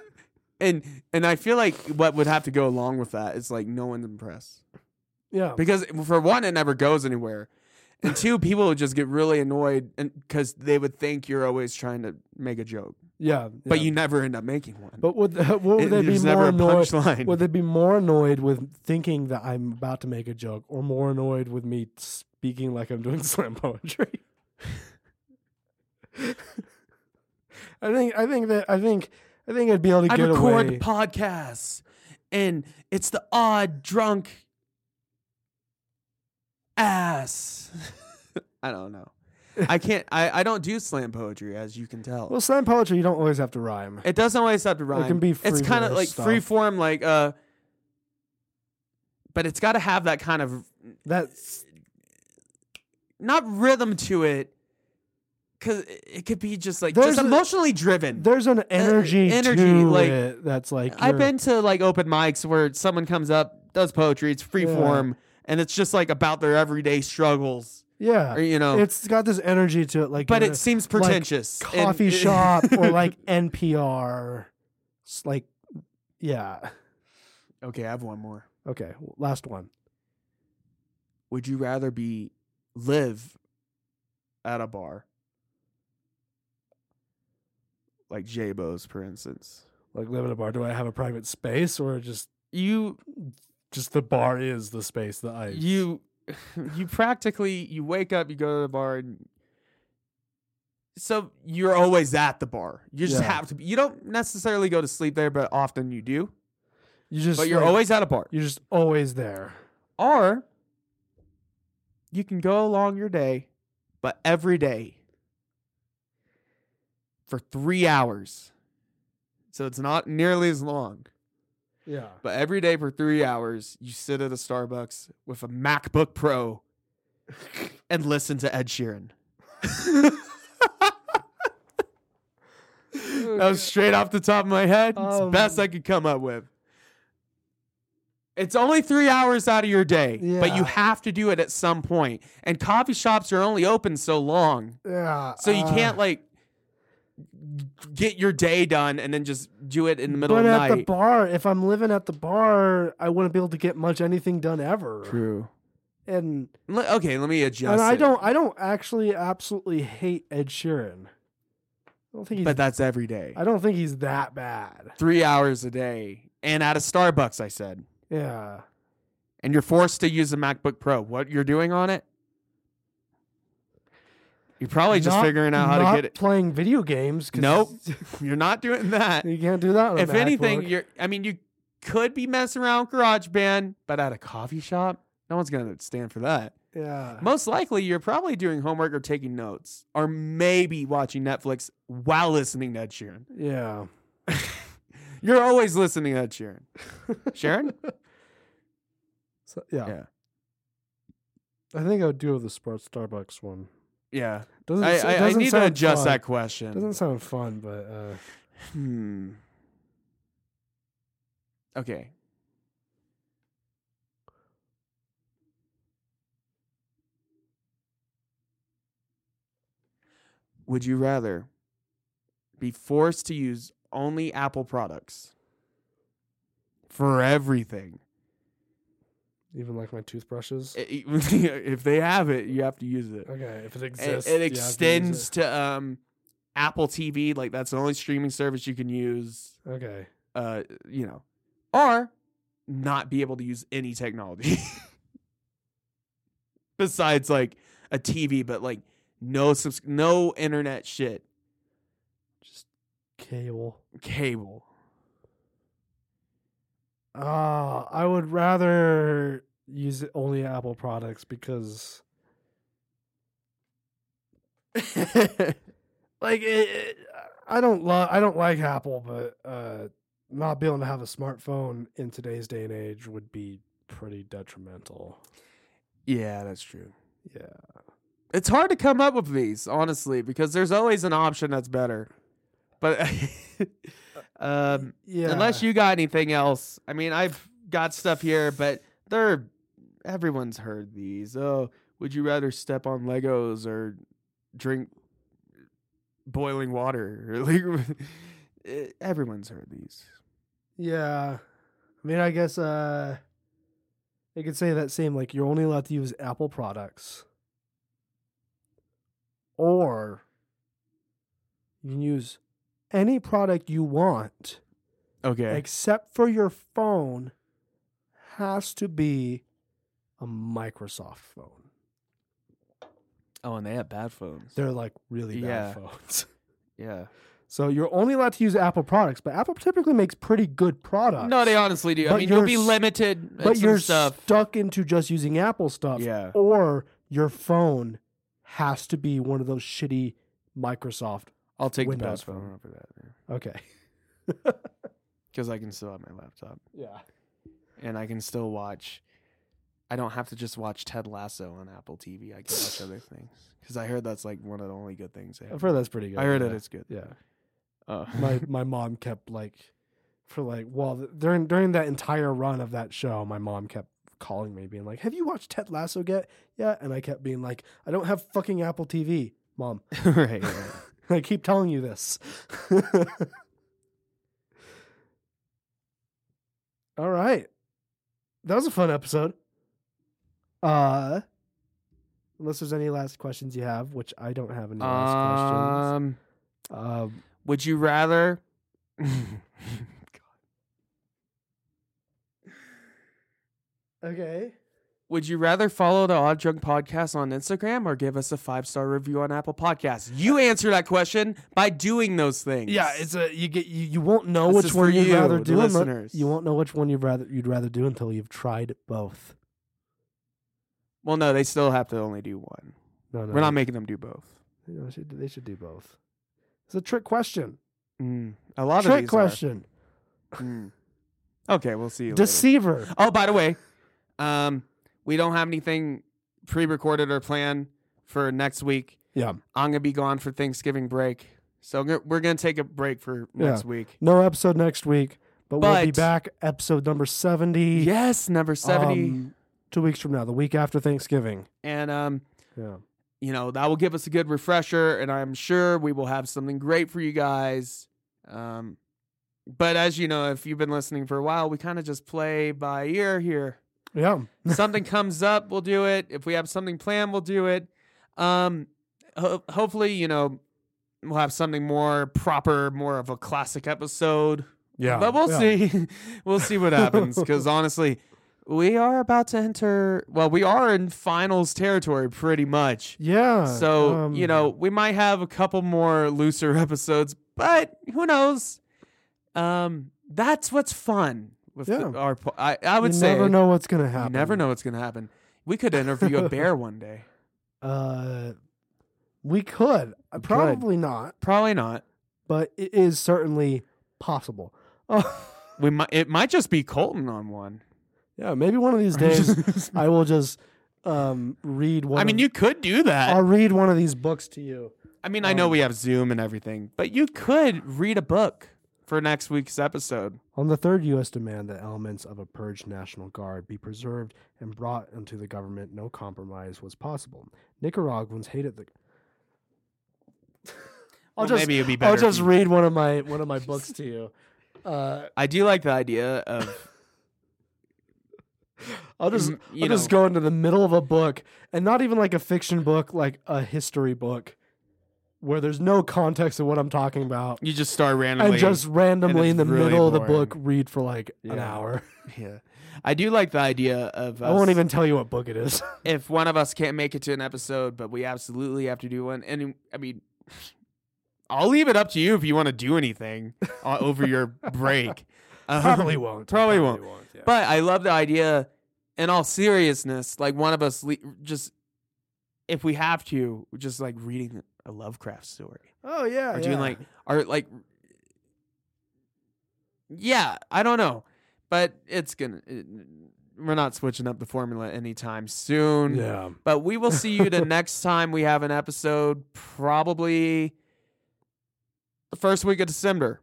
[SPEAKER 1] And and I feel like what would have to go along with that is like no one's impressed
[SPEAKER 2] Yeah.
[SPEAKER 1] because for one, it never goes anywhere, and two, people would just get really annoyed because they would think you're always trying to make a joke,
[SPEAKER 2] Yeah.
[SPEAKER 1] but
[SPEAKER 2] yeah.
[SPEAKER 1] you never end up making one.
[SPEAKER 2] But would the, what would
[SPEAKER 1] It-
[SPEAKER 2] they be
[SPEAKER 1] there's
[SPEAKER 2] more
[SPEAKER 1] never a
[SPEAKER 2] annoyed?
[SPEAKER 1] punchline.
[SPEAKER 2] Would they be more annoyed with thinking that I'm about to make a joke, or more annoyed with me speaking like I'm doing slam poetry? I think I think that I think I think I'd be able to
[SPEAKER 1] I
[SPEAKER 2] get
[SPEAKER 1] record
[SPEAKER 2] away.
[SPEAKER 1] podcasts, and it's the odd drunk ass. I don't know. I can't. I, I don't do slam poetry, as you can tell.
[SPEAKER 2] well, slam poetry you don't always have to rhyme.
[SPEAKER 1] It doesn't always have to rhyme.
[SPEAKER 2] can be
[SPEAKER 1] it's
[SPEAKER 2] free
[SPEAKER 1] kind of
[SPEAKER 2] verse
[SPEAKER 1] like
[SPEAKER 2] stuff.
[SPEAKER 1] free form, like uh. But it's got to have that kind of
[SPEAKER 2] That's
[SPEAKER 1] not rhythm to it, because it could be just like
[SPEAKER 2] There's
[SPEAKER 1] just
[SPEAKER 2] a-
[SPEAKER 1] emotionally driven.
[SPEAKER 2] there's an energy,
[SPEAKER 1] Uh, energy,
[SPEAKER 2] to
[SPEAKER 1] like-
[SPEAKER 2] it that's like
[SPEAKER 1] I've
[SPEAKER 2] you're-
[SPEAKER 1] been to like open mics where someone comes up, does poetry, it's free
[SPEAKER 2] Yeah.
[SPEAKER 1] form, and it's just like about their everyday struggles,
[SPEAKER 2] yeah.
[SPEAKER 1] or, you know.
[SPEAKER 2] it's got this energy to it, like
[SPEAKER 1] but
[SPEAKER 2] you're-
[SPEAKER 1] it seems pretentious. and- uh,
[SPEAKER 2] coffee shop or like NPR. It's like, yeah.
[SPEAKER 1] okay, I have one more.
[SPEAKER 2] Okay, w- last one.
[SPEAKER 1] Would you rather be live at a bar? Like J-Bo's, for instance.
[SPEAKER 2] Like live in a bar. Do I have a private space or just
[SPEAKER 1] You
[SPEAKER 2] just the bar is the space that I
[SPEAKER 1] you you practically you wake up, you go to the bar and so you're always at the bar. You just
[SPEAKER 2] Yeah.
[SPEAKER 1] have to be you don't necessarily go to sleep there, but often you do.
[SPEAKER 2] you just
[SPEAKER 1] But you're
[SPEAKER 2] like,
[SPEAKER 1] always at a bar.
[SPEAKER 2] you're just always there.
[SPEAKER 1] Or you can go along your day, but every day for three hours. So it's not nearly as long,
[SPEAKER 2] Yeah.
[SPEAKER 1] but every day for three hours, you sit at a Starbucks with a MacBook Pro and listen to Ed Sheeran. That was straight off the top of my head. It's the
[SPEAKER 2] Um,
[SPEAKER 1] best I could come up with. It's only three hours out of your day, but you
[SPEAKER 2] Yeah.
[SPEAKER 1] have to do it at some point. And coffee shops are only open so long.
[SPEAKER 2] Yeah.
[SPEAKER 1] So you
[SPEAKER 2] uh,
[SPEAKER 1] can't like get your day done and then just do it in the middle of
[SPEAKER 2] but
[SPEAKER 1] the
[SPEAKER 2] at the
[SPEAKER 1] night.
[SPEAKER 2] bar, if I'm living at the bar, I wouldn't be able to get much anything done ever.
[SPEAKER 1] True.
[SPEAKER 2] And
[SPEAKER 1] okay, let me adjust.
[SPEAKER 2] and I
[SPEAKER 1] it.
[SPEAKER 2] don't I don't actually absolutely hate Ed Sheeran. I don't think he's
[SPEAKER 1] But that's every day.
[SPEAKER 2] I don't think he's that bad.
[SPEAKER 1] Three hours a day. And at a Starbucks, I said.
[SPEAKER 2] Yeah.
[SPEAKER 1] and you're forced to use a MacBook Pro, what you're doing on it? You're probably just
[SPEAKER 2] Not-
[SPEAKER 1] figuring out how
[SPEAKER 2] not
[SPEAKER 1] to get it.
[SPEAKER 2] Playing video games. 'cause
[SPEAKER 1] Nope. You're not doing that.
[SPEAKER 2] you can't do that. On a
[SPEAKER 1] If anything,
[SPEAKER 2] MacBook.
[SPEAKER 1] you're I mean you could be messing around with GarageBand, but at a coffee shop, no one's gonna stand for that.
[SPEAKER 2] Yeah.
[SPEAKER 1] Most likely, you're probably doing homework or taking notes, or maybe watching Netflix while listening to Ed Sheeran.
[SPEAKER 2] Yeah.
[SPEAKER 1] You're always listening to Ed Sheeran. Sharon?
[SPEAKER 2] So, yeah.
[SPEAKER 1] Yeah.
[SPEAKER 2] I think I would do the Spar- Starbucks one.
[SPEAKER 1] Yeah.
[SPEAKER 2] Doesn't,
[SPEAKER 1] I,
[SPEAKER 2] s-
[SPEAKER 1] I, I
[SPEAKER 2] doesn't
[SPEAKER 1] need to
[SPEAKER 2] sound
[SPEAKER 1] adjust
[SPEAKER 2] fun.
[SPEAKER 1] that question.
[SPEAKER 2] Doesn't sound fun, but uh,
[SPEAKER 1] Hmm. Okay. Would you rather be forced to use only Apple products for everything?
[SPEAKER 2] even like my toothbrushes.
[SPEAKER 1] I- If they have it, you have to use it.
[SPEAKER 2] okay, if it
[SPEAKER 1] It,
[SPEAKER 2] exists,
[SPEAKER 1] it
[SPEAKER 2] yeah, I can use
[SPEAKER 1] extends to um, Apple TV. Like, that's the only streaming service you can use.
[SPEAKER 2] it. Okay.
[SPEAKER 1] uh, you know, or not be able to use any technology besides like a TV, but like no subs- no internet shit,
[SPEAKER 2] Just cable.
[SPEAKER 1] cable.
[SPEAKER 2] Ah, I would rather use only Apple products because like it, it, I don't love I don't like Apple, but uh, not being able to have a smartphone in today's day and age would be pretty detrimental.
[SPEAKER 1] yeah, that's true.
[SPEAKER 2] Yeah,
[SPEAKER 1] It's hard to come up with these honestly because there's always an option that's better, but um,
[SPEAKER 2] yeah.
[SPEAKER 1] unless you got anything else, I mean, I've got stuff here, but they're everyone's heard these. Oh, would you rather step on Legos or drink boiling water? Like, eh, everyone's heard these.
[SPEAKER 2] yeah, I mean, I guess uh, they could say that same like you're only allowed to use Apple products, or you can use any product you want.
[SPEAKER 1] Okay.
[SPEAKER 2] except for your phone, has to be a Microsoft phone.
[SPEAKER 1] oh, and they have bad phones.
[SPEAKER 2] They're like really bad
[SPEAKER 1] Yeah.
[SPEAKER 2] phones.
[SPEAKER 1] Yeah.
[SPEAKER 2] So you're only allowed to use Apple products, but Apple typically makes pretty good products.
[SPEAKER 1] No, they honestly do. I
[SPEAKER 2] But
[SPEAKER 1] mean, you'll
[SPEAKER 2] you're
[SPEAKER 1] be
[SPEAKER 2] s-
[SPEAKER 1] limited. at
[SPEAKER 2] But
[SPEAKER 1] some
[SPEAKER 2] you're
[SPEAKER 1] stuff.
[SPEAKER 2] stuck into just using Apple stuff.
[SPEAKER 1] Yeah.
[SPEAKER 2] Or your phone has to be one of those shitty Microsoft.
[SPEAKER 1] I'll take
[SPEAKER 2] Windows
[SPEAKER 1] the bad phone
[SPEAKER 2] phone.
[SPEAKER 1] over that
[SPEAKER 2] Okay.
[SPEAKER 1] because I can still have my laptop.
[SPEAKER 2] Yeah.
[SPEAKER 1] and I can still watch. I don't have to just watch Ted Lasso on Apple TV. I can watch other things because I heard that's like one of the only good things. They
[SPEAKER 2] I've
[SPEAKER 1] have.
[SPEAKER 2] heard that's pretty good.
[SPEAKER 1] I heard
[SPEAKER 2] yeah.
[SPEAKER 1] that it's good.
[SPEAKER 2] Yeah.
[SPEAKER 1] Uh,
[SPEAKER 2] my my mom kept like for like well th- during during that entire run of that show my mom kept calling me being like have you watched ted lasso yet yeah and i kept being like i don't have fucking apple tv mom
[SPEAKER 1] right, right.
[SPEAKER 2] i keep telling you this all right that was a fun episode uh unless there's any last questions you have which i don't have any last
[SPEAKER 1] Um,
[SPEAKER 2] questions um
[SPEAKER 1] would you rather?
[SPEAKER 2] okay
[SPEAKER 1] would you rather follow the Odd Drunk Podcast on Instagram or give us a five star review on Apple Podcasts? You answer that question by doing those things.
[SPEAKER 2] Yeah, it's a you get you, you won't know
[SPEAKER 1] This is
[SPEAKER 2] which
[SPEAKER 1] for
[SPEAKER 2] one you'd
[SPEAKER 1] you,
[SPEAKER 2] rather
[SPEAKER 1] the
[SPEAKER 2] do. unle-
[SPEAKER 1] listeners.
[SPEAKER 2] you won't know which one you'd rather you'd rather do until you've tried both.
[SPEAKER 1] well, no, they still have to only do one.
[SPEAKER 2] No, no,
[SPEAKER 1] We're not making them do both.
[SPEAKER 2] you know, they should, they should do both. It's a trick question.
[SPEAKER 1] Mm. A lot of
[SPEAKER 2] Trick
[SPEAKER 1] these
[SPEAKER 2] question.
[SPEAKER 1] Are. Mm. Okay, we'll see. You later.
[SPEAKER 2] Deceiver.
[SPEAKER 1] Oh, by the way, um, we don't have anything pre-recorded or planned for next week.
[SPEAKER 2] Yeah.
[SPEAKER 1] I'm gonna be gone for Thanksgiving break, so g- we're gonna take a break for next week.
[SPEAKER 2] No episode next week, but, we'll be
[SPEAKER 1] But-
[SPEAKER 2] back episode number seventy.
[SPEAKER 1] Yes, number seventy,
[SPEAKER 2] um, two weeks from now, the week after Thanksgiving.
[SPEAKER 1] and um,
[SPEAKER 2] Yeah.
[SPEAKER 1] you know that will give us a good refresher, and I'm sure we will have something great for you guys. Um, but as you know, if you've been listening for a while, we kind of just play by ear here.
[SPEAKER 2] Yeah.
[SPEAKER 1] something comes up, we'll do it. If we have something planned, we'll do it. Um, ho- hopefully, you know, we'll have something more proper, more of a classic episode.
[SPEAKER 2] Yeah.
[SPEAKER 1] but we'll
[SPEAKER 2] Ah, Yeah.
[SPEAKER 1] see. we'll see what happens. Because honestly, we are about to enter. Well, we are in finals territory, pretty much.
[SPEAKER 2] Yeah.
[SPEAKER 1] So
[SPEAKER 2] um,
[SPEAKER 1] you know, we might have a couple more looser episodes, but who knows? Um, that's what's fun with the-
[SPEAKER 2] Yeah.
[SPEAKER 1] our. po- I, I would
[SPEAKER 2] you
[SPEAKER 1] say
[SPEAKER 2] never know what's gonna
[SPEAKER 1] you
[SPEAKER 2] happen.
[SPEAKER 1] never know what's going to happen. We could interview a bear one day.
[SPEAKER 2] Uh, we could. Uh,
[SPEAKER 1] could.
[SPEAKER 2] Probably not,
[SPEAKER 1] Probably not.
[SPEAKER 2] but it is certainly possible. Oh,
[SPEAKER 1] We might. It might just be Colton on one.
[SPEAKER 2] yeah, maybe one of these days I will just um, read one.
[SPEAKER 1] I mean,
[SPEAKER 2] of-
[SPEAKER 1] you could do that.
[SPEAKER 2] I'll read one of these books to you.
[SPEAKER 1] I mean, I know
[SPEAKER 2] um,
[SPEAKER 1] we have Zoom and everything, but you could read a book for next week's episode.
[SPEAKER 2] On the third U.S. demand that elements of a purged National Guard be preserved and brought into the government, no compromise was possible. Nicaraguans hated the. I'll
[SPEAKER 1] Well,
[SPEAKER 2] just
[SPEAKER 1] maybe it'd be better.
[SPEAKER 2] I'll
[SPEAKER 1] if
[SPEAKER 2] just
[SPEAKER 1] you-
[SPEAKER 2] read one of my one of my books to you. Uh,
[SPEAKER 1] I do like the idea of
[SPEAKER 2] I'll just
[SPEAKER 1] Mm, you
[SPEAKER 2] I'll just go into the middle of a book and not even like a fiction book, like a history book, where there's no context of what I'm talking about,
[SPEAKER 1] you just start randomly.
[SPEAKER 2] and just randomly in
[SPEAKER 1] it's
[SPEAKER 2] the
[SPEAKER 1] really
[SPEAKER 2] middle of the
[SPEAKER 1] boring.
[SPEAKER 2] book read for like an
[SPEAKER 1] Yeah.
[SPEAKER 2] hour.
[SPEAKER 1] yeah, I do like the idea of.
[SPEAKER 2] I won't
[SPEAKER 1] us-
[SPEAKER 2] even tell you what book it is.
[SPEAKER 1] if one of us can't make it to an episode, but we absolutely have to do one. And I mean, I'll leave it up to you if you want to do anything uh, over your break. Um,
[SPEAKER 2] probably won't.
[SPEAKER 1] probably won't.
[SPEAKER 2] yeah.
[SPEAKER 1] But I love the idea. In all seriousness, like one of us, le- just if we have to, just like reading a Lovecraft story
[SPEAKER 2] oh yeah,
[SPEAKER 1] or
[SPEAKER 2] yeah.
[SPEAKER 1] doing like or like, yeah, I don't know, but it's gonna. It, we're not switching up the formula anytime soon.
[SPEAKER 2] yeah.
[SPEAKER 1] But we will see you the next time we have an episode, probably the first week of December.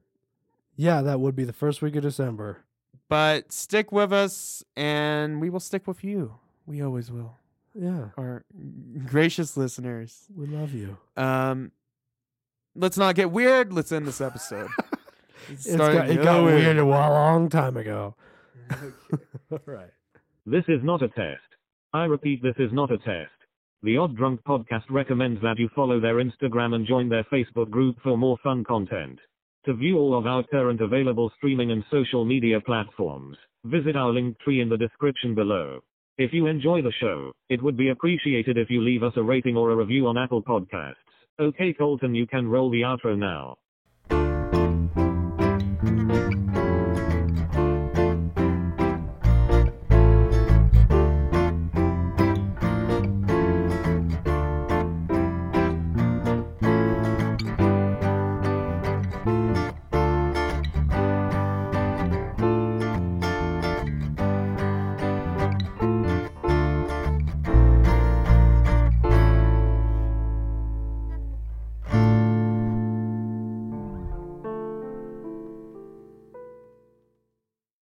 [SPEAKER 2] Yeah, that would be the first week of December.
[SPEAKER 1] But stick with us, and we will stick with you. We always will,
[SPEAKER 2] Yeah,
[SPEAKER 1] our gracious listeners.
[SPEAKER 2] we love you.
[SPEAKER 1] Um, let's not get weird. Let's end this episode. It's
[SPEAKER 2] It's got, it got weird a wa- long time ago. All right.
[SPEAKER 3] This is not a test. I repeat, this is not a test. The Odd Drunk Podcast recommends that you follow their Instagram and join their Facebook group for more fun content. To view all of our current available streaming and social media platforms, visit our link tree in the description below. If you enjoy the show, it would be appreciated if you leave us a rating or a review on Apple Podcasts. Okay, Colton, you can roll the outro now.